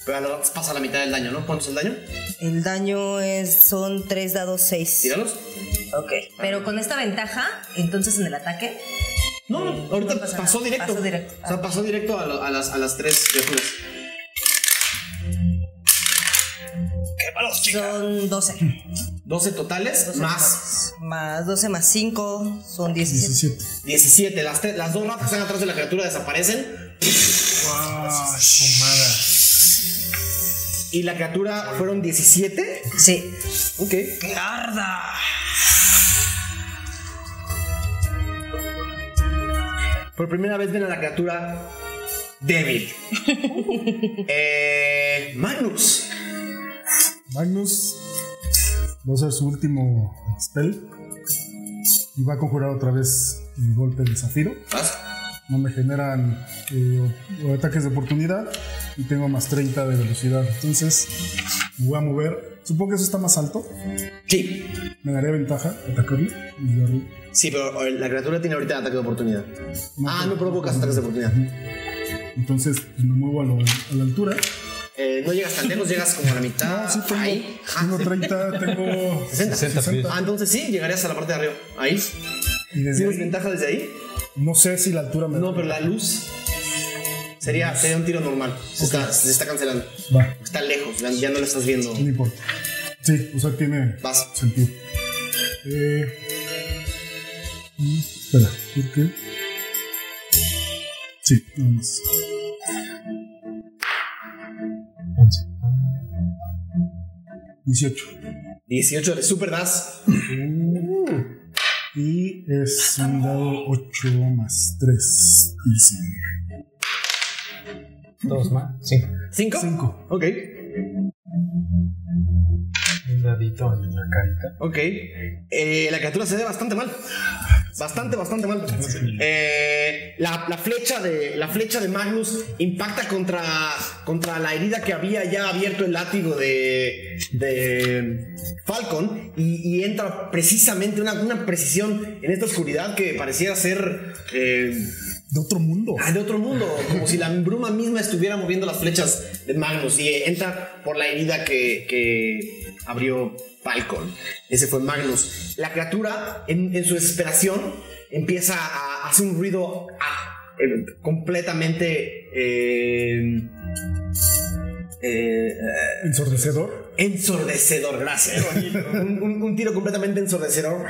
Speaker 1: pero a las ratas pasa la mitad del daño, ¿no? ¿Cuánto es el daño?
Speaker 7: El daño es, son 3 dados 6.
Speaker 1: Tíralos.
Speaker 7: Ok. Pero con esta ventaja, entonces en el ataque,
Speaker 1: No, no, ahorita
Speaker 7: Eh, No pasa
Speaker 1: pasó
Speaker 7: nada,
Speaker 1: directo.
Speaker 7: pasó directo.
Speaker 1: O sea, pasó directo a, lo- a las, a las tres criaturas.
Speaker 7: son 12.
Speaker 1: 12 totales
Speaker 7: 12
Speaker 1: Pues más
Speaker 7: Más 12 más 5 son 17.
Speaker 3: 17.
Speaker 1: 17. Las, te- las dos ratas que están atrás de la criatura desaparecen.
Speaker 5: Ah, sumada.
Speaker 1: Y la criatura fueron 17.
Speaker 7: Sí.
Speaker 1: Ok. Por primera vez ven a la criatura débil. Eh, Magnus.
Speaker 3: Magnus va a usar su último spell y va a conjurar otra vez el golpe de zafiro.
Speaker 7: ¿Ah?
Speaker 1: Vas.
Speaker 3: No me generan eh, o- o ataques de oportunidad y tengo más 30 de velocidad. Entonces me voy a mover. Supongo que eso está más alto.
Speaker 1: Sí.
Speaker 3: Me daría ventaja atacarle. y yo arru-
Speaker 1: Sí, pero eh, la criatura tiene ahorita ataque de oportunidad. Ah, no provocas ataques de oportunidad.
Speaker 3: Entonces pues, me muevo a, lo- a la altura.
Speaker 1: Eh, no llegas tan lejos, llegas como a la mitad.
Speaker 3: No, sí tengo,
Speaker 1: Ahí. Ah,
Speaker 3: tengo 30, tengo
Speaker 1: 60.
Speaker 3: 60.
Speaker 1: Ah, entonces sí, llegarías a la parte de arriba. Ahí.
Speaker 3: Y desde
Speaker 1: ¿Tienes
Speaker 3: ahí-
Speaker 1: ventaja desde ahí?
Speaker 3: no sé si la altura me
Speaker 1: No, pero la luz sería, sería un tiro normal. Se,
Speaker 3: Ok.
Speaker 1: está, se está cancelando.
Speaker 3: Va,
Speaker 1: Está lejos, ya- ya no lo estás viendo.
Speaker 3: no importa. Sí, o sea, tiene
Speaker 1: Vas.
Speaker 3: sentido. Eh, mm, espera, ¿por qué? Sí, nada más. Once. 18.
Speaker 1: 18 de Super Das.
Speaker 3: Uh, Y es un dado 8 más 3.
Speaker 27: 2 más. Sí.
Speaker 1: 5.
Speaker 3: 5.
Speaker 1: Ok,
Speaker 27: Un dadito en la carita.
Speaker 1: ok. Eh, la criatura se ve bastante mal. Bastante, bastante mal. Eh, la, la flecha de, la flecha de Magnus impacta contra, contra la herida que había ya abierto el látigo de, de Falcon y, y entra precisamente una, una precisión en esta oscuridad que pareciera ser... eh,
Speaker 3: De otro mundo.
Speaker 1: Ah, de otro mundo, como si la bruma misma estuviera moviendo las flechas de Magnus y eh, entra por la herida que, que abrió Falcon. Ese fue Magnus. La criatura, en, en su desesperación, empieza a hacer un ruido ah, eh, completamente eh, eh,
Speaker 3: Ensordecedor.
Speaker 1: ensordecedor, gracias. un, un- un tiro completamente ensordecedor.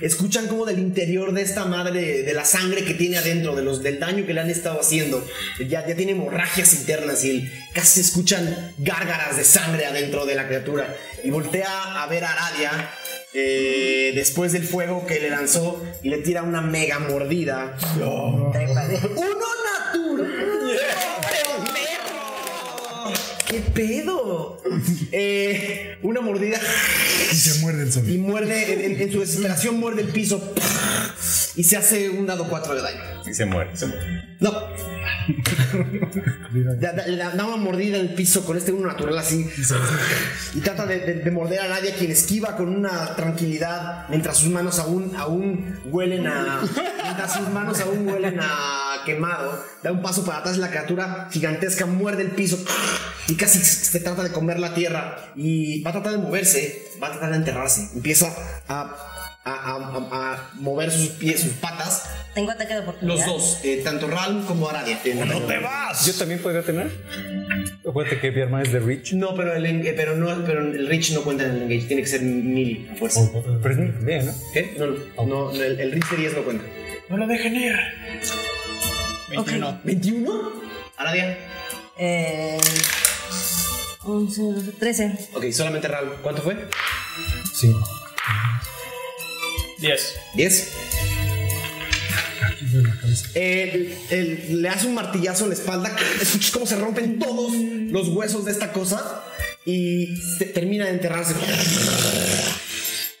Speaker 1: Escuchan como del interior de esta madre, de la sangre que tiene adentro, de los, del daño que le han estado haciendo. Ya, ya tiene hemorragias internas y el- casi se escuchan gárgaras de sangre adentro de la criatura. Y voltea a ver a Aradia eh, después del fuego que le lanzó y le tira una mega mordida.
Speaker 7: Trépale.
Speaker 1: ¡Uno natural! ¡Hombre, perro! ¡Qué pedo! Eh, una mordida
Speaker 3: Y se muerde el
Speaker 1: y
Speaker 3: sol.
Speaker 1: muerde, en- en, en su desesperación muerde el piso y se hace un dado 4 de daño.
Speaker 28: Y se muere. Se muere.
Speaker 1: No, da- da- le da, da una mordida en el piso con este uno natural así y trata de, de- de morder a nadie quien esquiva con una tranquilidad mientras sus manos aún, aún huelen a... mientras sus manos aún huelen a quemado. Da un paso para atrás la criatura gigantesca muerde el piso y casi se trata de comer la tierra y va a tratar de moverse, va a tratar de enterrarse. Empieza a, a- a- a- a mover sus pies, sus patas.
Speaker 7: Tengo ataque de
Speaker 1: Los
Speaker 7: oportunidad.
Speaker 1: dos, eh, tanto Ralm como Aradia. ¡No te
Speaker 29: Yo también podría tener. Acuérdate que mi hermana es de Rich.
Speaker 1: No, pero el, en- eh, pero no, pero el Rich no cuenta en el engage, tiene que ser mil a fuerza.
Speaker 29: Oh, Pero es mi idea, ¿no? Oh.
Speaker 1: ¿Qué? No, no, no, no, el, el Rich de 10 no cuenta.
Speaker 27: No lo dejen ir.
Speaker 5: 21.
Speaker 1: ¿21? Aradia.
Speaker 7: Eh, 11, 12, 13.
Speaker 1: Ok, solamente Ral. ¿Cuánto fue?
Speaker 5: 10.
Speaker 1: 10. Eh, el- el- le hace un martillazo en la espalda. Escuchas cómo se rompen todos los huesos de esta cosa y se- termina de enterrarse.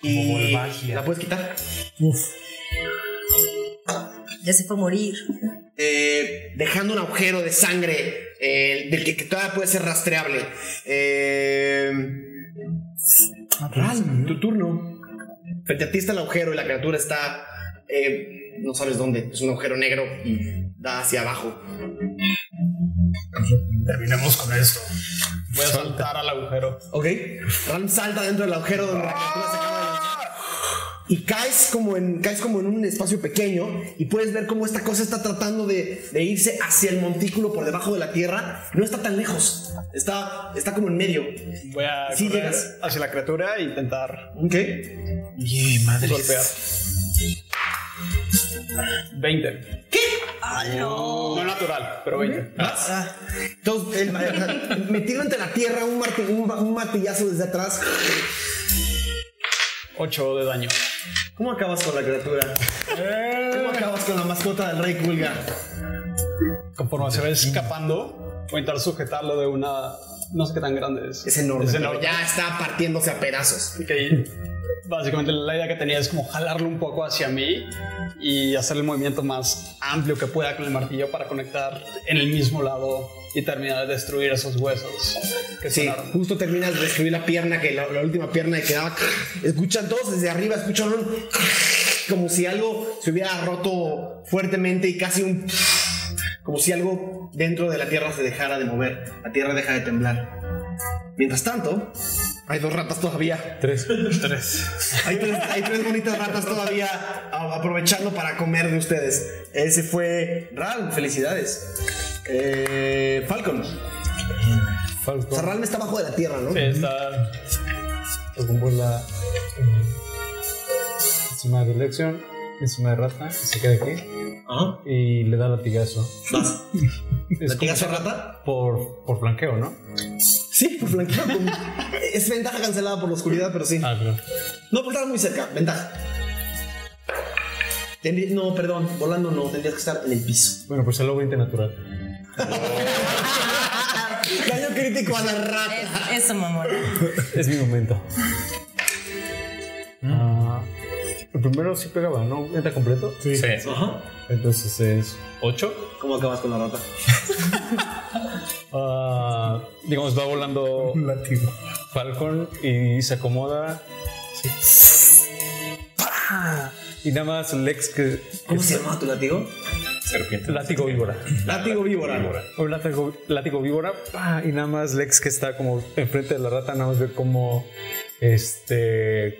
Speaker 1: Y
Speaker 27: Volvagia.
Speaker 1: ¿La puedes quitar?
Speaker 3: Uf.
Speaker 7: Ya se fue a morir.
Speaker 1: eh, dejando un agujero de sangre eh, del que, que todavía puede ser rastreable. Eh,
Speaker 3: Ah, pero sí,
Speaker 1: Ral, tu turno. Frente a ti está el agujero y la criatura está. eh, no sabes dónde. Es un agujero negro y da hacia abajo.
Speaker 3: Pues,
Speaker 27: Terminemos con esto.
Speaker 5: Voy a saltar al agujero.
Speaker 1: Ok. Ram salta dentro del agujero donde la criatura se acaba de lanzar. Y caes como, en, caes como en un espacio pequeño y puedes ver cómo esta cosa está tratando de, de irse hacia el montículo por debajo de la tierra. No está tan lejos. Está, está como en medio.
Speaker 5: Voy a
Speaker 1: Sí,
Speaker 5: correr
Speaker 1: llegas.
Speaker 5: hacia la criatura e intentar
Speaker 1: Ok.
Speaker 27: Bien, madre.
Speaker 5: golpear. 20. No natural, pero 20.
Speaker 1: Ah. Entonces, el- el- metido entre la tierra, un, marti- un, un martillazo desde atrás.
Speaker 5: 8 de daño.
Speaker 1: ¿Cómo acabas con la criatura? Eh. ¿Cómo acabas con la mascota del rey Kulga?
Speaker 5: Conforme se va escapando,
Speaker 30: Voy a intentar sujetarlo de una. No sé qué tan grande es.
Speaker 1: Es enorme.
Speaker 30: Es
Speaker 1: pero
Speaker 30: enorme.
Speaker 1: ya está partiéndose a pedazos.
Speaker 30: Ok. Básicamente la idea que tenía es como jalarlo un poco hacia mí y hacer el movimiento más amplio que pueda con el martillo para conectar en el mismo lado y terminar de destruir esos huesos. Que
Speaker 1: Sí,
Speaker 30: sonaron.
Speaker 1: justo terminas de destruir la pierna, que la, la última pierna que quedaba. Escuchan todos desde arriba, escuchan un. Como si algo se hubiera roto fuertemente y casi un. Como si algo dentro de la tierra se dejara de mover. La tierra deja de temblar. Mientras tanto, hay dos ratas todavía.
Speaker 5: Tres. Tres.
Speaker 1: Hay tres, hay tres bonitas ratas todavía a- aprovechando para comer de ustedes. Ese fue Ral, felicidades. Eh, Falcon. O sea, Ral está abajo de la tierra, ¿no?
Speaker 5: Sí, está. Como la. eh, encima de Lexion, encima de Rata, se queda aquí
Speaker 30: Ah.
Speaker 1: Ajá.
Speaker 5: y le da latigazo.
Speaker 1: Vas.
Speaker 5: Es
Speaker 1: ¿Latigazo a
Speaker 5: como-
Speaker 1: rata?
Speaker 5: Por, por flanqueo, ¿no?
Speaker 1: Sí, por flanqueo. con- es ventaja cancelada por la oscuridad, pero sí.
Speaker 5: Ah, claro.
Speaker 1: No, pues estabas muy cerca. Ventaja. Tendrí- No, perdón, volando no, tendrías que estar en el piso.
Speaker 5: Bueno, pues el 20 natural.
Speaker 1: Daño crítico a la rata.
Speaker 7: Es- Eso, mamón.
Speaker 5: Es mi momento. Ah, el primero sí pegaba, ¿no? ¿Neta completo? Sí.
Speaker 1: Ajá.
Speaker 5: Entonces es 8.
Speaker 1: ¿Cómo acabas con la rata?
Speaker 5: Ah, digamos, va volando
Speaker 3: Un látigo.
Speaker 5: Falcon y se acomoda. Sí. ¡Pah! Y nada más Lex que.
Speaker 1: ¿Cómo se llamaba tu látigo?
Speaker 24: Serpiente.
Speaker 5: Látigo víbora.
Speaker 1: Látigo víbora.
Speaker 5: Un látigo, látigo víbora. ¡pah! Y nada más Lex que está como enfrente de la rata, nada más ve como. Este.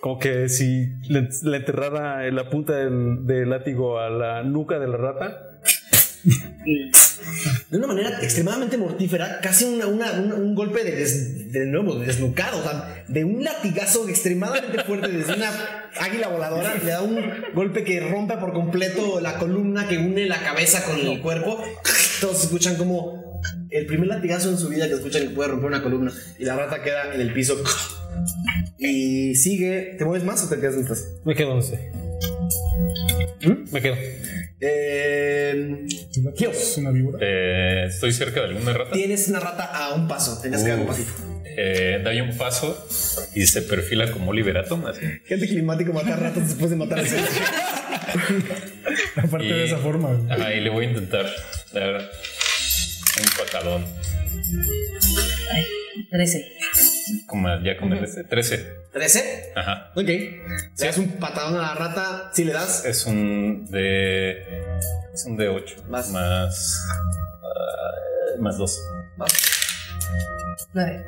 Speaker 5: Como que si le, le enterrara la punta del, del látigo a la nuca de la rata.
Speaker 1: de una manera extremadamente mortífera, casi una- una- una- un golpe de, des- de nuevo de desnucado, o sea, de un latigazo extremadamente fuerte desde una águila voladora, le da un golpe que rompe por completo la columna que une la cabeza con el cuerpo. Todos escuchan como el primer latigazo en su vida que escuchan que puede romper una columna y la rata queda en el piso. Y sigue, ¿te mueves más o te quedas en estás?
Speaker 5: Me quedo, no sé. Me quedo.
Speaker 1: Eh,
Speaker 3: ¿Tu látigo es una víbora?
Speaker 24: Eh, estoy cerca de alguna rata.
Speaker 1: tienes una rata a un paso, tenías que dar un pasito.
Speaker 24: Eh, da un paso y se perfila como liberato más.
Speaker 1: Gente climático matar ratas después de matar a seres.
Speaker 3: Aparte
Speaker 24: Y-
Speaker 3: de esa forma. güey.
Speaker 24: Ajá, y le voy a intentar dar un patadón.
Speaker 7: 13.
Speaker 24: Como ya con el este, 13.
Speaker 1: 13.
Speaker 24: Ajá.
Speaker 1: Ok. Le das un patadón a la rata. Si le das.
Speaker 24: Es un de. Es un de 8.
Speaker 1: Más.
Speaker 24: Más. ah, más 2.
Speaker 7: 9.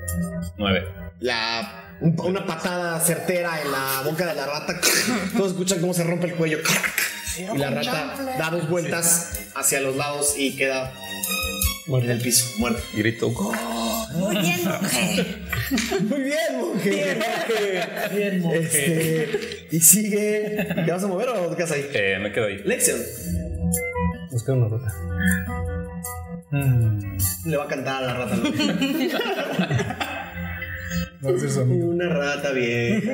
Speaker 24: 9.
Speaker 1: La, un- una patada certera en la boca de la rata. Todos escuchan cómo se rompe el cuello. Y la rata da dos vueltas hacia los lados y queda en el piso, muerta.
Speaker 24: Grito. "Gol".
Speaker 7: Muy bien, monje.
Speaker 1: Muy bien, monje. Bien, monje. Bien, monje. y sigue. ¿Te vas a mover o te quedas ahí?
Speaker 24: Eh, me quedo ahí.
Speaker 1: Lexion
Speaker 5: Nos queda una rata.
Speaker 1: le va a cantar a la rata. ¿no?
Speaker 3: Va a ser su amigo.
Speaker 1: Una rata vieja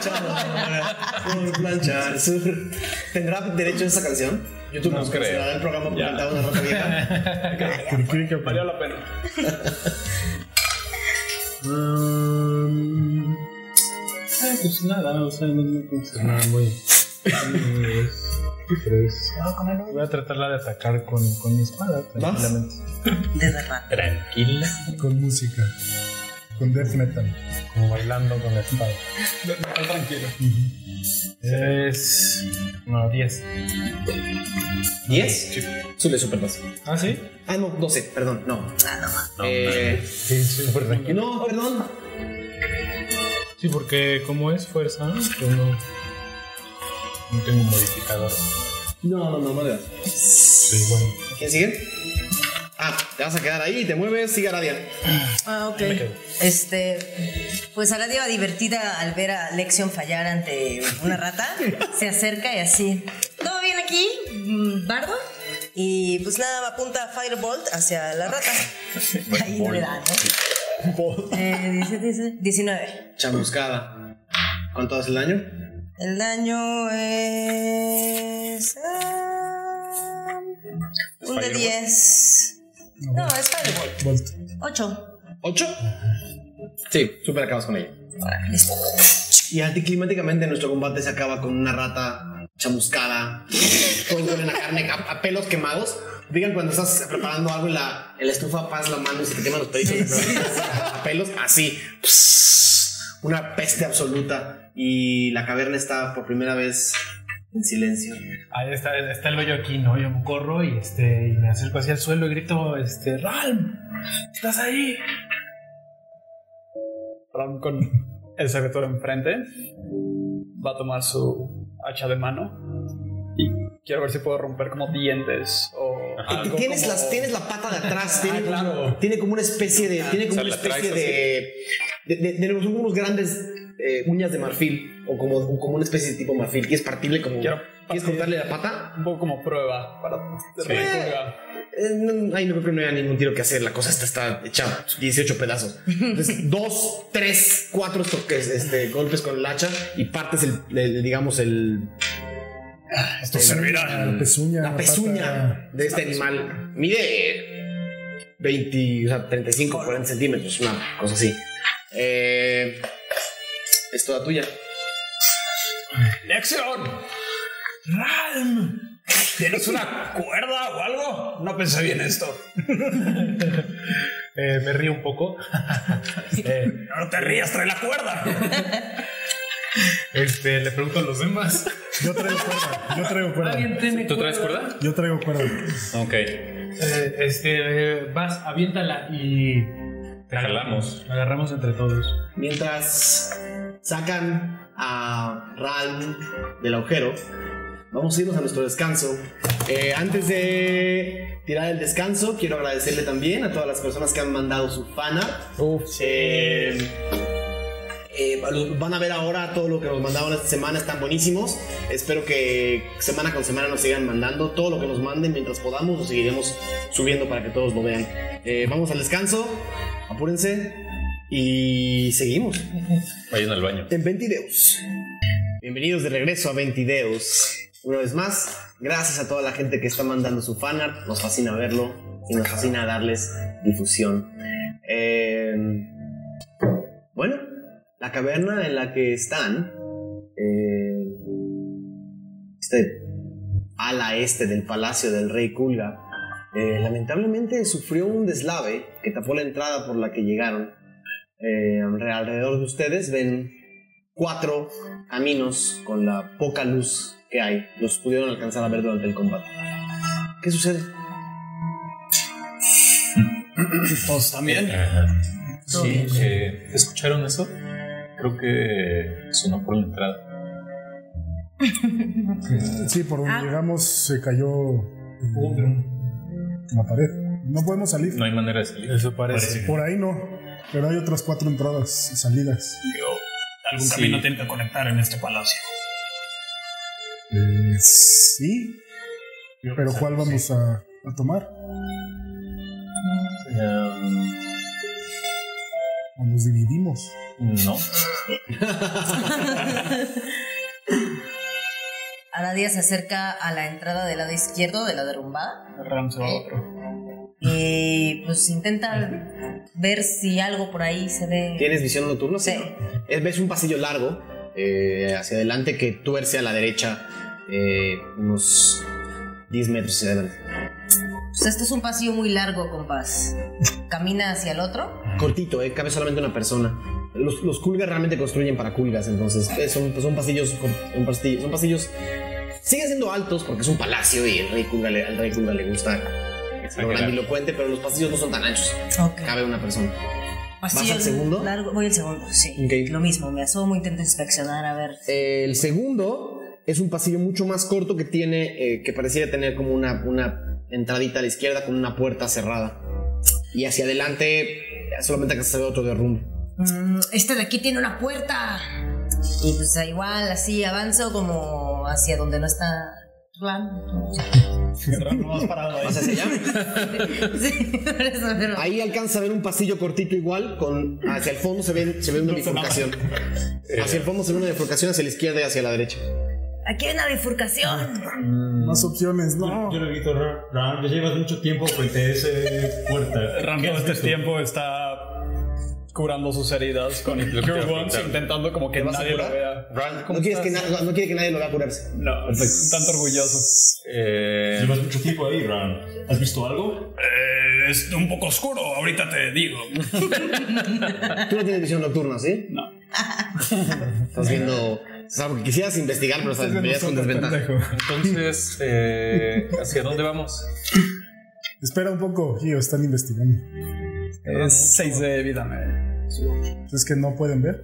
Speaker 1: chamorra, por planchar su- ¿Tendrá derecho a esa canción? YouTube
Speaker 24: No
Speaker 1: nos
Speaker 24: creo.
Speaker 1: cancelará el programa por
Speaker 24: Ya.
Speaker 1: cantar una rata vieja.
Speaker 3: Pero quiere que
Speaker 30: Valió la pena.
Speaker 5: Ah, pues nada, o sea, no me gusta nada Ah, muy. Tres. Voy a tratarla de atacar con, con mi espada, tranquilamente.
Speaker 7: De verdad.
Speaker 24: Tranquila.
Speaker 3: Con música. Con death metal.
Speaker 5: Como bailando con la espada.
Speaker 30: Tranquilo.
Speaker 5: Es. No, diez.
Speaker 1: ¿10? Sube super 2.
Speaker 5: ¿Ah, sí?
Speaker 1: Ah, no, 12, perdón, no.
Speaker 24: No,
Speaker 1: Eh,
Speaker 5: Sí, súper tranquilo.
Speaker 1: no, perdón.
Speaker 5: Sí, porque como es fuerza, yo no. No tengo modificador.
Speaker 1: No, no, no, no le das.
Speaker 5: Sí, bueno.
Speaker 1: ¿Quién sigue? Ah, te vas a quedar ahí, te mueves, sigue Aradia.
Speaker 7: Ah, ok. Este, pues Aradia divertida al ver a Lexion fallar ante una rata, se acerca y así. ¿Todo bien aquí, mm, Bardo? Y pues nada, apunta Firebolt hacia la rata. Ahí no le da, ¿no? Eh, 17, 19.
Speaker 1: Chamuscada. ¿Cuánto hace el daño?
Speaker 7: El daño es. ah, un un de 10. No, es Firebolt.
Speaker 3: Volt.
Speaker 7: 8.
Speaker 1: ¿Ocho? Sí, super acabas con ella.
Speaker 7: Listo.
Speaker 1: Y anticlimáticamente nuestro combate se acaba con una rata chamuscada, con una carne, a, a pelos quemados. Digan cuando estás preparando algo y la, en la estufa pasas la mano y se te queman los pelitos. A pelos, así. Una peste absoluta. Y la caverna está por primera vez en silencio.
Speaker 5: Ahí está, está el hoyo aquí, ¿no? Yo corro y, este, y me acerco hacia el suelo y grito, este, Ralm, ¿estás ahí?
Speaker 4: Ram con el secretor enfrente va a tomar su hacha de mano y quiero ver si puedo romper como dientes o algo
Speaker 1: tienes,
Speaker 4: como-
Speaker 1: las, tienes la pata de atrás, tiene,
Speaker 4: claro.
Speaker 1: tiene como una especie de. Tiene como
Speaker 10: Ah, O sea,
Speaker 1: una
Speaker 10: la traes
Speaker 1: especie de, de, de- de- Son como unos grandes eh, uñas de marfil, o como, o como una especie de tipo marfil. ¿Quieres partirle como.
Speaker 4: quiero
Speaker 1: ¿Quieres cortarle la pata?
Speaker 4: un poco como prueba para Venga.
Speaker 1: Eh, no, ahí no creo que no haya ningún tiro que hacer. La cosa está, está hecha 18 pedazos. Entonces, dos, tres, cuatro toques, este, golpes con el hacha y partes el, el- digamos, el,
Speaker 3: Esto Pues servirá. La pezuña.
Speaker 1: la
Speaker 3: pata.
Speaker 1: pezuña de este animal. Mide 20, o sea, 35, 40 centímetros, una cosa así. Eh, es toda tuya.
Speaker 4: ¡Lección! ¡Ralm! ¿Tienes una cuerda o algo? No pensé bien esto.
Speaker 5: Eh, me río un poco. Eh,
Speaker 4: No te rías, trae la cuerda.
Speaker 5: este, le pregunto a los demás.
Speaker 3: Yo traigo cuerda. Yo traigo cuerda.
Speaker 10: ¿Tú traes cuerda?
Speaker 3: Yo traigo cuerda.
Speaker 10: Ok.
Speaker 5: Eh, este, eh, vas, aviéntala y...
Speaker 10: Te jalamos.
Speaker 5: La agarramos entre todos.
Speaker 1: Mientras sacan a Ralm del agujero, vamos a irnos a nuestro descanso. Eh, antes de tirar el descanso, quiero agradecerle también a todas las personas que han mandado su fana. Eh, eh, los- van a ver ahora todo lo que nos mandaron esta semana, están buenísimos. Espero que semana con semana nos sigan mandando todo lo que nos manden mientras podamos, lo seguiremos subiendo para que todos lo vean. Eh, vamos al descanso, apúrense y seguimos
Speaker 10: Vayan al baño.
Speaker 1: en Ventideus. Bienvenidos de regreso a Ventideus. Una vez más, gracias a toda la gente que está mandando su fanart. Nos fascina verlo y nos fascina darles difusión. Eh, bueno, la caverna en la que están, eh, este ala este del palacio del rey Kulga, eh, lamentablemente sufrió un deslave que tapó la entrada por la que llegaron. Eh, alrededor de ustedes ven cuatro caminos con la poca luz que hay. Los pudieron alcanzar a ver durante el combate. ¿Qué sucede?
Speaker 4: Pues también.
Speaker 10: Eh, Sí, eh, ¿escucharon eso? Creo que sonó por la entrada.
Speaker 3: Sí, por donde
Speaker 7: Ah.
Speaker 3: llegamos se cayó eh, la pared. No podemos salir.
Speaker 10: No hay manera de salir.
Speaker 5: Eso parece.
Speaker 3: Por ahí no. Pero hay otras cuatro entradas y salidas.
Speaker 10: Algún camino tiene.
Speaker 4: este
Speaker 3: Eh, sí. Pero ¿cuál vamos a, a tomar?
Speaker 10: Um,
Speaker 3: ¿O nos dividimos?
Speaker 10: no.
Speaker 7: Aradia se acerca a la entrada del lado izquierdo de la derrumbada
Speaker 4: Ram se va a otro.
Speaker 7: y pues intenta ver si algo por ahí se ve.
Speaker 1: ¿Tienes visión nocturna?
Speaker 7: Sí.
Speaker 1: Eh, Ves un pasillo largo eh, hacia adelante que tuerce a la derecha eh, unos 10 metros hacia adelante.
Speaker 7: Pues esto es un pasillo muy largo, compás. Camina hacia el otro.
Speaker 1: Cortito, eh, cabe solamente una persona. Los, los kulgas realmente construyen para kulgas, entonces eh, son, pues, son pasillos, con- son pasillos, son pasillos, siguen siendo altos porque es un palacio y el rey kulga le, al rey kulga le gusta lo grandilocuente, pero los pasillos no son tan anchos,
Speaker 7: Ok.
Speaker 1: cabe una persona.
Speaker 7: Pasillo
Speaker 1: al segundo?
Speaker 7: Largo. Voy al segundo, sí.
Speaker 1: Ok.
Speaker 7: Lo mismo, me asomo, intento inspeccionar a ver.
Speaker 1: El segundo es un pasillo mucho más corto que tiene, eh, que pareciera tener como una, una entradita a la izquierda con una puerta cerrada. Y hacia adelante eh, solamente que se ve otro derrumbe.
Speaker 7: Mm, este de aquí tiene una puerta. Y pues igual, así avanzo como hacia donde no está Ram.
Speaker 4: Ram no más parado ahí.
Speaker 1: ¿Vas hacia allá?
Speaker 7: sí, por eso, pero-
Speaker 1: Ahí alcanza a ver un pasillo cortito igual, con hacia el fondo se ve, se ve una bifurcación. Hacia el fondo se ve una bifurcación hacia la izquierda y hacia la derecha.
Speaker 7: Aquí hay una bifurcación.
Speaker 3: Más opciones, no.
Speaker 6: Yo le grito, Ram, Ram, ya llevas mucho tiempo frente a ese puerta.
Speaker 5: Ram
Speaker 6: ¿Qué
Speaker 5: todo
Speaker 6: has
Speaker 5: este
Speaker 6: visto?
Speaker 5: tiempo está curando sus heridas con Cure Wounds, intentando como que
Speaker 1: ¿Te vas a
Speaker 5: nadie lo
Speaker 1: curar?
Speaker 5: vea.
Speaker 1: No, quieres que na- no quiere que nadie lo vea curarse.
Speaker 5: No, es tanto orgulloso.
Speaker 31: Eh,
Speaker 6: Llevas mucho tiempo ahí, Ram. ¿Has visto algo?
Speaker 5: Eh, es un poco oscuro, ahorita te digo.
Speaker 1: Tú no tienes visión nocturna, ¿sí?
Speaker 5: No.
Speaker 1: Estás viendo. Es algo que quisieras investigar, pero sabes, veías con desventaja.
Speaker 31: entonces, eh, ¿hacia dónde vamos?
Speaker 3: Espera un poco, Gio, están investigando.
Speaker 5: Es 6 de vida, me.
Speaker 3: Es que no pueden ver.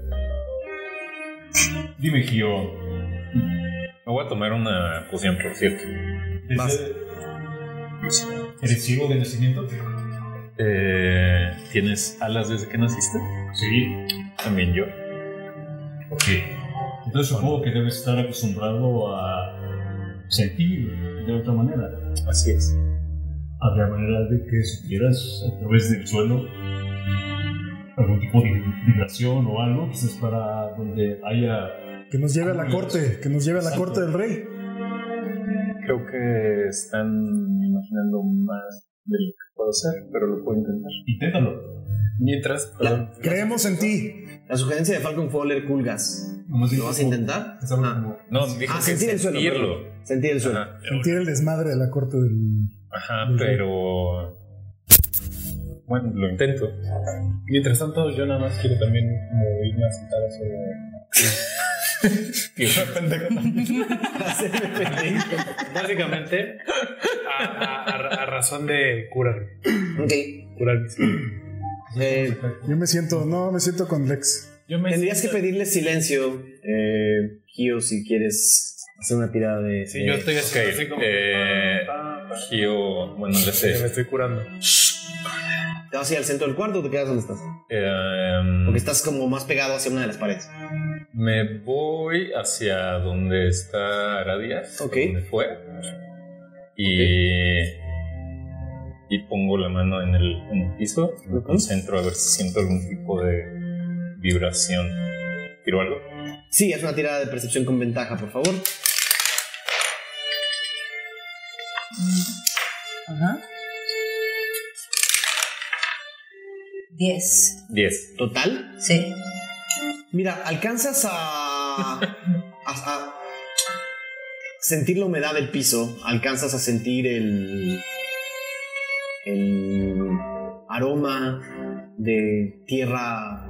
Speaker 6: Dime, Gio.
Speaker 24: Me voy a tomar una poción, por cierto.
Speaker 6: ¿desde-
Speaker 1: Vas.
Speaker 6: ¿Eres ciego de nacimiento?
Speaker 24: Eh, ¿Tienes alas desde que naciste?
Speaker 6: Sí.
Speaker 24: También yo.
Speaker 6: Ok. Entonces supongo que debes estar acostumbrado a sentir de otra manera.
Speaker 24: Así es.
Speaker 6: Habría manera de que supieras a través del suelo algún tipo de vibración o algo, quizás para donde haya.
Speaker 3: Que nos lleve a la corte, que nos lleve a la
Speaker 6: Exacto.
Speaker 3: corte del rey.
Speaker 24: Creo que están imaginando más de lo que puedo hacer, pero lo puedo intentar.
Speaker 6: Inténtalo.
Speaker 24: Mientras, perdón.
Speaker 3: Creemos en ti.
Speaker 1: La sugerencia de Falcon fue oler cool gas.
Speaker 6: Nomás
Speaker 1: ¿Lo vas a intentar?
Speaker 6: Es algo
Speaker 1: Ah.
Speaker 6: como-
Speaker 24: No, dijo
Speaker 1: Ah,
Speaker 24: que
Speaker 1: sentir el suelo.
Speaker 24: sentirlo.
Speaker 1: perdón. Sentir el suelo.
Speaker 24: Ajá,
Speaker 3: Sentir el desmadre de la corte del.
Speaker 24: ajá, pero. Bueno, lo intento.
Speaker 8: Mientras tanto, yo nada más quiero también como irme a sentar hacia...
Speaker 31: Básicamente, a, a- a- a razón de curarme.
Speaker 1: Ok.
Speaker 31: curarme.
Speaker 1: Eh,
Speaker 3: Yo me siento, no, me siento con Lex.
Speaker 8: Yo me
Speaker 1: tendrías que pedirle silencio, eh, Gio, si quieres hacer una tirada de.
Speaker 8: Sí, yo
Speaker 1: de-
Speaker 8: estoy
Speaker 24: Ok,
Speaker 8: haciendo así como...
Speaker 24: eh, Gio, bueno, le
Speaker 8: Sí, me
Speaker 24: sé.
Speaker 8: estoy curando.
Speaker 1: ¿Te vas a ir al centro del cuarto o te quedas donde estás?
Speaker 24: Eh,
Speaker 1: Porque estás como más pegado hacia una de las paredes.
Speaker 24: me voy hacia donde está Aradia,
Speaker 1: Ok.
Speaker 24: donde fue, y, y pongo la mano en el, en el piso, me
Speaker 1: Ujú.
Speaker 24: concentro a ver si siento algún tipo de vibración. ¿Tiro algo?
Speaker 1: Sí, es una tirada de percepción con ventaja, por favor.
Speaker 7: Diez.
Speaker 24: 10.
Speaker 1: Total,
Speaker 7: Sí.
Speaker 1: Mira, alcanzas a, a- a sentir la humedad del piso, alcanzas a sentir el, el aroma de tierra,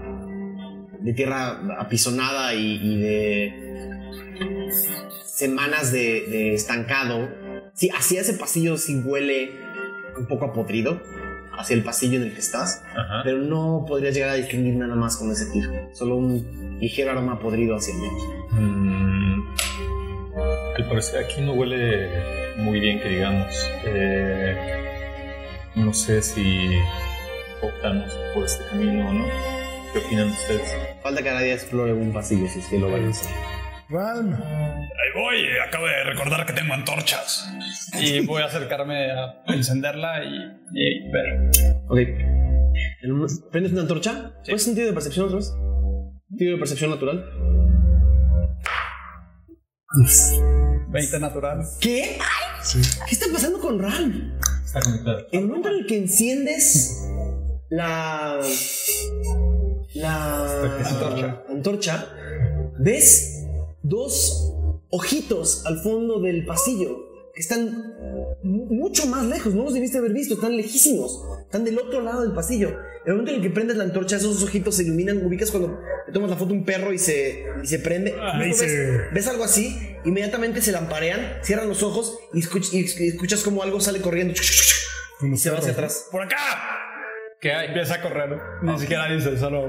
Speaker 1: de tierra apisonada y, y de semanas de, de estancado. Sí, hacia ese pasillo sí huele un poco a podrido, hacia el pasillo en el que estás
Speaker 24: Ajá.
Speaker 1: pero no podrías llegar a distinguir nada más con ese tiro. Solo un ligero aroma podrido hacia mí.
Speaker 24: Mm, al parecer aquí no huele muy bien, que digamos. Eh, no sé si optamos por este camino o no. ¿Qué opinan ustedes?
Speaker 1: Falta que nadie explore un pasillo, si es que lo van a hacer.
Speaker 3: Ralm,
Speaker 5: Ahí voy, eh, acabo de recordar que tengo antorchas. Y voy a acercarme a encenderla y, y ver.
Speaker 1: Ok. En un- ¿Prendes una antorcha? ¿Puedes un tiro de percepción otra vez? ¿Tiro de percepción natural?
Speaker 5: 20 natural.
Speaker 1: ¿Qué? ¿Qué está pasando con Ram?
Speaker 6: Está conectado.
Speaker 1: En el momento en el que enciendes la. la.
Speaker 5: Antorcha.
Speaker 1: antorcha, ves dos ojitos al fondo del pasillo que están mu- mucho más lejos, no los debiste haber visto, están lejísimos, están del otro lado del pasillo. En el momento en el que prendes la antorcha, esos ojitos se iluminan, ubicas cuando le tomas la foto a un perro y se, y se prende.
Speaker 3: me
Speaker 1: Justo ves-
Speaker 3: hice-
Speaker 1: ves algo así, inmediatamente se lamparean, cierran los ojos y, escuch- y escuchas como algo sale corriendo y se va hacia atrás.
Speaker 5: ¡Por acá! ¿Qué hay? Empieza a correr. Ni siquiera dice, solo.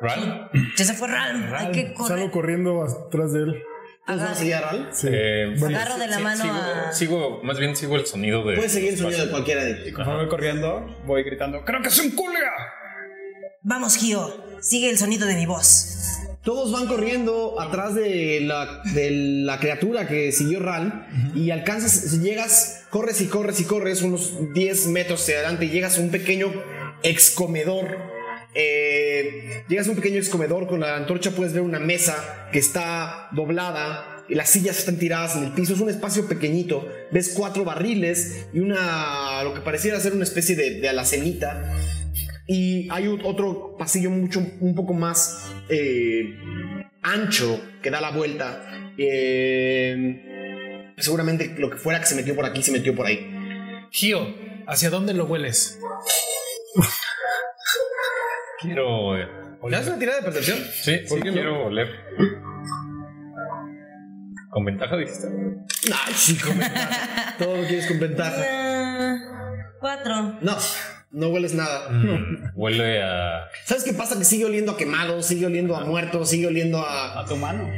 Speaker 24: ¿Ral?
Speaker 7: Ya se fue Ram. Hay que
Speaker 3: salgo
Speaker 7: correr.
Speaker 3: corriendo atrás de él.
Speaker 1: ¿Tú vas a
Speaker 7: Agarre.
Speaker 1: seguir a Ral?
Speaker 3: Sí.
Speaker 24: Eh,
Speaker 3: Bueno,
Speaker 7: Agarro de la mano
Speaker 24: sigo,
Speaker 7: a-
Speaker 24: sigo- más bien sigo el sonido de.
Speaker 1: Puedes seguir el sonido de cualquiera de ellos.
Speaker 5: Conforme voy corriendo, voy gritando: ¡Creo que es un culga!
Speaker 7: Vamos, Gio. Sigue el sonido de mi voz.
Speaker 1: Todos van corriendo atrás de la, de la criatura que siguió Ral y alcanzas, si llegas, corres y corres y corres unos 10 metros hacia adelante y llegas a un pequeño excomedor. Eh, llegas a un pequeño excomedor con la antorcha, puedes ver una mesa que está doblada y las sillas están tiradas en el piso, es un espacio pequeñito, ves cuatro barriles y una, lo que pareciera ser una especie de, de alacenita, y hay ot- otro pasillo mucho, un poco más eh, ancho que da la vuelta. Eh, seguramente lo que fuera que se metió por aquí, se metió por ahí.
Speaker 5: Gio, ¿hacia dónde lo hueles?
Speaker 10: Quiero. eh,
Speaker 1: ¿Le das una tirada de percepción?
Speaker 10: Sí, sí, quiero oler. Con ventaja dijiste.
Speaker 1: Ay, sí, con ventaja. Todo lo quieres con ventaja.
Speaker 7: Ah, Cuatro.
Speaker 1: No, no hueles nada.
Speaker 10: Mm, Huele a.
Speaker 1: ¿Sabes qué pasa? Que sigue oliendo a quemado, sigue oliendo a muerto, sigue oliendo a...
Speaker 4: A tu mano.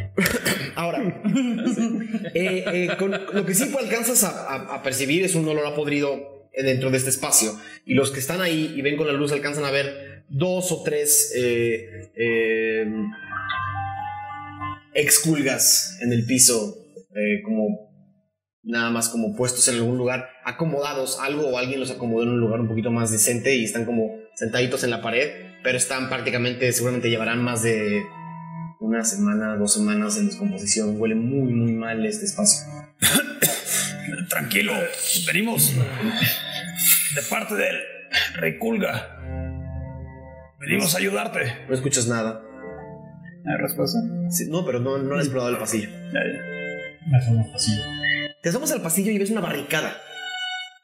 Speaker 1: Ahora, eh, eh, con- lo que sí alcanzas a, a- a percibir es un olor a podrido dentro de este espacio. Y los que están ahí y ven con la luz alcanzan a ver dos o tres eh, eh, exculgas en el piso, eh, como nada más como puestos en algún lugar, acomodados, algo o alguien los acomodó en un lugar un poquito más decente y están como sentaditos en la pared, pero están prácticamente, seguramente llevarán más de una semana, dos semanas en descomposición. Huele muy, muy mal este espacio.
Speaker 32: Tranquilo, venimos de parte del Rey Kulga. Venimos a ayudarte.
Speaker 1: No escuchas nada.
Speaker 4: ¿Hay respuesta?
Speaker 1: Sí, no, pero no, no has explorado el pasillo. Te asomas al pasillo y ves una barricada.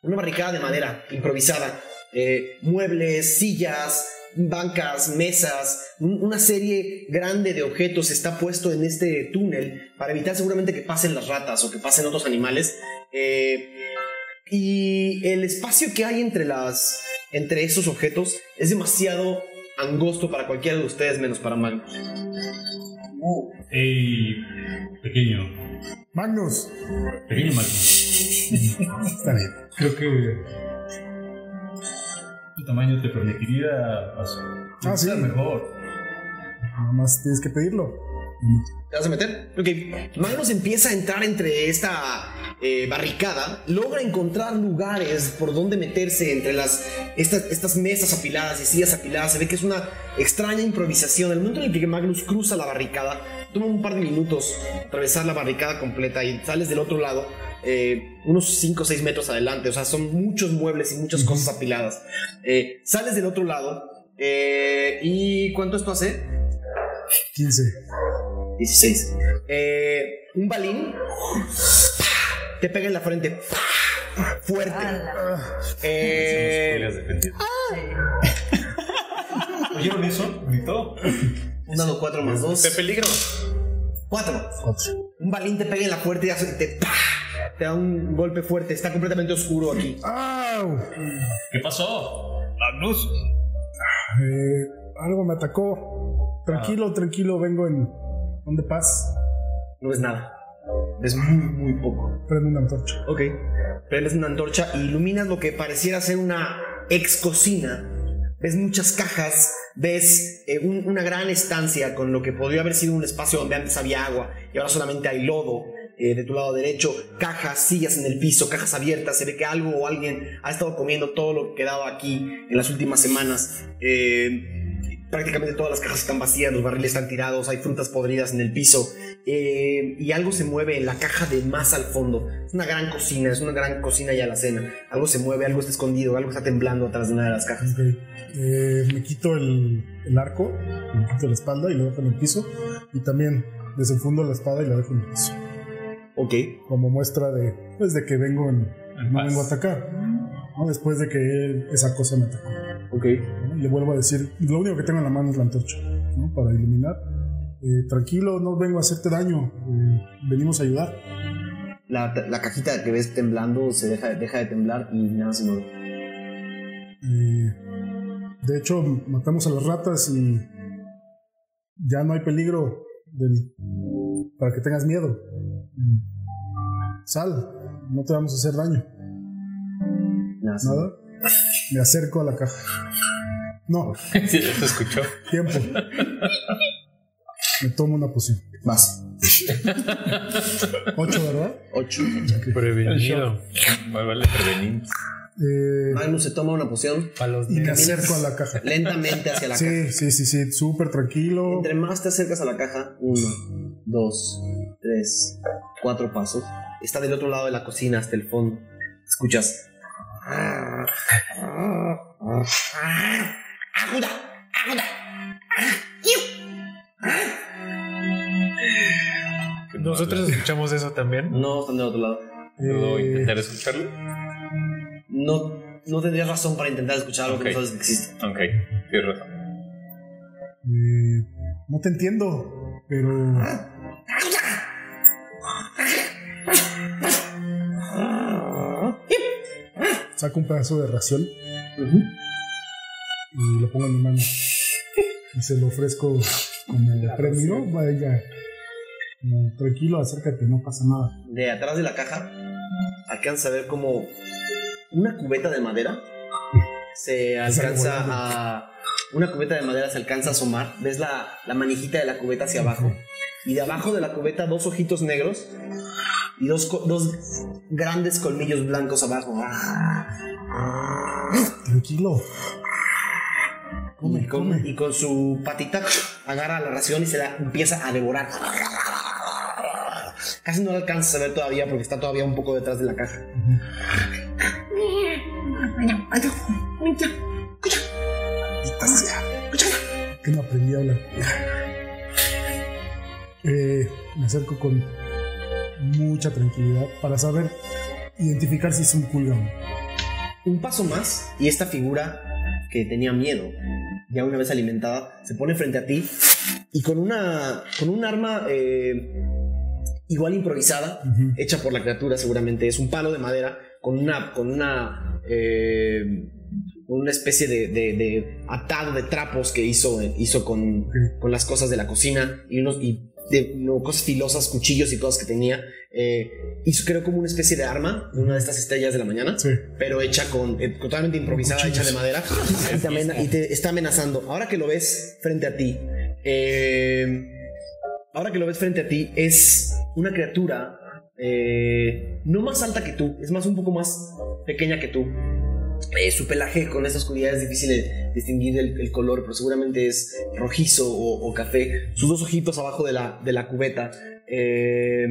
Speaker 1: Una barricada de madera improvisada. Eh, muebles, sillas, bancas, mesas. un- una serie grande de objetos está puesto en este túnel para evitar seguramente que pasen las ratas o que pasen otros animales. Eh, y el espacio que hay entre, las, entre esos objetos es demasiado angosto para cualquiera de ustedes menos para Magnus.
Speaker 24: Ey, pequeño.
Speaker 3: Magnus,
Speaker 24: Pequeño Magnus.
Speaker 3: está bien.
Speaker 24: Creo que tu tamaño te permitiría hacer
Speaker 3: Ah, sí.
Speaker 24: mejor.
Speaker 3: Nada más tienes que pedirlo.
Speaker 1: ¿Te vas a meter? Ok. Magnus empieza a entrar entre esta eh, barricada. Logra encontrar lugares por donde meterse entre las, estas, estas mesas apiladas y sillas apiladas. Se ve que es una extraña improvisación. El momento en el que Magnus cruza la barricada, toma un par de minutos atravesar la barricada completa y sales del otro lado. eh, unos 5 o 6 metros adelante, o sea, son muchos muebles y muchas cosas apiladas. Eh, sales del otro lado eh, y ¿cuánto esto hace?
Speaker 3: 15.
Speaker 1: 16. Eh, un balín ¡pah! te pega en la frente ¡pah! fuerte.
Speaker 7: Ala.
Speaker 24: Ah.
Speaker 1: Eh,
Speaker 24: ¿Oyeron eso? Gritó.
Speaker 1: un dado 4 más 2.
Speaker 10: De peligro.
Speaker 1: 4. Un balín te pega en la fuerte y hace- te, ¡pah! te da un golpe fuerte. Está completamente oscuro aquí.
Speaker 3: ¡Au!
Speaker 24: ¿Qué pasó?
Speaker 32: Magnus,
Speaker 3: Eh, algo me atacó. Tranquilo,
Speaker 24: Ah.
Speaker 3: tranquilo, vengo en. ¿Dónde paz?
Speaker 1: No ves nada. Ves muy, muy poco.
Speaker 3: Prendo una antorcha.
Speaker 1: Ok. Prendes una antorcha y iluminas lo que pareciera ser una ex cocina. Ves muchas cajas, ves eh, un- una gran estancia con lo que podría haber sido un espacio donde antes había agua y ahora solamente hay lodo eh, de tu lado derecho, cajas, sillas en el piso, cajas abiertas, se ve que algo o alguien ha estado comiendo todo lo que quedaba aquí en las últimas semanas. Eh, prácticamente todas las cajas están vacías, los barriles están tirados, hay frutas podridas en el piso eh, y algo se mueve en la caja de más al fondo. Es una gran cocina, es una gran cocina y alacena. Algo se mueve, algo está escondido, algo está temblando atrás de una de las cajas.
Speaker 3: Ok. Eh, me quito el, el arco, me quito la espalda y lo dejo en el piso. Y también desenfundo la espada y la dejo en el piso.
Speaker 1: Ok.
Speaker 3: Como muestra de, pues, de que vengo en. No vengo a atacar. ¿no? Después de que esa cosa me atacó.
Speaker 1: Ok.
Speaker 3: ¿no? Le vuelvo a decir, lo único que tengo en la mano es la antorcha, ¿no? Para iluminar. Eh, tranquilo, no vengo a hacerte daño. eh, venimos a ayudar.
Speaker 1: La, la cajita que ves temblando se deja, deja de temblar y nada se mueve.
Speaker 3: Eh, de hecho, matamos a las ratas y ya no hay peligro del- para que tengas miedo. Mm. Sal, no te vamos a hacer daño.
Speaker 1: Nada se mueve.
Speaker 3: Nada. Me acerco a la caja. No,
Speaker 10: Sí, ya se escuchó.
Speaker 3: tiempo. Me tomo una poción.
Speaker 1: Vas.
Speaker 3: Ocho, ¿verdad?
Speaker 1: Ocho.
Speaker 5: Prevenido.
Speaker 10: Más vale prevenir.
Speaker 3: Eh,
Speaker 1: Magnus se toma una poción
Speaker 5: Para los
Speaker 3: y me
Speaker 5: nervios.
Speaker 3: acerco a la caja.
Speaker 1: lentamente hacia la caja.
Speaker 3: Sí, sí, sí, sí, súper tranquilo.
Speaker 1: Entre más te acercas a la caja, uno, dos, tres, cuatro pasos. Está del otro lado de la cocina, hasta el fondo. Escuchas.
Speaker 8: ¡Ajuda! ¡Ajuda!
Speaker 5: ¿Nosotros escuchamos eso también?
Speaker 1: No, están del otro lado.
Speaker 3: Eh,
Speaker 6: ¿Puedo intentar escucharlo?
Speaker 1: No, no tendrías razón para intentar escuchar algo
Speaker 6: Ok.
Speaker 1: que no sabes que existe.
Speaker 6: Ok, tienes razón.
Speaker 3: Eh, no te entiendo, pero. Saco un pedazo de ración y lo pongo en mi mano. Y se lo ofrezco como premio. Vaya, como, tranquilo, acércate, no pasa nada.
Speaker 1: De atrás de la caja, alcanza a ver como una cubeta de madera. Se alcanza
Speaker 3: volando.
Speaker 1: a. Una cubeta de madera se alcanza a asomar. Ves la, la manijita de la cubeta hacia abajo. Y de abajo de la cubeta, dos ojitos negros y dos, co- dos grandes colmillos blancos abajo.
Speaker 3: Tranquilo. Come,
Speaker 1: Y con,
Speaker 3: come.
Speaker 1: y con su patita agarra la ración y se la empieza a devorar. Casi no la alcanza a ver todavía porque está todavía un poco detrás de la caja.
Speaker 3: que no aprendí a hablar. Eh, me acerco con mucha tranquilidad para saber identificar si es un Kulgan.
Speaker 1: Un paso más y esta figura que tenía miedo, ya una vez alimentada, se pone frente a ti y con una con un arma eh, igual improvisada, hecha por la criatura seguramente, es un palo de madera con una con una eh, con una especie de, de- de atado de trapos que hizo, hizo con, con las cosas de la cocina y unos y de- no, cosas filosas, cuchillos y cosas que tenía. eh, hizo creo como una especie de arma, una de estas estrellas de la mañana
Speaker 3: Sí.
Speaker 1: pero hecha con eh, totalmente improvisada, hecha de madera y te, amena- y te está amenazando. Ahora que lo ves frente a ti, eh, ahora que lo ves frente a ti es una criatura eh, no más alta que tú, es más un poco más pequeña que tú. Eh, su pelaje con esta oscuridad es difícil de distinguir el, el color, pero seguramente es rojizo o, o café. Sus dos ojitos abajo de la, de la cubeta. eh,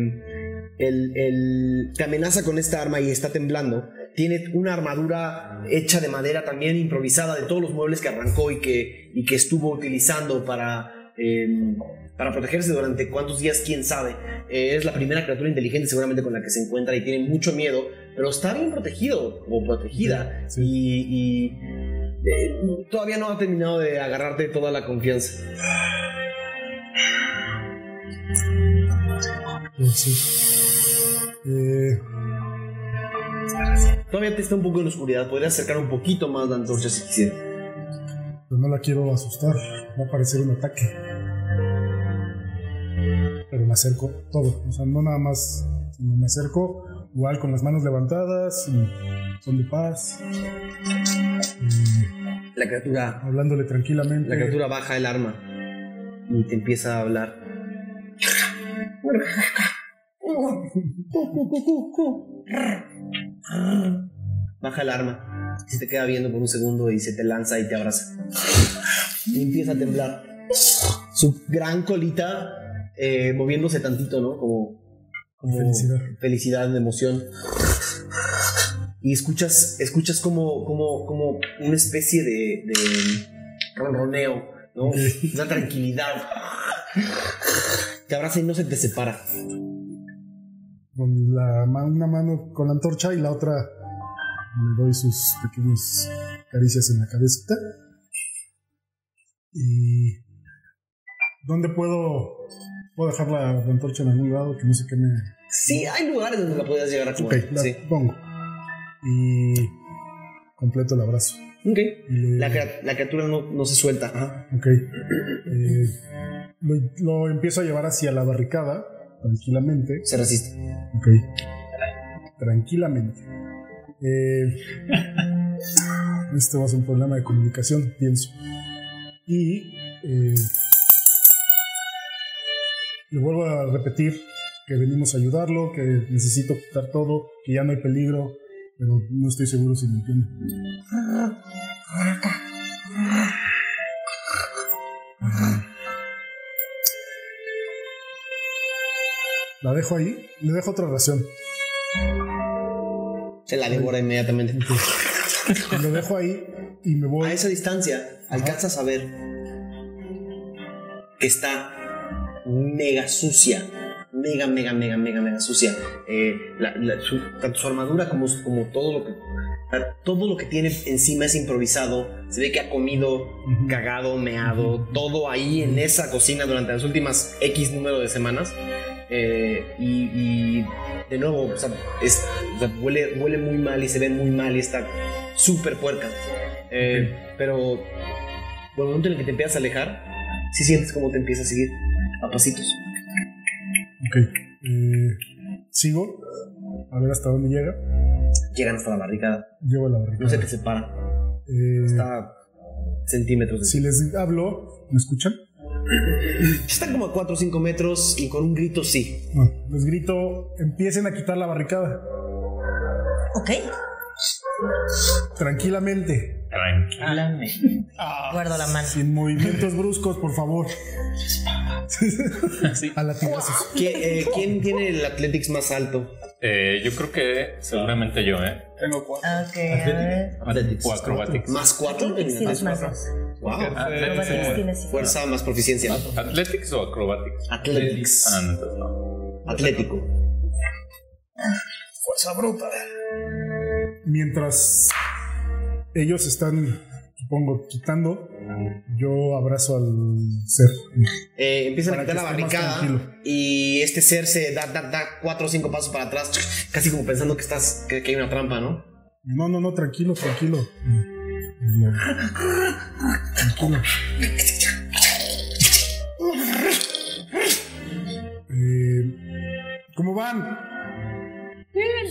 Speaker 1: el- el- te amenaza con esta arma y está temblando tiene una armadura hecha de madera también improvisada de todos los muebles que arrancó y que, y que estuvo utilizando para, eh, para protegerse durante cuántos días, quién sabe. Eh, es la primera criatura inteligente seguramente con la que se encuentra y tiene mucho miedo, pero está bien protegido o protegida
Speaker 3: Sí.
Speaker 1: y, y, eh, todavía no ha terminado de agarrarte toda la confianza.
Speaker 3: Pues sí. Eh,
Speaker 1: Todavía te está un poco en la oscuridad, podrías acercar un poquito más la antorcha si quisieras.
Speaker 3: pero Pues no la quiero asustar. Va a parecer un ataque. Pero me acerco todo. O sea, no nada más. sino me acerco igual con las manos levantadas. y son de paz. y
Speaker 1: La criatura
Speaker 3: hablándole tranquilamente.
Speaker 1: La criatura baja el arma y te empieza a hablar. Baja el arma, se te queda viendo por un segundo y se te lanza y te abraza. Y empieza a temblar. Su gran colita eh, moviéndose tantito, ¿no? Como, como
Speaker 3: Felicidad.
Speaker 1: felicidad, emoción. Y escuchas, escuchas como, como, como una especie de, de ronroneo, ¿no? Una tranquilidad. Te abraza y no se te separa.
Speaker 3: con la ma- una mano con la antorcha y la otra le doy sus pequeñas caricias en la cabecita. ¿Y dónde puedo, puedo dejar la, la antorcha en algún lado que no se queme?
Speaker 1: Sí, hay lugares donde la podías llegar a
Speaker 3: Ok,
Speaker 1: comer.
Speaker 3: la
Speaker 1: sí.
Speaker 3: pongo. Y completo el abrazo.
Speaker 1: Ok.
Speaker 3: Y le-
Speaker 1: La, cria- la criatura no, no se suelta. Ajá.
Speaker 3: Ok. Eh, lo, lo empiezo a llevar hacia la barricada, tranquilamente.
Speaker 1: Se resiste.
Speaker 3: Ok. Tranquilamente. Eh, este va a ser un problema de comunicación, pienso. Y eh, le vuelvo a repetir que venimos a ayudarlo, que necesito quitar todo, que ya no hay peligro, pero no estoy seguro si me entiende. La dejo ahí, le dejo otra ración.
Speaker 1: Se la devora inmediatamente.
Speaker 3: Lo dejo ahí y me voy.
Speaker 1: A esa distancia, alcanzas a ver que está mega sucia. Mega, mega, mega, mega, mega sucia. Eh, la- la- su, tanto su armadura como, su- como todo lo que. Todo lo que tiene encima es improvisado. Se ve que ha comido, cagado, meado, todo ahí en esa cocina durante las últimas X número de semanas. Eh, y, y de nuevo, o sea, es- o sea, huele, huele muy mal y se ve muy mal y está súper puerca. Eh, Pero por el momento en el que te empiezas a alejar, si sientes cómo te empieza a seguir a pasitos.
Speaker 3: Ok. eh, sigo. A ver hasta dónde llega.
Speaker 1: Llegan hasta la barricada.
Speaker 3: Llego a la barricada.
Speaker 1: No se te separa.
Speaker 3: Eh,
Speaker 1: Está a centímetros de
Speaker 3: si les hablo, ¿me escuchan?
Speaker 1: Están como a 4 o 5 metros y con un grito sí.
Speaker 3: No. Les grito, empiecen a quitar la barricada.
Speaker 7: Ok,
Speaker 3: Tranquilamente.
Speaker 8: Tranquilamente.
Speaker 7: guardo la mano.
Speaker 3: Sin movimientos bruscos, por favor. A latigazos.
Speaker 1: ¿Qui- eh, ¿Quién tiene el Athletics más alto?
Speaker 6: Eh, yo creo que seguramente yo, ¿eh?
Speaker 2: Tengo cuatro.
Speaker 7: Ok, a ver.
Speaker 1: Athletics.
Speaker 6: O acrobatics.
Speaker 1: ¿Más 4?
Speaker 7: Athletics tienes más dos.
Speaker 1: Wow.
Speaker 5: Ah,
Speaker 7: Acrobatics
Speaker 6: Athletics.
Speaker 7: tienes igual.
Speaker 1: Fuerza más proficiencia.
Speaker 6: ¿Athletics o acrobatics?
Speaker 1: Athletics.
Speaker 6: Ah, no, entonces no.
Speaker 1: Atlético.
Speaker 32: Fuerza bruta.
Speaker 3: Mientras ellos están, supongo, quitando, yo abrazo al ser.
Speaker 1: Eh, empiezan
Speaker 3: Para
Speaker 1: a quitar la
Speaker 3: que esté más
Speaker 1: barricada
Speaker 3: tranquilo.
Speaker 1: y este ser se da, da, da cuatro o cinco pasos para atrás, casi como pensando que estás que, que hay una trampa, ¿no?
Speaker 3: No, no, no, tranquilo, tranquilo. No. Tranquilo. Eh, ¿Cómo van?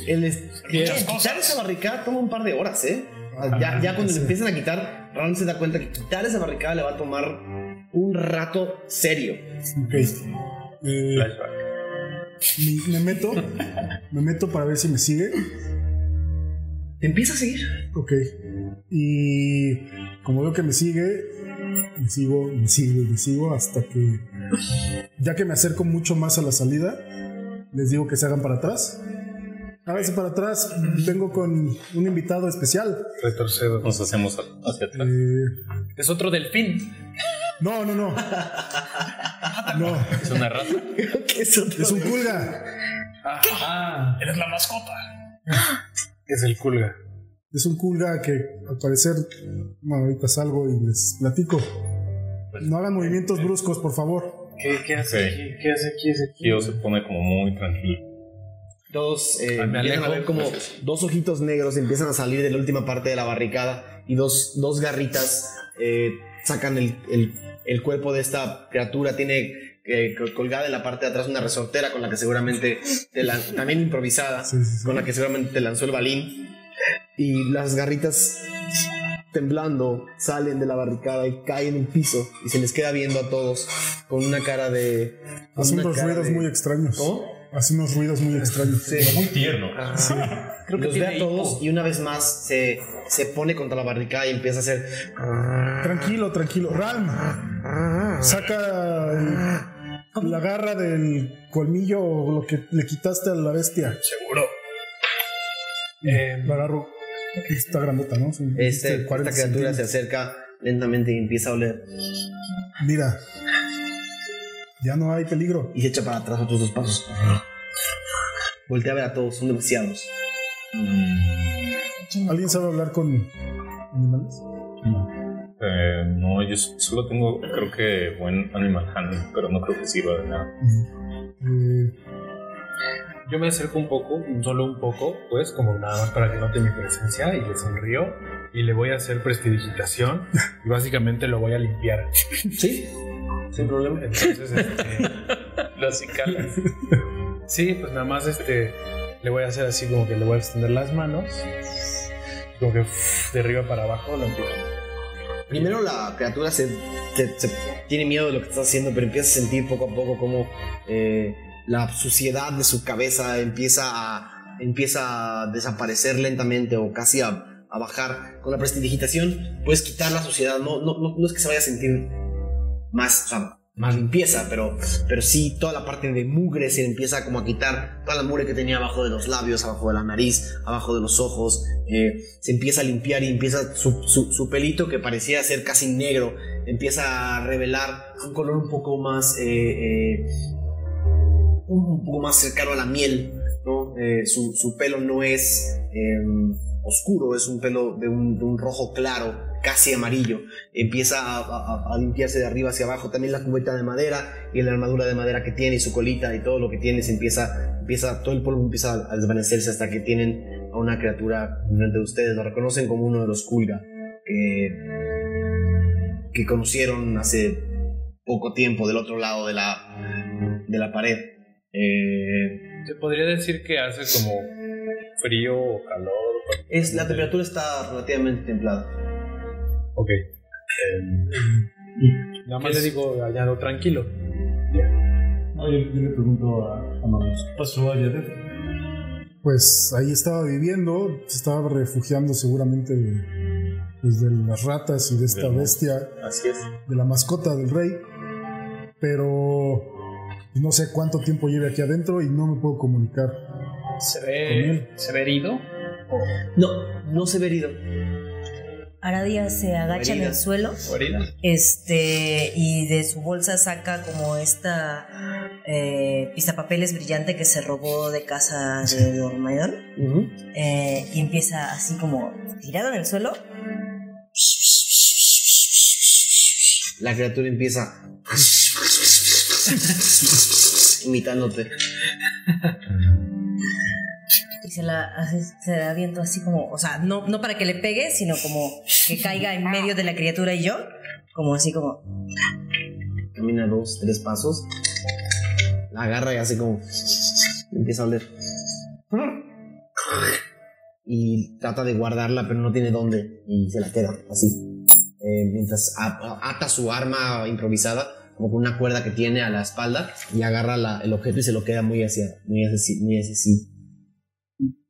Speaker 1: El es- quitar esa barricada toma un par de horas, ¿eh?
Speaker 3: Ah,
Speaker 1: Ya, ya cuando le empiezan a quitar, Ran se da cuenta que quitar esa barricada le va a tomar un rato serio.
Speaker 3: Ok. Eh, me, me meto. Me meto para ver si me sigue.
Speaker 1: Te empieza a seguir.
Speaker 3: Ok. Y como veo que me sigue, me sigo, me sigo, me sigo hasta que. Ya que me acerco mucho más a la salida, les digo que se hagan para atrás. Háganse para atrás. Vengo con un invitado especial.
Speaker 5: Retorcedo.
Speaker 6: Nos hacemos hacia atrás.
Speaker 3: Eh,
Speaker 10: Es otro delfín.
Speaker 3: no, no, no. No,
Speaker 6: Es una rata.
Speaker 3: es un culga.
Speaker 32: Eres la mascota.
Speaker 5: Es el culga.
Speaker 3: Es un culga que al parecer. Bueno, ahorita salgo y les platico.
Speaker 6: Pues,
Speaker 3: No
Speaker 6: eh,
Speaker 3: hagan movimientos bruscos, por favor.
Speaker 5: ¿Qué, qué hace
Speaker 6: Ok.
Speaker 5: aquí? ¿Qué hace aquí? ¿Hace aquí?
Speaker 6: Kyo se pone como muy tranquilo.
Speaker 1: Dos, eh,
Speaker 10: Ah, me
Speaker 1: empiezan a
Speaker 10: alejo.
Speaker 1: ver como dos ojitos negros empiezan a salir de la última parte de la barricada y dos, dos garritas eh, sacan el, el- el cuerpo de esta criatura. Tiene eh, co- colgada en la parte de atrás una resortera con la que seguramente, te lan- también improvisada,
Speaker 3: Sí, sí, sí.
Speaker 1: con la que seguramente te lanzó el balín. Y las garritas temblando salen de la barricada y caen en el piso y se les queda viendo a todos con una cara de... con
Speaker 3: Hace
Speaker 1: una
Speaker 3: unos
Speaker 1: cara
Speaker 3: ruidos
Speaker 1: de-
Speaker 3: muy extraños.
Speaker 1: ¿Cómo?
Speaker 3: Hace unos ruidos muy extraños.
Speaker 1: Sí.
Speaker 24: Muy tierno.
Speaker 1: Creo que los ve a todos y una vez más se, se pone contra la barricada y empieza a hacer.
Speaker 3: Tranquilo, tranquilo. Ralm, saca el- la garra del colmillo o lo que le quitaste a la bestia.
Speaker 32: Seguro.
Speaker 5: Eh,
Speaker 3: La agarro. Está grandota, ¿no? Sí,
Speaker 1: Em, Este,
Speaker 3: este,
Speaker 1: esta
Speaker 3: 40
Speaker 1: criatura se acerca lentamente y empieza a oler
Speaker 3: centímetros. Mira, ya no hay peligro.
Speaker 1: y se echa para atrás otros dos pasos. Voltea a ver a todos, son demasiados.
Speaker 6: Mm.
Speaker 3: ¿Alguien sabe hablar con animales?
Speaker 6: Eh, no, yo s- solo tengo, creo que buen animal handling, pero no creo que sirva de nada.
Speaker 3: Eh,
Speaker 5: Yo me acerco un poco, solo un poco, pues, como nada más para que note mi presencia y le sonrío y le voy a hacer prestidigitación y básicamente lo voy a limpiar.
Speaker 1: ¿Sí? Sin problema.
Speaker 5: Entonces, este,
Speaker 6: Las cicalas.
Speaker 5: sí, pues nada más este, le voy a hacer así como que le voy a extender las manos, como que uff, de arriba para abajo lo empiezo.
Speaker 1: Primero la criatura se, se- se- tiene miedo de lo que está haciendo, pero empieza a sentir poco a poco como eh, la suciedad de su cabeza empieza a, empieza a desaparecer lentamente o casi a, a bajar. Con la prestidigitación puedes quitar la suciedad, no, no, no, no es que se vaya a sentir más, o sea, más limpieza, pero, pero sí toda la parte de mugre se le empieza como a quitar, toda la mugre que tenía abajo de los labios, abajo de la nariz, abajo de los ojos, eh, se empieza a limpiar y empieza su, su- su pelito que parecía ser casi negro, empieza a revelar un color un poco más, eh, eh, un, un poco más cercano a la miel, ¿no? Eh, su, su pelo no es eh, oscuro, es un pelo de un- de un rojo claro, casi amarillo empieza a, a- a- a limpiarse de arriba hacia abajo. También la cubeta de madera y la armadura de madera que tiene y su colita y todo lo que tiene se empieza, empieza todo el polvo empieza a, a desvanecerse hasta que tienen a una criatura frente de ustedes. Lo reconocen como uno de los Kulga que, que conocieron hace poco tiempo del otro lado de la, de la pared. Eh,
Speaker 33: ¿Se podría decir que hace como frío o calor?
Speaker 1: es, la temperatura está relativamente templada.
Speaker 33: Ok.
Speaker 8: Nada más le digo Gallardo, tranquilo.
Speaker 34: No, yo, yo le pregunto a, a Magnus, ¿qué pasó allá adentro?
Speaker 3: Pues ahí estaba viviendo, se estaba refugiando seguramente de, pues, de las ratas y de esta
Speaker 24: Del-
Speaker 3: bestia,
Speaker 24: Así es.
Speaker 3: de la mascota del rey. Pero pues, no sé cuánto tiempo lleve aquí adentro y no me puedo comunicar.
Speaker 5: ¿Se
Speaker 3: Con
Speaker 5: ve,
Speaker 3: él.
Speaker 5: ¿Se ve herido?
Speaker 1: No, no se ve herido.
Speaker 7: Aradia se agacha en
Speaker 1: Herida.
Speaker 7: el suelo
Speaker 5: ¿O herida?
Speaker 7: este, y de su bolsa saca como esta eh, pistapapeles brillante que se robó de casa de Dormaidón Eh, y empieza así como tirado en el suelo.
Speaker 1: La criatura empieza imitándote.
Speaker 7: y se la, hace- se la aviento así como, o sea, no, no para que le pegue, sino como que caiga en medio de la criatura y yo, como así como,
Speaker 1: Camina dos, tres pasos. La agarra y hace como. Empieza a oler. Y trata de guardarla, pero no tiene dónde. Y se la queda así. Eh, mientras a- a- ata su arma improvisada, como con una cuerda que tiene a la espalda, y agarra la- el objeto y se lo queda muy hacia, muy hacia, sí- muy hacia sí.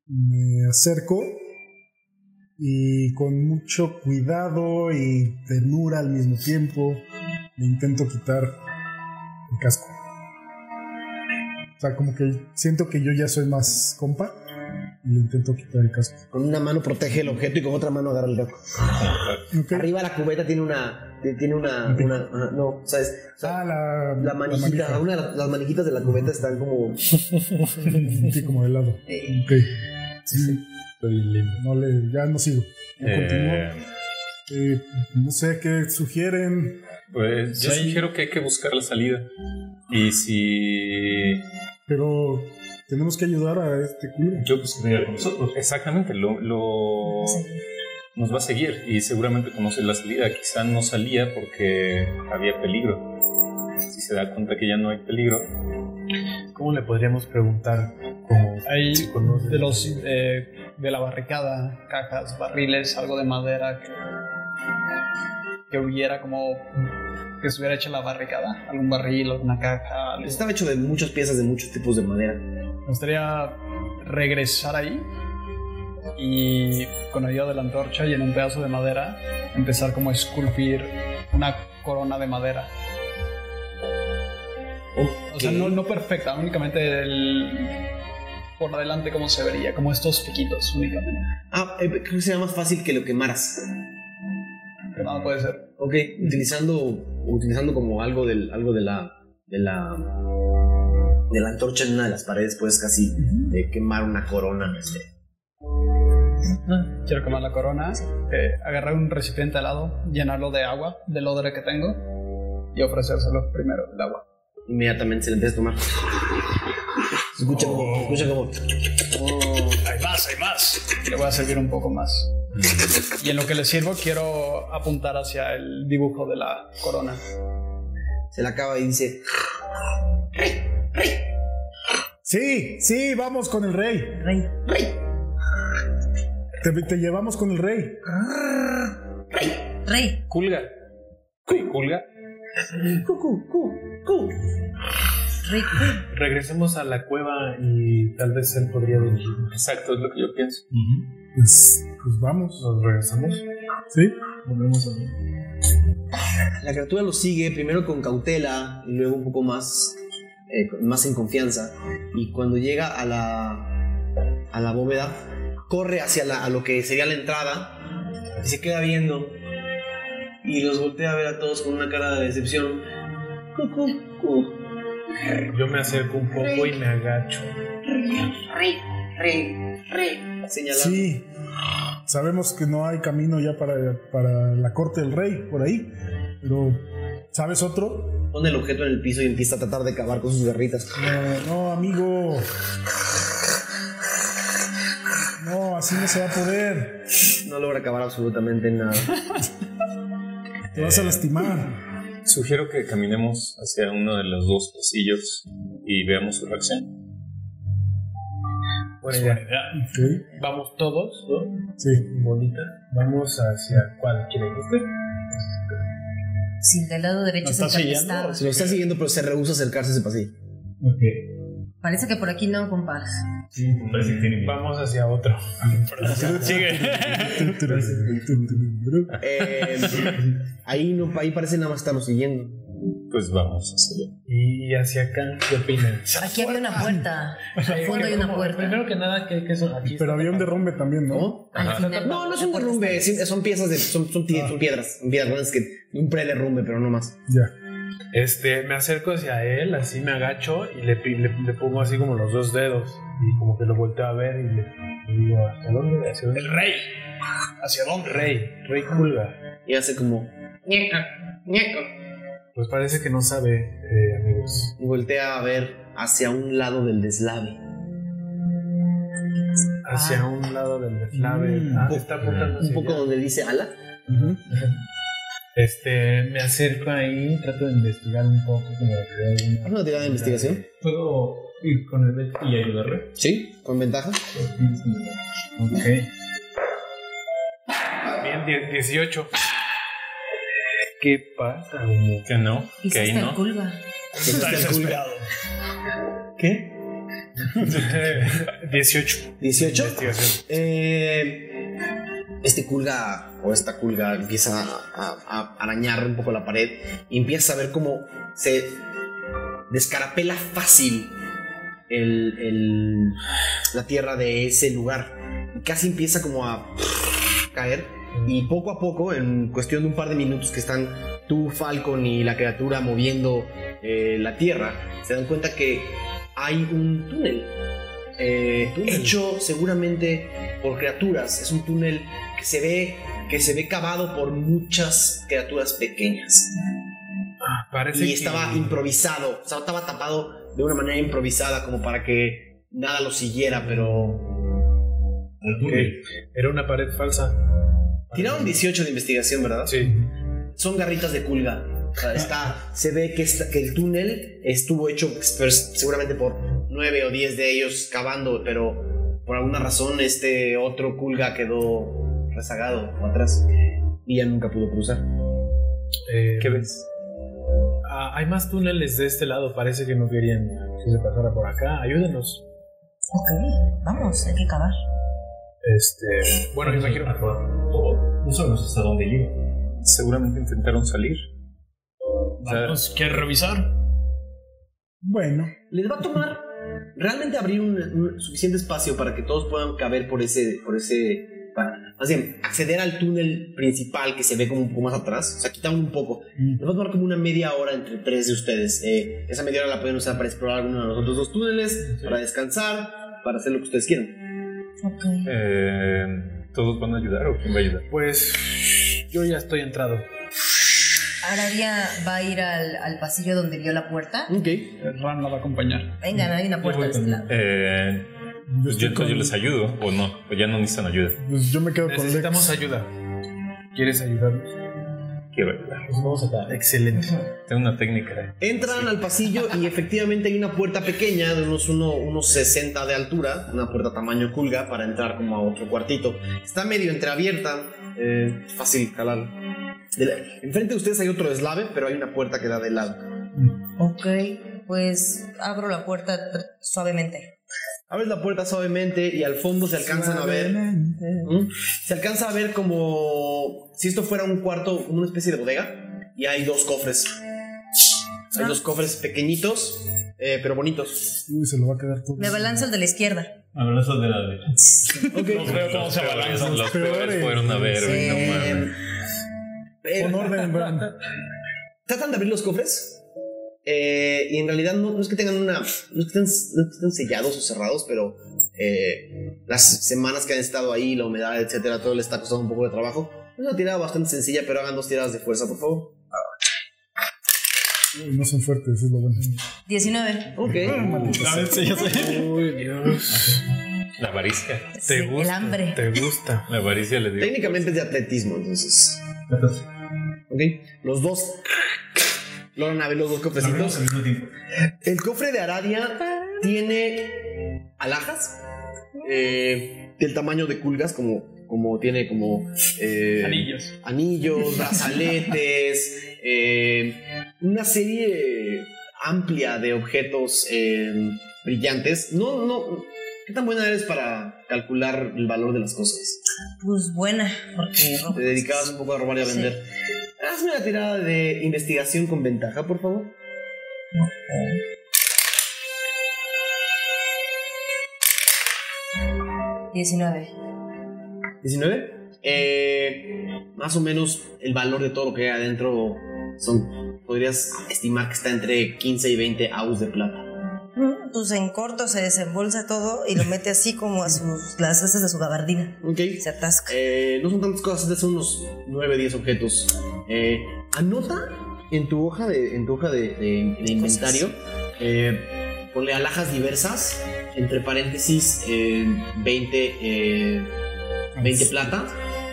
Speaker 3: Me acerco y con mucho cuidado y ternura al mismo tiempo le intento quitar el casco. O sea, como que siento que yo ya soy más compa y le intento quitar el casco.
Speaker 1: Con una mano protege el objeto y con otra mano agarra el gato.
Speaker 3: Ok.
Speaker 1: Arriba la cubeta tiene una. Tiene una. una ajá, no, ¿sabes? O sea,
Speaker 3: Ah, la,
Speaker 1: la manijita,
Speaker 3: manija.
Speaker 1: una de las- las manijitas de la cubeta están como.
Speaker 3: Sí, como de lado. Ok. Sí, no le, ya no sigo. Yo
Speaker 24: Eh,
Speaker 3: continúo. Eh, no sé qué sugieren.
Speaker 24: pues yo
Speaker 3: Sí.
Speaker 24: sugiero que hay que buscar la salida. Y si.
Speaker 3: Pero tenemos que ayudar a este culo.
Speaker 24: Yo pues que venga con nosotros. Exactamente, lo, lo- nos va a seguir y seguramente conoce la salida. Quizá no salía porque había peligro. Si se da cuenta que ya no hay peligro,
Speaker 8: ¿Cómo le podríamos preguntar? Como,
Speaker 5: Hay
Speaker 8: si conoce-
Speaker 5: de los eh, de la barricada, cajas, barriles, algo de madera que, que hubiera como que estuviera hecha la barricada, algún barril, alguna caja. algo.
Speaker 1: Estaba hecho de muchas piezas de muchos tipos de madera.
Speaker 5: Me gustaría regresar ahí y con ayuda de la antorcha y en un pedazo de madera empezar como a esculpir una corona de madera. O sea, no, no perfecta, únicamente el, por adelante como se vería, como estos piquitos únicamente.
Speaker 1: Ah, eh, creo que sería más fácil que lo quemaras.
Speaker 5: Pero nada puede ser.
Speaker 1: Ok, utilizando, utilizando como algo, del, algo de la. de la. de la antorcha en una de las paredes, puedes casi eh, quemar una corona.
Speaker 5: Quiero quemar la corona, eh, agarrar un recipiente al lado, llenarlo de agua, del odre que tengo, y ofrecérselo primero el agua.
Speaker 1: Inmediatamente se le empieza a tomar. Se escucha como. se escucha como.
Speaker 35: Hay más, hay más.
Speaker 5: Le voy a servir un poco más. Y en lo que le sirvo quiero apuntar hacia el dibujo de la corona.
Speaker 1: Se la acaba y dice.
Speaker 3: Sí, sí, vamos con el rey.
Speaker 7: rey,
Speaker 3: Te, te llevamos con el rey.
Speaker 7: rey,
Speaker 33: Culga. Sí, Culga.
Speaker 7: rey,
Speaker 8: Regresemos a la cueva y tal vez él podría venir.
Speaker 24: exacto es lo que yo pienso.
Speaker 3: Pues, pues vamos.
Speaker 8: Nos regresamos.
Speaker 3: Sí.
Speaker 34: Volvemos a ver.
Speaker 1: La criatura lo sigue primero con cautela y luego un poco más, eh, más en confianza. Y cuando llega a la, a la bóveda, corre hacia la- a lo que sería la entrada y se queda viendo. Y los voltea a ver a todos con una cara de decepción. Cucú, cu.
Speaker 6: Yo me acerco un poco y me agacho.
Speaker 36: Re, re, re.
Speaker 1: Señalando.
Speaker 3: Sí. Sabemos que no hay camino ya para, para la corte del rey por ahí, pero ¿sabes otro?
Speaker 1: Pone el objeto en el piso y empieza a tratar de cavar con sus garritas.
Speaker 3: Eh, no, amigo. No, así no se va a poder.
Speaker 1: No logra cavar absolutamente nada.
Speaker 3: Te vas a lastimar.
Speaker 24: Sugiero que caminemos hacia uno de los dos pasillos y veamos su reacción.
Speaker 6: Bueno, ya.
Speaker 3: Ok,
Speaker 6: Vamos todos, ¿no?
Speaker 3: Sí.
Speaker 6: Bonita. Vamos hacia cuál quieren que esté.
Speaker 7: Si el del lado derecho es el que estaba.
Speaker 1: Lo está siguiendo, pero se rehúsa a acercarse a ese pasillo.
Speaker 6: Ok.
Speaker 7: Parece que por aquí no, compa.
Speaker 8: Parece que tiene miedo.
Speaker 6: Vamos hacia otro.
Speaker 1: Eh, ahí, no, ahí parece nada más estarnos siguiendo.
Speaker 24: Pues vamos hacia allá.
Speaker 6: Y hacia acá, ¿qué opinan?
Speaker 7: Aquí había una puerta. Al fondo hay una puerta.
Speaker 6: Primero que nada, que, que son aquí.
Speaker 3: Pero
Speaker 6: está
Speaker 3: había un
Speaker 6: tapado.
Speaker 3: derrumbe también, ¿no?
Speaker 7: Al final,
Speaker 1: No, no es un
Speaker 7: la puerta
Speaker 1: derrumbe,
Speaker 7: está-
Speaker 1: es- son piezas de. Son, son, pie- son piedras. Son piedras grandes que. Un pre-derrumbe, pero no más.
Speaker 3: Ya.
Speaker 6: Este, me acerco hacia él, así me agacho y le, pi- le, le pongo así como los dos dedos. Y como que lo volteo a ver y le, le digo, ¿hasta dónde? ¿Hacia dónde?
Speaker 5: El rey. ¿Hacia dónde?
Speaker 6: Rey, Rey Kulga.
Speaker 1: Y hace como.
Speaker 36: Ñeca, ñeca.
Speaker 6: Pues parece que no sabe, eh, amigos.
Speaker 1: Y voltea a ver hacia un lado del deslave.
Speaker 6: Hacia un lado del deslave.
Speaker 3: Mm,
Speaker 6: Ah,
Speaker 1: po-
Speaker 6: está apuntando
Speaker 1: Ah. Un
Speaker 6: hacia
Speaker 1: poco
Speaker 6: allá.
Speaker 1: donde dice ala.
Speaker 6: Este, me acerco ahí, trato de investigar un poco como de crear alguna-
Speaker 1: Haz una tirada de investigación.
Speaker 6: ¿Puedo ir con el Beto y ayudarle?
Speaker 1: Sí, con ventaja.
Speaker 6: Ok. Bien, die- 18. ¿Qué pasa, Humo?
Speaker 24: Que no,
Speaker 7: Y
Speaker 24: que
Speaker 7: se
Speaker 24: ahí
Speaker 7: está en
Speaker 24: no.
Speaker 7: culga.
Speaker 1: este
Speaker 5: Está desesperado.
Speaker 1: ¿Qué?
Speaker 6: 18.
Speaker 1: 18.
Speaker 6: Investigación.
Speaker 1: Eh, este culga o esta culga empieza a, a arañar un poco la pared y empieza a ver cómo se descarapela fácil el- el- la tierra de ese lugar. Y casi empieza como a caer y poco a poco, en cuestión de un par de minutos que están tú, Falcon y la criatura moviendo eh, la tierra, se dan cuenta que hay un túnel. eh, hecho seguramente por criaturas. Es un túnel que se ve que se ve cavado por muchas criaturas pequeñas.
Speaker 6: Parece
Speaker 1: Y
Speaker 6: que-
Speaker 1: estaba improvisado, o sea, estaba tapado de una manera improvisada como para que nada lo siguiera, pero
Speaker 6: Ok. Era una pared falsa.
Speaker 1: tiraron 18 de investigación, ¿verdad?
Speaker 6: Sí.
Speaker 1: son garritas de culga. O sea, Está, se ve que, esta- que el túnel estuvo hecho pues, seguramente por nueve o diez de ellos cavando, pero por alguna razón este otro culga quedó rezagado o atrás y ya nunca pudo cruzar.
Speaker 6: Eh,
Speaker 24: ¿Qué ves?
Speaker 6: ah, hay más túneles de este lado. Parece que no querían que se pasara por acá. Ayúdenos.
Speaker 7: Ok, vamos, hay que cavar.
Speaker 6: Este. Bueno, me imagino.
Speaker 8: No sabemos hasta dónde llega.
Speaker 24: Seguramente intentaron salir.
Speaker 5: Vamos, ¿quieres revisar?
Speaker 3: Bueno,
Speaker 1: Les va a tomar realmente abrir un, un suficiente espacio para que todos puedan caber por ese, por ese, pa- más bien, acceder al túnel principal que se ve como un poco más atrás, o sea, quitaron un poco. Les va a tomar como una media hora entre tres de ustedes. Eh, esa media hora la pueden usar para explorar alguno de los otros dos túneles, para descansar, para hacer lo que ustedes quieran.
Speaker 7: Ok.
Speaker 24: Eh, ¿Todos van a ayudar o quién va a ayudar?
Speaker 6: Pues. Yo ya estoy entrado.
Speaker 7: Aradia va a ir al, al pasillo donde vio la puerta.
Speaker 1: Ok.
Speaker 37: Ram la va a acompañar.
Speaker 7: Vengan, hay una puerta de este lado.
Speaker 24: Eh, pues
Speaker 3: estoy
Speaker 24: yo, entonces yo
Speaker 3: con-
Speaker 24: les ayudo o no, o ya no necesitan ayuda.
Speaker 3: pues yo me quedo con
Speaker 6: Necesitamos
Speaker 3: Lex.
Speaker 6: ayuda. ¿Quieres ayudarnos?
Speaker 24: Quiero ayudar.
Speaker 6: Pues vamos acá. Excelente.
Speaker 24: Tengo una técnica. eh.
Speaker 1: Entran al pasillo y efectivamente hay una puerta pequeña de unos, uno- unos 60 de altura, una puerta tamaño culga para entrar como a otro cuartito. Está medio entreabierta, eh, fácil calar. De la- enfrente de ustedes hay otro eslave, pero hay una puerta que da de lado.
Speaker 7: Ok, pues abro la puerta tr- suavemente.
Speaker 1: Abres la puerta suavemente y al fondo se alcanzan a ver. ¿Mm? Se alcanza a ver como si esto fuera un cuarto, como una especie de bodega. Y hay dos cofres. Hay dos cofres pequeñitos, eh, pero bonitos.
Speaker 3: Uy, se lo va a quedar todo.
Speaker 7: Me abalanzo al de la izquierda.
Speaker 24: Abrazos de la derecha.
Speaker 10: Los veo cómo se abalanzan.
Speaker 6: Los peores fueron a ver, güey, no mames.
Speaker 1: Con orden, Tratan de abrir los cofres. eh, y en realidad no, no es que tengan una. No es que estén, no es que estén sellados o cerrados, pero eh, las semanas que han estado ahí, la humedad, etcétera, todo les está costando un poco de trabajo. Es una tirada bastante sencilla, pero hagan dos tiradas de fuerza, por favor.
Speaker 3: Uy, no son fuertes, es lo bueno.
Speaker 7: 19.
Speaker 1: Ok.
Speaker 5: Uy, Dios.
Speaker 6: La avaricia.
Speaker 7: Sí, el hambre.
Speaker 5: Te gusta.
Speaker 6: La avaricia le dio.
Speaker 1: Técnicamente es de atletismo, entonces.
Speaker 24: Entonces,
Speaker 1: Ok. Los dos. Logran abrir los dos
Speaker 24: abrimos
Speaker 1: cofrecitos.
Speaker 24: al mismo tiempo.
Speaker 1: El cofre de Aradia tiene alhajas eh, del tamaño de culgas, como, como tiene como eh,
Speaker 4: Anillos.
Speaker 1: anillos, brazaletes, eh, una serie amplia de objetos eh, brillantes. No, no. ¿Qué tan buena eres para calcular el valor de las cosas?
Speaker 7: Pues buena, porque
Speaker 1: Te dedicabas un poco a robar y a
Speaker 7: Sí.
Speaker 1: vender. Hazme una tirada de investigación con ventaja, por favor.
Speaker 7: robo. 19.
Speaker 1: ¿19? Eh, más o menos el valor de todo lo que hay adentro son. Podrías estimar que está entre 15 y 20 aus de plata.
Speaker 7: Pues en corto se desembolsa todo y lo mete así como a sus las asas de su gabardina.
Speaker 1: Ok.
Speaker 7: Y se atasca.
Speaker 1: Eh, no son tantas cosas, estas son unos 9, 10 objetos. Eh, anota en tu hoja de, en tu hoja de, de- de inventario. eh, ponle alhajas diversas. Entre paréntesis, eh, 20, eh, 20 plata.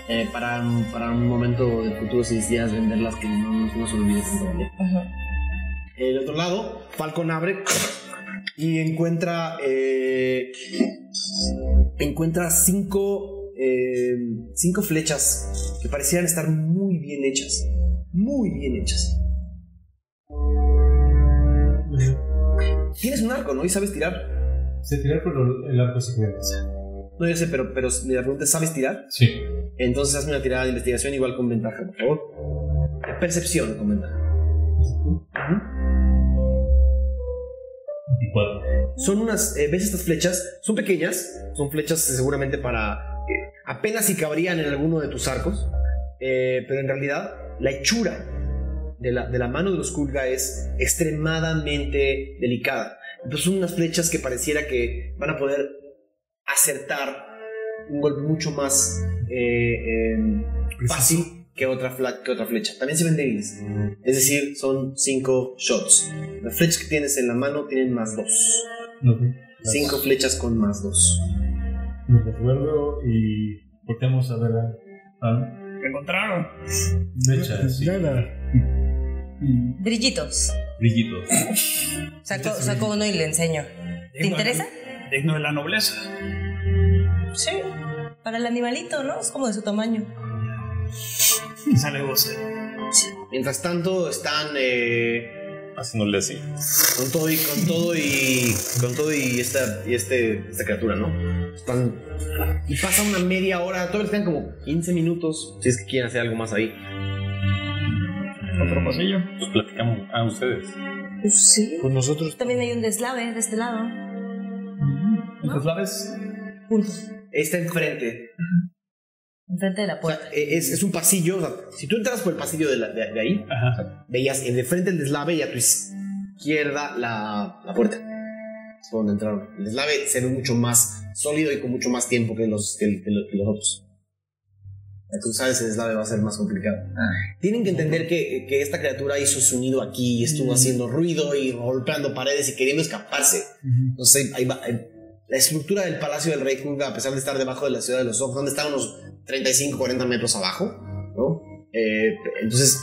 Speaker 1: eh, para, un- para un momento del futuro, si decidas venderlas, que no, no, no se olvide comprarle.
Speaker 7: Ajá.
Speaker 1: El otro lado, Falcon abre y encuentra. eh, encuentra cinco. eh, cinco flechas que parecieran estar muy bien hechas. Muy bien hechas. Tienes un arco, ¿no? Y sabes tirar.
Speaker 5: Se tirar por el arco se comienza.
Speaker 1: No, yo sé, pero, pero si la pregunta es, ¿sabes tirar?
Speaker 5: Sí.
Speaker 1: Entonces hazme una tirada de investigación igual con ventaja, por favor. Percepción con ventaja.
Speaker 24: 24.
Speaker 1: Son unas, eh, ves estas flechas, son pequeñas, son flechas eh, seguramente para... eh, apenas si cabrían en alguno de tus arcos, eh, pero en realidad la hechura de la, de la mano de los Kulga es extremadamente delicada. Entonces son unas flechas que pareciera que van a poder acertar un golpe mucho más eh, eh,
Speaker 3: Pues,
Speaker 1: fácil que otra, fla- que otra flecha. También se ven débiles, es decir, son 5 shots. Las flechas que tienes en la mano tienen más 2.
Speaker 24: Ok.
Speaker 1: Cinco flechas con más dos.
Speaker 24: Nos recuerdo y volteamos a ver a a
Speaker 32: ¿Qué encontraron?
Speaker 3: pues,
Speaker 24: Mecha, sí.
Speaker 3: Nada.
Speaker 7: Brillitos.
Speaker 24: Brillito.
Speaker 7: Saco, saco uno y le enseño. ¿Te interesa?
Speaker 32: Digno de la nobleza.
Speaker 7: Sí. Para el animalito, ¿no? Es como de su tamaño.
Speaker 32: Sale eh. goce.
Speaker 1: Mientras tanto están eh,
Speaker 6: Haciéndole así.
Speaker 1: con todo y con todo y con todo y esta y este esta criatura, ¿no? Están y pasa una media hora, todavía están como 15 minutos si es que quieren hacer algo más ahí.
Speaker 4: Otro pasillo.
Speaker 6: Pues platicamos. Ah, ustedes.
Speaker 7: Pues sí.
Speaker 5: Pues nosotros.
Speaker 7: También hay un deslave de este lado.
Speaker 4: Entonces la ves.
Speaker 7: Punto.
Speaker 1: Está enfrente.
Speaker 7: Enfrente de la
Speaker 1: O sea,
Speaker 7: puerta.
Speaker 1: e- es, es un pasillo. o sea, si tú entras por el pasillo de, la- de- de ahí, veías en de frente el deslave y a tu izquierda la, la puerta. Es por donde entraron. El deslave se ve mucho más sólido y con mucho más tiempo que los, que, el- que lo- que los otros. Ya Tú sabes, el deslave va a ser más complicado.
Speaker 7: Ah.
Speaker 1: Tienen que entender que, que esta criatura hizo su nido aquí y
Speaker 7: Mm.
Speaker 1: estuvo haciendo ruido y golpeando paredes y queriendo escaparse. No sé, ahí va- ahí- la estructura del Palacio del Rey Kunga, a pesar de estar debajo de la ciudad de los ojos, donde está unos 35, 40 metros abajo, ¿no? Eh, entonces,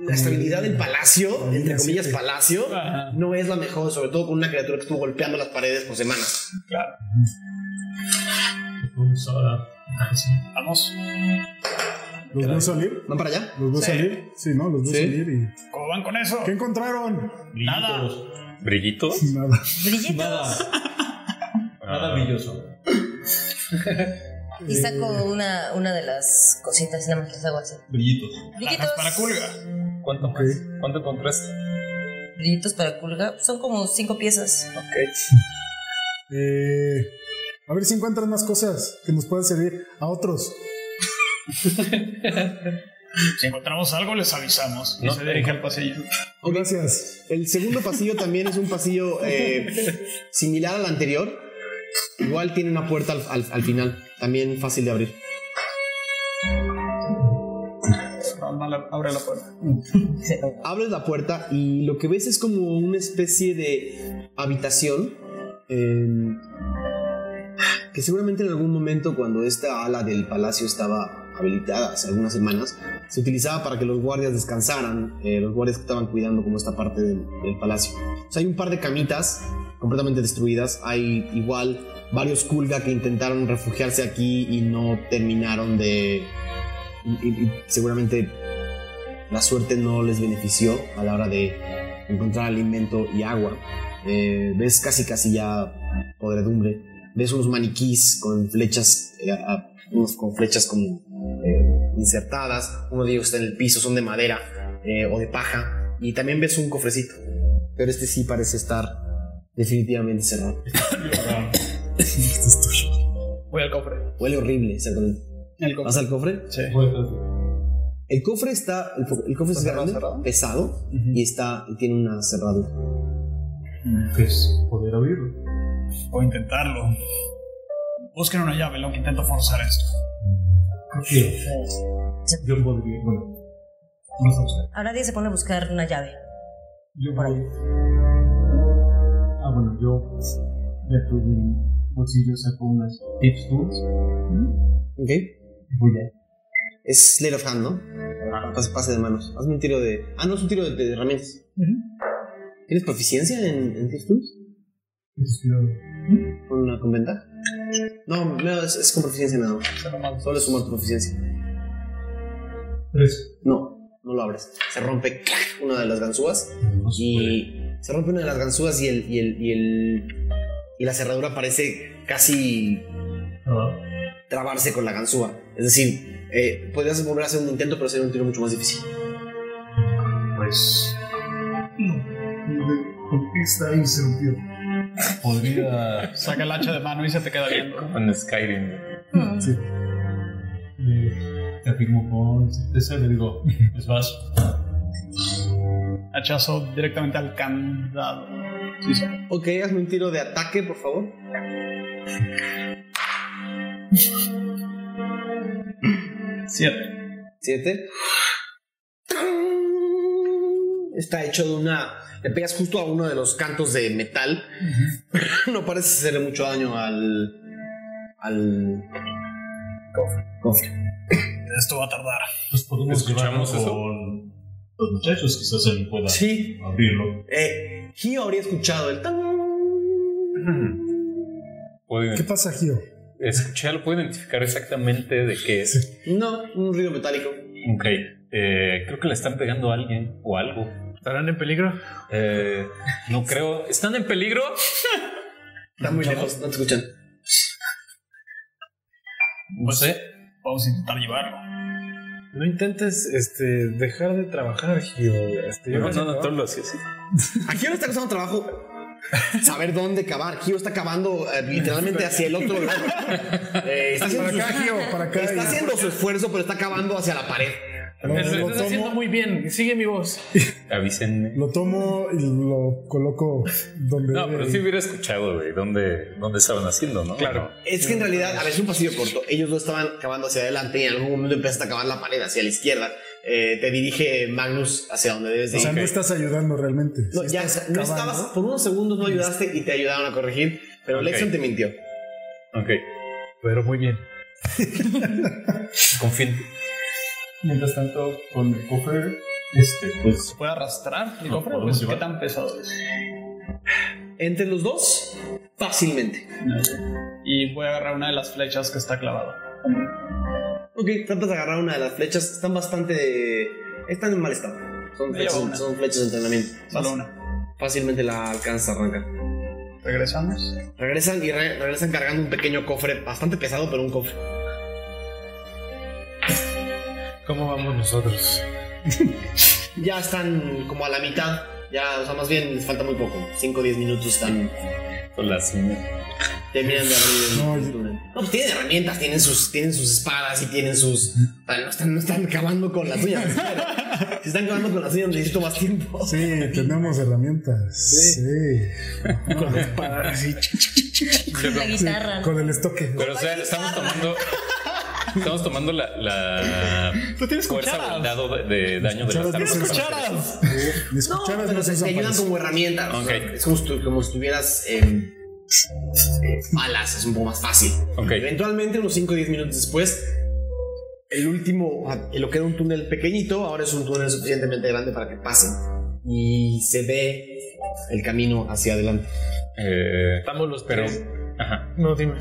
Speaker 1: la estabilidad del palacio, entre comillas palacio,
Speaker 5: Ah.
Speaker 4: Ajá.
Speaker 1: no es la mejor, sobre todo con una criatura que estuvo golpeando las paredes por semanas.
Speaker 5: Vamos ahora.
Speaker 4: Vamos.
Speaker 3: ¿Los veo salir?
Speaker 1: ¿Van para allá?
Speaker 3: ¿Los veo salir? Sí, ¿no? Los veo
Speaker 1: Sí.
Speaker 3: salir y.
Speaker 32: ¿Cómo van con eso?
Speaker 3: ¿Qué encontraron?
Speaker 24: Nada.
Speaker 6: ¿Brillitos?
Speaker 3: Nada.
Speaker 7: Brillitos.
Speaker 5: Nada. Nada brilloso.
Speaker 7: Y
Speaker 3: Eh,
Speaker 7: saco una, una de las cositas, nada más les hago así.
Speaker 5: Brillitos.
Speaker 7: Brillitos. para
Speaker 4: culga.
Speaker 10: ¿Cuánto, más? ¿Cuánto encontraste?
Speaker 7: Brillitos para culga. Son como cinco piezas.
Speaker 3: Eh, a ver si encuentran más cosas que nos puedan servir a otros.
Speaker 32: Si encontramos algo, les avisamos. Y
Speaker 3: No.
Speaker 32: se dirige al pasillo.
Speaker 3: Gracias.
Speaker 1: El segundo pasillo también es un pasillo eh, similar al anterior. Igual tiene una puerta al, al- al final, también fácil de abrir.
Speaker 4: abre la puerta.
Speaker 1: Abres la puerta y lo que ves es como una especie de habitación eh, que seguramente en algún momento cuando esta ala del palacio estaba habilitada hace algunas semanas, se utilizaba para que los guardias descansaran, eh, los guardias que estaban cuidando como esta parte del, del palacio. O sea, hay un par de camitas completamente destruidas, hay igual varios Kulga que intentaron refugiarse aquí y no terminaron de... y- y- y seguramente la suerte no les benefició a la hora de encontrar alimento y agua. Eh, ves casi casi ya podredumbre. Ves unos maniquís con flechas, eh, a- unos con flechas como eh, insertadas. Uno de ellos está en el piso, son de madera eh, o de paja. Y también ves un cofrecito. Pero este sí parece estar definitivamente cerrado. Este es tuyo.
Speaker 4: Voy al cofre.
Speaker 1: Huele horrible, exactamente.
Speaker 4: El cofre.
Speaker 1: ¿Vas al cofre?
Speaker 4: Sí.
Speaker 1: El cofre está. El, co- el cofre es grande, pesado y está. y tiene una cerradura.
Speaker 5: Pues poder abrirlo.
Speaker 32: Voy a intentarlo. Busquen una llave, lo que intento forzar esto.
Speaker 5: Yo podría. Bueno. No sé usted.
Speaker 7: Ahora Díaz se pone a buscar una llave.
Speaker 5: Yo voy. Ah, bueno, yo. Dentro de mi bolsillo saco unas tips tools.
Speaker 1: Ok.
Speaker 5: Voy a.
Speaker 1: Es Slayer of Hand, ¿no? Pase, pase de manos. Hazme un tiro de. Ah, no, es un tiro de, de herramientas. ¿Tienes proficiencia en, en Thief Tools? Pues, ¿Con una con ventaja? No, no, es, es con proficiencia nada más. Solo es sumar tu proficiencia.
Speaker 5: Tres.
Speaker 1: No, no lo abres. Se rompe ¡clac! una de las ganzúas y se rompe una de las ganzúas y el y el y el y la cerradura parece casi trabarse con la ganzúa. Es decir, eh, podrías volver a hacer un intento, pero sería un tiro mucho más difícil.
Speaker 5: Pues
Speaker 24: ¿Por qué está interrumpido?
Speaker 6: Podría.
Speaker 4: Saca el hacha de mano y se te queda viendo.
Speaker 6: En Skyrim.
Speaker 7: Mm.
Speaker 3: Sí.
Speaker 5: Te afirmo con certeza y le digo, es vas.
Speaker 4: Hachazo directamente al candado.
Speaker 1: Ok, hazme un tiro de ataque, por favor.
Speaker 4: Siete.
Speaker 1: Siete. Está hecho de una. Le pegas justo a uno de los cantos de metal. No parece hacerle mucho daño al. al. cofre.
Speaker 32: Esto va a tardar.
Speaker 24: Pues podemos llevarlo
Speaker 6: ¿Escuchamos eso?
Speaker 24: con los muchachos, quizás él pueda
Speaker 1: Sí.
Speaker 24: abrirlo.
Speaker 1: Eh, Gio habría escuchado el tan.
Speaker 6: Puedo
Speaker 3: ¿Qué pasa, Gio?
Speaker 6: escuchar, puedo identificar exactamente de qué es.
Speaker 1: No, un ruido metálico.
Speaker 6: Ok. eh, creo que le están pegando a alguien o algo.
Speaker 5: ¿Estarán en peligro?
Speaker 6: Eh, no creo. ¿Están en peligro?
Speaker 1: Está muy lejos, no te escuchan.
Speaker 6: No sé.
Speaker 32: Vamos a intentar llevarlo.
Speaker 5: No intentes este, dejar de trabajar, Gio. Este,
Speaker 6: No, no, no,
Speaker 5: no,
Speaker 6: todo lo hacía así.
Speaker 1: ¿A Gio le está costando trabajo saber dónde cavar? Gio está cavando eh, literalmente hacia el otro lado. Eh, está haciendo,
Speaker 3: Para acá,
Speaker 1: su,
Speaker 3: Gio, para acá.
Speaker 1: está
Speaker 3: y-
Speaker 1: haciendo su esfuerzo, pero está cavando hacia la pared.
Speaker 3: lo, lo tomo,
Speaker 5: muy bien. Sigue mi voz.
Speaker 6: Avísenme.
Speaker 3: lo tomo y lo coloco donde.
Speaker 6: No, pero sí hubiera escuchado, güey, dónde, dónde estaban haciendo, ¿no? Claro.
Speaker 1: Es que en realidad, a veces un pasillo corto, ellos no estaban cavando hacia adelante y en algún momento empezaste a cavar la pared hacia la izquierda. Eh, te dirige Magnus hacia donde debes de
Speaker 3: O sea,
Speaker 1: ir.
Speaker 3: no estás ayudando realmente.
Speaker 1: No, ya, no
Speaker 3: cavando.
Speaker 1: estabas, por unos segundos no ayudaste y te ayudaron a corregir, pero
Speaker 6: Ok.
Speaker 1: Lexion te mintió.
Speaker 6: Ok.
Speaker 5: Pero muy bien.
Speaker 6: Confío en ti.
Speaker 5: Mientras tanto, con el cofre,
Speaker 24: Este, pues,
Speaker 4: ¿Puede arrastrar el
Speaker 24: No,
Speaker 4: cofre? Pues,
Speaker 24: podemos
Speaker 4: ¿Qué
Speaker 24: llevar.
Speaker 4: tan pesado es?
Speaker 1: Entre los dos, fácilmente.
Speaker 4: Y voy a agarrar una de las flechas que está clavada.
Speaker 1: Ok, tratas de agarrar una de las flechas, están bastante... están en mal estado. Son
Speaker 4: Me llevo
Speaker 1: flechas,
Speaker 4: una.
Speaker 1: son flechas de entrenamiento.
Speaker 4: Solo una.
Speaker 1: Fácilmente la alcanza a arrancar.
Speaker 4: ¿Regresamos?
Speaker 1: Regresan y re- regresan cargando un pequeño cofre, bastante pesado, pero un cofre.
Speaker 5: ¿Cómo vamos nosotros?
Speaker 1: Ya están como a la mitad. Ya, o sea, más bien les falta muy poco. 5 o 10 minutos están.
Speaker 6: Por la cima.
Speaker 1: Terminan de abrir el túnel. No, pues tienen herramientas, tienen sus, tienen sus espadas y tienen sus. ah, No están, no están acabando con las uñas. espera. si están acabando con las uñas, necesito más tiempo.
Speaker 3: Sí, tenemos herramientas. Sí.
Speaker 5: Con las espadas y
Speaker 7: Con la guitarra.
Speaker 3: Con el estoque.
Speaker 6: Pero, o sea, estamos tomando. Estamos tomando la, la fuerza o el dado de, de daño de las
Speaker 3: Tienes
Speaker 6: armas.
Speaker 3: cucharas. Eh, Mis
Speaker 1: No,
Speaker 3: cucharas
Speaker 1: pero
Speaker 3: no se
Speaker 1: se, te
Speaker 3: usan para
Speaker 1: ayudan
Speaker 3: eso.
Speaker 1: como herramientas. o sea,
Speaker 6: Ok.
Speaker 1: es como si, tu- como si tuvieras eh, eh, alas, es un poco más fácil.
Speaker 6: Ok.
Speaker 1: Eventualmente, unos 5 o 10 minutos después, el último, ah, lo que era un túnel pequeñito, ahora es un túnel suficientemente grande para que pasen. Y se ve el camino hacia adelante.
Speaker 6: Eh,
Speaker 5: Estamos los
Speaker 6: pero.
Speaker 5: tres.
Speaker 6: Ajá.
Speaker 5: No, dime.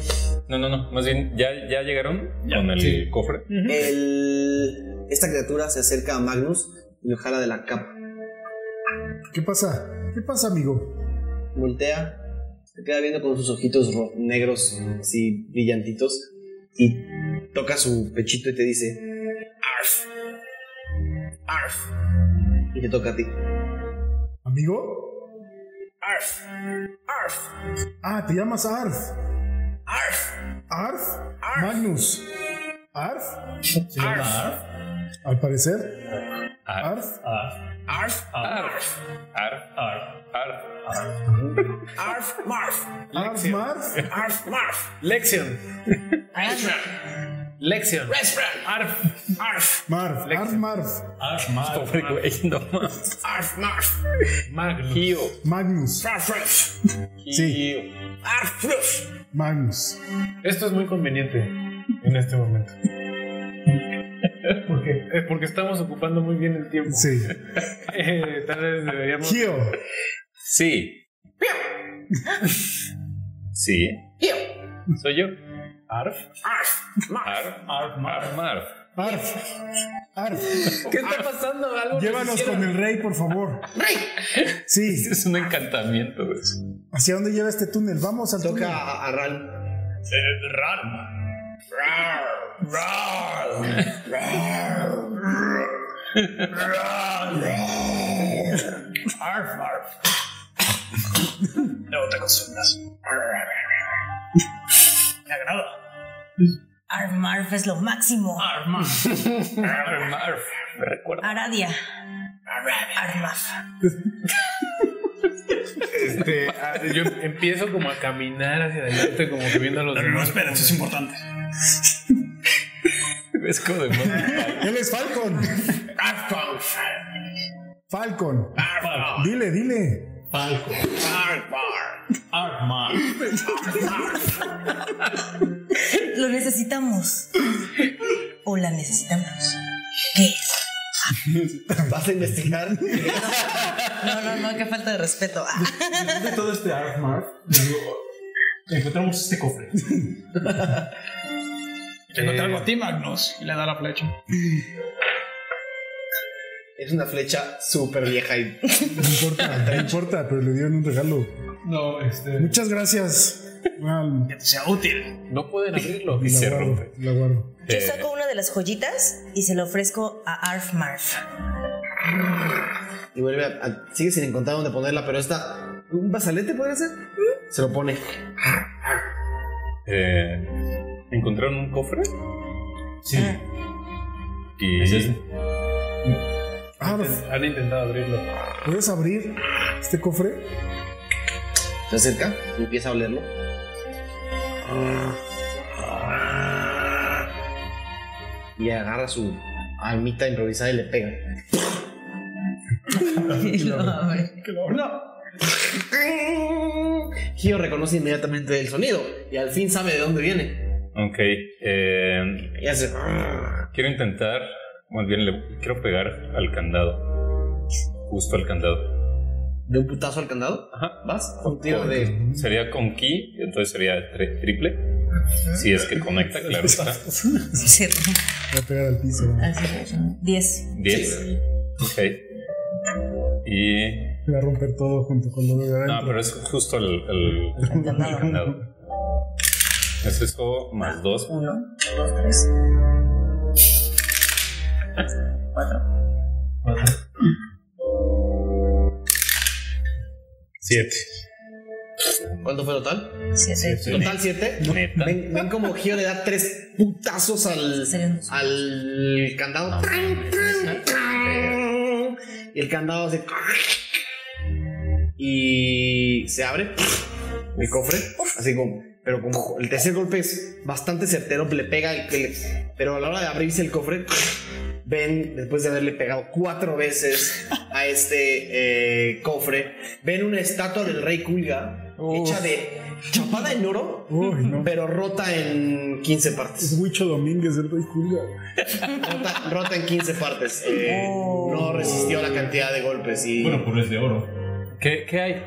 Speaker 6: No, no, no. Más bien, ¿ya, ya llegaron con el
Speaker 5: Sí.
Speaker 6: cofre?
Speaker 1: El- esta criatura se acerca a Magnus y lo jala de la capa.
Speaker 3: ¿Qué pasa? ¿Qué pasa, amigo?
Speaker 1: Voltea, se queda viendo con sus ojitos ro- negros, así brillantitos, y toca su pechito y te dice: Arf, Arf, y te toca a ti.
Speaker 3: ¿Amigo?
Speaker 1: Arf, Arf,
Speaker 3: Ah, te llamas Arf. Arf. Arf. Magnus. Arf.
Speaker 5: ¿Se llama Arf?
Speaker 3: Al parecer.
Speaker 6: Arf.
Speaker 3: Arf.
Speaker 1: Arf,
Speaker 6: Arf. Arf. Arf. Arf.
Speaker 1: Arf, Marf,
Speaker 3: Arf Marf.
Speaker 1: Arf, Marf,
Speaker 5: Lexion. Lexion.
Speaker 1: Respran,
Speaker 5: Arf. Arf.
Speaker 3: Marf. Arf Marf.
Speaker 5: Arf. Marf.
Speaker 6: Pobre güey, no más.
Speaker 1: Arf, Marf,
Speaker 5: Magnus.
Speaker 3: Magnus.
Speaker 1: Arf, Arf,
Speaker 3: Sí,
Speaker 1: Arf, Arf.
Speaker 3: Magnus.
Speaker 5: Esto es muy conveniente en este momento. ¿Por qué? Eh, porque estamos ocupando muy bien el tiempo.
Speaker 3: Sí.
Speaker 5: Eh, tal vez deberíamos.
Speaker 3: Gio.
Speaker 6: Sí. Sí. Soy yo.
Speaker 5: Arf.
Speaker 6: Arf.
Speaker 5: Arf. Marf.
Speaker 6: Arf. Arf.
Speaker 3: Arf. Arf.
Speaker 5: ¿Qué está pasando? Algo
Speaker 3: Llévanos con el rey, por favor. ¡Rey! Sí.
Speaker 6: Es un encantamiento, güey.
Speaker 3: ¿Hacia dónde lleva este túnel? Vamos al
Speaker 1: Toca
Speaker 3: túnel.
Speaker 1: a, a Ral.
Speaker 32: No te acostumbras. Me agrada.
Speaker 7: Armarf es lo máximo.
Speaker 32: Arma.
Speaker 6: Arf. Me recuerda.
Speaker 7: Aradia. Armaf.
Speaker 5: Este, ah, yo empiezo como a caminar hacia adelante, como que viendo a los
Speaker 32: Pero no,
Speaker 5: demás.
Speaker 32: espera, eso es importante.
Speaker 6: Es como de
Speaker 3: Él es Falcon. Falcon. Dile, dile.
Speaker 7: Lo necesitamos. O la necesitamos. ¿Qué es?
Speaker 1: Vas a investigar.
Speaker 7: No, no, no, qué falta de respeto. Ah.
Speaker 2: De todo este Arf Marf, les digo, encontramos este cofre.
Speaker 32: Te encontré
Speaker 5: Eh,
Speaker 32: algo a ti, Magnus. Y le da la flecha.
Speaker 1: es una flecha súper vieja y
Speaker 3: No importa, no importa, pero le dieron un regalo.
Speaker 5: No, este.
Speaker 3: Muchas gracias. Al-
Speaker 32: Que te sea útil.
Speaker 5: No pueden abrirlo.
Speaker 3: la
Speaker 6: se
Speaker 3: guardo,
Speaker 6: rompe.
Speaker 3: La guardo.
Speaker 7: Yo saco una de las joyitas y se la ofrezco a Arfmarf.
Speaker 1: Y vuelve a, a- Sigue sin encontrar dónde ponerla, pero está. ¿Un brazalete podría ser? Se lo pone.
Speaker 6: Eh, ¿Encontraron un cofre?
Speaker 5: Sí.
Speaker 7: Ah.
Speaker 6: Y
Speaker 3: Arf,
Speaker 5: Han intentado abrirlo.
Speaker 3: ¿puedes abrir este cofre?
Speaker 1: Se acerca y empieza a olerlo. Y agarra su almita improvisada y le pega.
Speaker 7: Y lo abre.
Speaker 1: Gio reconoce inmediatamente el sonido y al fin sabe de dónde viene.
Speaker 6: Ok. eh,
Speaker 1: Y hace.
Speaker 6: quiero intentar. Más bien, le quiero pegar al candado. Justo al candado.
Speaker 1: De un putazo al candado.
Speaker 6: Ajá.
Speaker 1: ¿Vas? Un tiro de.
Speaker 6: Sería con ki, entonces sería tri- triple. Si es que conecta, claro está.
Speaker 7: Sí,
Speaker 3: Voy a pegar al piso.
Speaker 7: así es. Diez.
Speaker 6: 10. Ok. Y
Speaker 3: Voy a romper todo junto con lo de adentro.
Speaker 24: No, pero es justo el, el, el candado. Es eso más dos.
Speaker 7: Uno, dos, tres. Cuatro.
Speaker 24: Siete.
Speaker 1: ¿Cuánto fue total?
Speaker 7: Siete.
Speaker 1: ¿Total 7?
Speaker 24: Neta.
Speaker 1: Ven, ven como Gio le da tres putazos al,
Speaker 7: Serían dos.
Speaker 1: al candado. Tran, tran, tran. Y el candado se. Y se abre el cofre. Así como. Pero como el tercer golpe es bastante certero, le pega. el- el- pero a la hora de abrirse el cofre, ven, después de haberle pegado cuatro veces a este eh, cofre, ven una estatua del rey Kulga hecha de chapada en oro,
Speaker 3: Uy, no.
Speaker 1: pero rota en 15 partes.
Speaker 3: Es Huicho Domínguez, el rey Julio.
Speaker 1: Rota, rota en 15 partes. Eh, No resistió la cantidad de golpes y.
Speaker 38: Bueno, pero es de oro.
Speaker 6: ¿Qué, qué hay?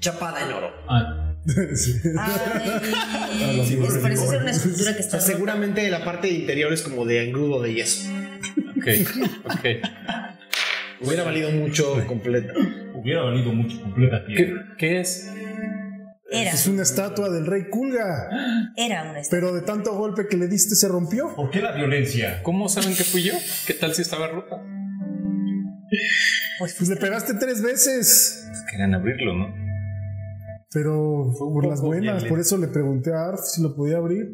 Speaker 1: chapada en oro.
Speaker 38: Ah,
Speaker 3: Sí.
Speaker 7: Ay,
Speaker 3: Sí,
Speaker 7: Pues, es-
Speaker 3: sí,
Speaker 7: parece
Speaker 3: sí.
Speaker 7: ser una escultura que
Speaker 1: O
Speaker 7: está
Speaker 1: sea, seguramente la parte interior es como de engrudo de yeso.
Speaker 24: Ok, ok.
Speaker 1: Hubiera valido mucho completa.
Speaker 38: hubiera valido mucho completa
Speaker 6: ¿Qué,
Speaker 38: piedra.
Speaker 6: qué es?
Speaker 7: era,
Speaker 3: Es una estatua del rey Kulga.
Speaker 7: era una estatua.
Speaker 3: Pero de tanto golpe que le diste se rompió.
Speaker 38: ¿Por qué la violencia?
Speaker 6: ¿Cómo saben que fui yo? ¿Qué tal si estaba rota?
Speaker 7: Pues
Speaker 3: Pues le
Speaker 7: fuiste-
Speaker 3: pegaste tres veces.
Speaker 24: Querían abrirlo, ¿no?
Speaker 3: Pero
Speaker 6: Fue un
Speaker 3: por las
Speaker 6: poco
Speaker 3: buenas.
Speaker 6: violento.
Speaker 3: Por eso le pregunté a Arf si lo podía abrir.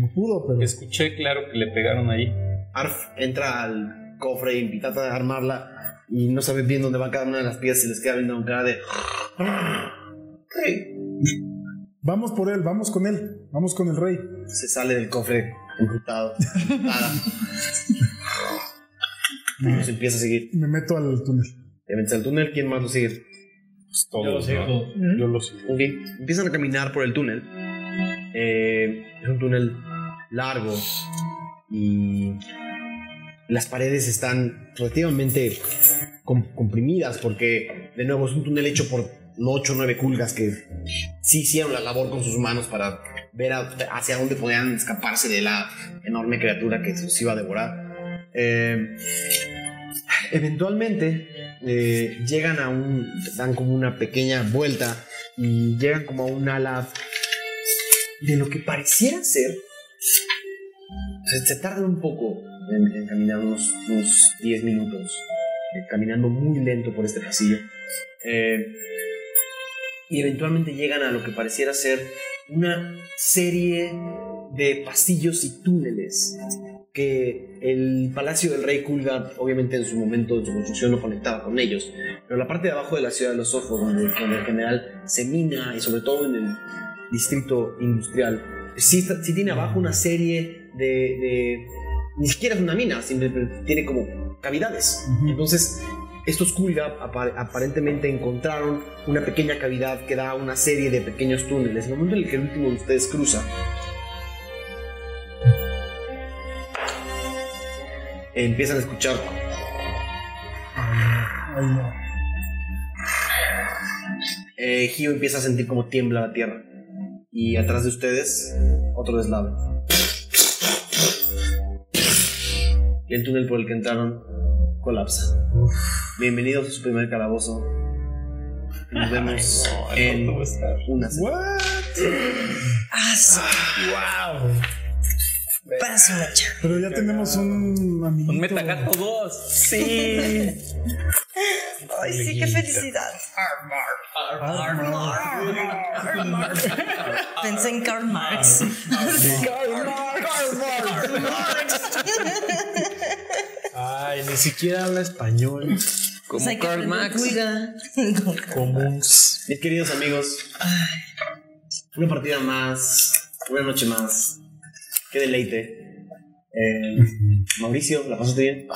Speaker 3: No pudo, pero.
Speaker 6: Escuché, claro, que le pegaron ahí.
Speaker 1: Arf entra al cofre y trata de armarla y no sabe bien dónde va cada una de las piezas y les queda viendo con cara de.
Speaker 3: Vamos por él, vamos con él. Vamos con el rey.
Speaker 1: Se sale del cofre enrutado. Y nos empieza a seguir.
Speaker 3: Me meto al túnel.
Speaker 1: Ya vente al túnel, ¿quién más lo sigue?
Speaker 24: Pues todos, ¿no?
Speaker 6: Yo lo sé.
Speaker 1: Ok, empiezan a caminar por el túnel. Eh, es un túnel largo y las paredes están relativamente com- comprimidas porque, de nuevo, es un túnel hecho por 8 o 9 culgas que sí hicieron la labor con sus manos para ver a- hacia dónde podían escaparse de la enorme criatura que los iba a devorar. Eh, eventualmente eh, llegan a un. dan como una pequeña vuelta y llegan como a un ala de lo que pareciera ser. Se, se tarda un poco en, en caminar unos, unos 10 minutos, eh, caminando muy lento por este pasillo. Eh, y eventualmente llegan a lo que pareciera ser una serie de pasillos y túneles que el Palacio del Rey Kulgar obviamente en su momento de su construcción no conectaba con ellos, pero la parte de abajo de la ciudad de los ojos, donde, donde en general se mina y sobre todo en el distrito industrial, sí, está- sí tiene abajo una serie de, de- Ni siquiera es una mina, simplemente tiene como cavidades. Entonces, estos Kulga apar- aparentemente encontraron una pequeña cavidad que da a una serie de pequeños túneles. En el momento en el que el último de ustedes cruza, empiezan a escuchar
Speaker 3: Ay, no.
Speaker 1: Eh, Gio empieza a sentir como tiembla la tierra. Y atrás de ustedes, otro deslave. Y el túnel por el que entraron colapsa. Bienvenidos a su primer calabozo. Nos vemos en una semana.
Speaker 3: What?
Speaker 7: Ah, sí. Para su mecha.
Speaker 3: Pero ya tenemos un amiguito.
Speaker 6: Un metagato 2.
Speaker 7: Sí. Ay, sí, qué felicidad. Pensé en Karl Marx. Karl Marx.
Speaker 8: Ay, ni siquiera habla español.
Speaker 7: Como Karl Marx. Cuida.
Speaker 8: Como un
Speaker 1: Mis queridos amigos, una partida más, una noche más. Qué deleite. Eh, Mauricio, ¿la pasaste bien?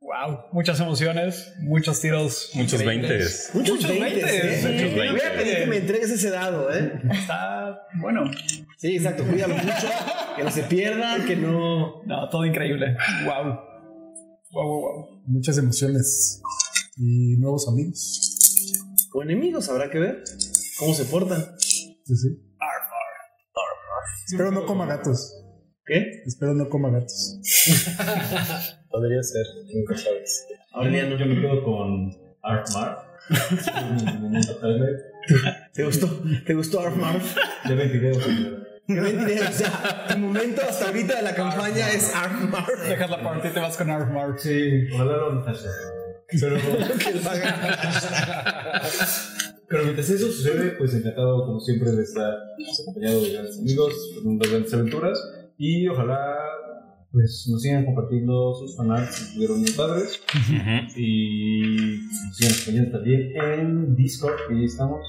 Speaker 5: Wow, muchas emociones, muchos tiros.
Speaker 24: Muchos
Speaker 5: increíbles.
Speaker 24: veintes.
Speaker 1: Muchos,
Speaker 5: veintes,
Speaker 1: veintes,
Speaker 5: ¿eh?
Speaker 24: Muchos
Speaker 1: Voy a pedir que me
Speaker 24: veintes.
Speaker 1: entregues ese dado, ¿eh?
Speaker 5: Está bueno.
Speaker 1: Sí, exacto, cuídalo mucho, que no se pierda, que no...
Speaker 5: No, todo increíble. Wow. Wow, wow, wow.
Speaker 3: Muchas emociones. Y nuevos amigos.
Speaker 1: O enemigos, habrá que ver cómo se portan.
Speaker 3: Sí, sí. Espero no coma gatos.
Speaker 1: ¿Qué?
Speaker 3: Espero no coma gatos.
Speaker 8: Podría ser, nunca sabes.
Speaker 1: Aureliano.
Speaker 38: Yo me quedo con Armar.
Speaker 1: ¿Te gustó? ¿Te gustó Armar?
Speaker 24: Ya 20 videos.
Speaker 1: ¿Qué mentira? O sea, tu momento hasta ahorita de la campaña es Armar.
Speaker 4: Dejas la parte y te vas con Armar.
Speaker 24: Sí, ojalá lo notas. Pero,
Speaker 1: Que lo haga.
Speaker 24: pero mientras eso sucede, pues encantado como siempre de estar acompañado de grandes amigos, con unas grandes aventuras y ojalá pues nos sigan compartiendo sus fanarts si tuvieron mis padres y pues, nos sigan acompañando también en Discord, que ahí estamos,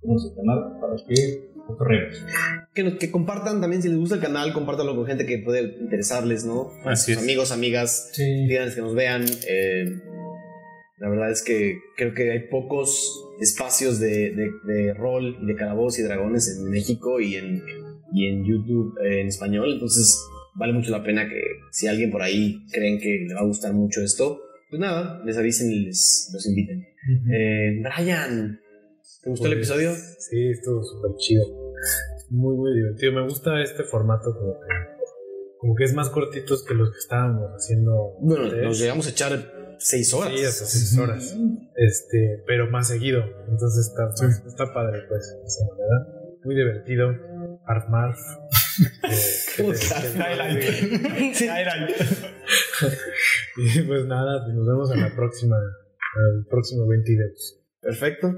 Speaker 24: tenemos el canal para que pues, corremos.
Speaker 1: que, nos- que compartan también, si les gusta el canal, compártanlo con gente que puede interesarles, ¿no?
Speaker 6: Así
Speaker 1: Sus
Speaker 6: es.
Speaker 1: amigos, amigas, díganles que nos vean. eh, la verdad es que creo que hay pocos espacios de, de- de rol y de calabozos y dragones en México y en, y en YouTube eh, en español, entonces vale mucho la pena que si alguien por ahí creen que le va a gustar mucho esto, pues nada, les avisen y les, los inviten. Eh, Brian, ¿te gustó el
Speaker 5: Pues,
Speaker 1: episodio?
Speaker 5: Sí, estuvo súper chido. Muy, muy divertido. Me gusta este formato como que, como que es más cortitos que los que estábamos haciendo.
Speaker 1: Bueno,
Speaker 5: antes.
Speaker 1: nos llegamos a echar seis horas.
Speaker 5: Sí, hasta seis horas. Este, pero más seguido. Entonces está, está padre, pues, de esa manera. Muy divertido. Art Marf. Y pues nada, nos vemos a la próxima, al próximo 22.
Speaker 1: Perfecto.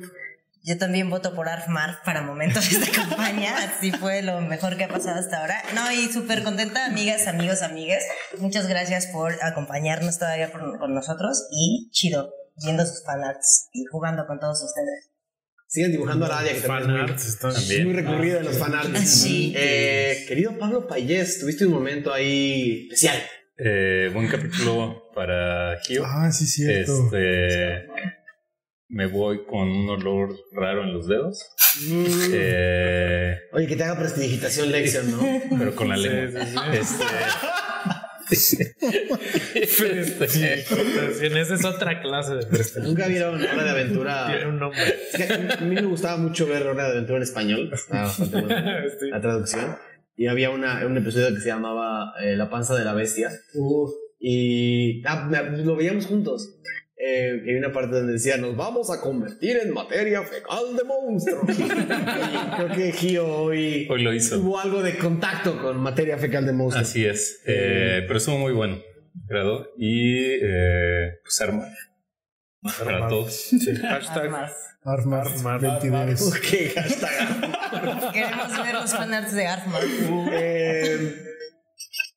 Speaker 7: Yo también voto por Arfmar para momentos de esta campaña. Así fue lo mejor que ha pasado hasta ahora. No, y súper contenta, amigas, amigos, amigas. Muchas gracias por acompañarnos todavía por- con nosotros y chido, viendo sus fanarts y jugando con todos ustedes.
Speaker 1: Sigan dibujando a Aradia, que también es muy- es muy, recurrida en los fanarts.
Speaker 7: Sí.
Speaker 1: Eh, querido Pablo Payés, tuviste un momento ahí especial.
Speaker 6: Eh, buen capítulo para Gio.
Speaker 3: Ah, sí, cierto.
Speaker 6: Este, me voy con un olor raro en los dedos.
Speaker 1: Mm.
Speaker 6: Eh,
Speaker 1: Oye, que te haga prestidigitación Lexion, ¿no?
Speaker 6: pero con la lengua. Este,
Speaker 5: Esa es otra clase de prestación.
Speaker 1: Nunca vieron Hora de
Speaker 5: Tiene
Speaker 1: Aventura.
Speaker 5: un nombre.
Speaker 1: Es que a mí me gustaba mucho ver Hora de Aventura en español. Estaba bastante buena
Speaker 5: Sí.
Speaker 1: la traducción. Y había una, un episodio que se llamaba eh, La panza de la bestia. Y ah, me- lo veíamos juntos. Eh, y hay una parte donde decía, nos vamos a convertir en materia fecal de monstruo. y creo que Gio hoy
Speaker 6: hoy lo hizo.
Speaker 1: tuvo algo de contacto con materia fecal de monstruo.
Speaker 6: Así es. Eh, pero estuvo muy bueno. Grado. Y eh, pues arma. Para todos.
Speaker 5: Hashtag
Speaker 7: Arfmar.
Speaker 3: Armar
Speaker 5: Armar.
Speaker 3: 22.
Speaker 1: Ok, hashtag.
Speaker 7: Queremos ver los fanarts de Arfmar.
Speaker 1: Eh,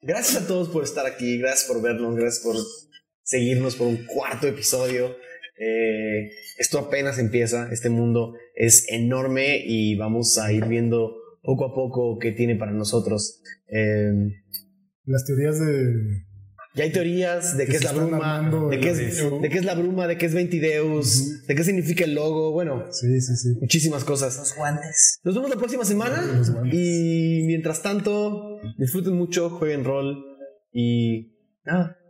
Speaker 1: gracias a todos por estar aquí, gracias por vernos, gracias por seguirnos por un cuarto episodio. Eh, esto apenas empieza, este mundo es enorme y vamos a ir viendo poco a poco qué tiene para nosotros. Eh,
Speaker 3: Las teorías de.
Speaker 1: ya hay teorías de
Speaker 3: Que
Speaker 1: qué es
Speaker 3: se
Speaker 1: la
Speaker 3: están
Speaker 1: bruma,
Speaker 3: armando
Speaker 1: de
Speaker 3: en
Speaker 1: qué
Speaker 3: la
Speaker 1: es,
Speaker 3: edición.
Speaker 1: de qué es la bruma, de qué es Ventideus, de qué significa el logo, bueno,
Speaker 3: Sí, sí, sí.
Speaker 1: muchísimas cosas.
Speaker 7: Los guantes.
Speaker 1: Nos vemos la próxima semana.
Speaker 3: Los guantes.
Speaker 1: Y mientras tanto, disfruten mucho, jueguen rol y nada,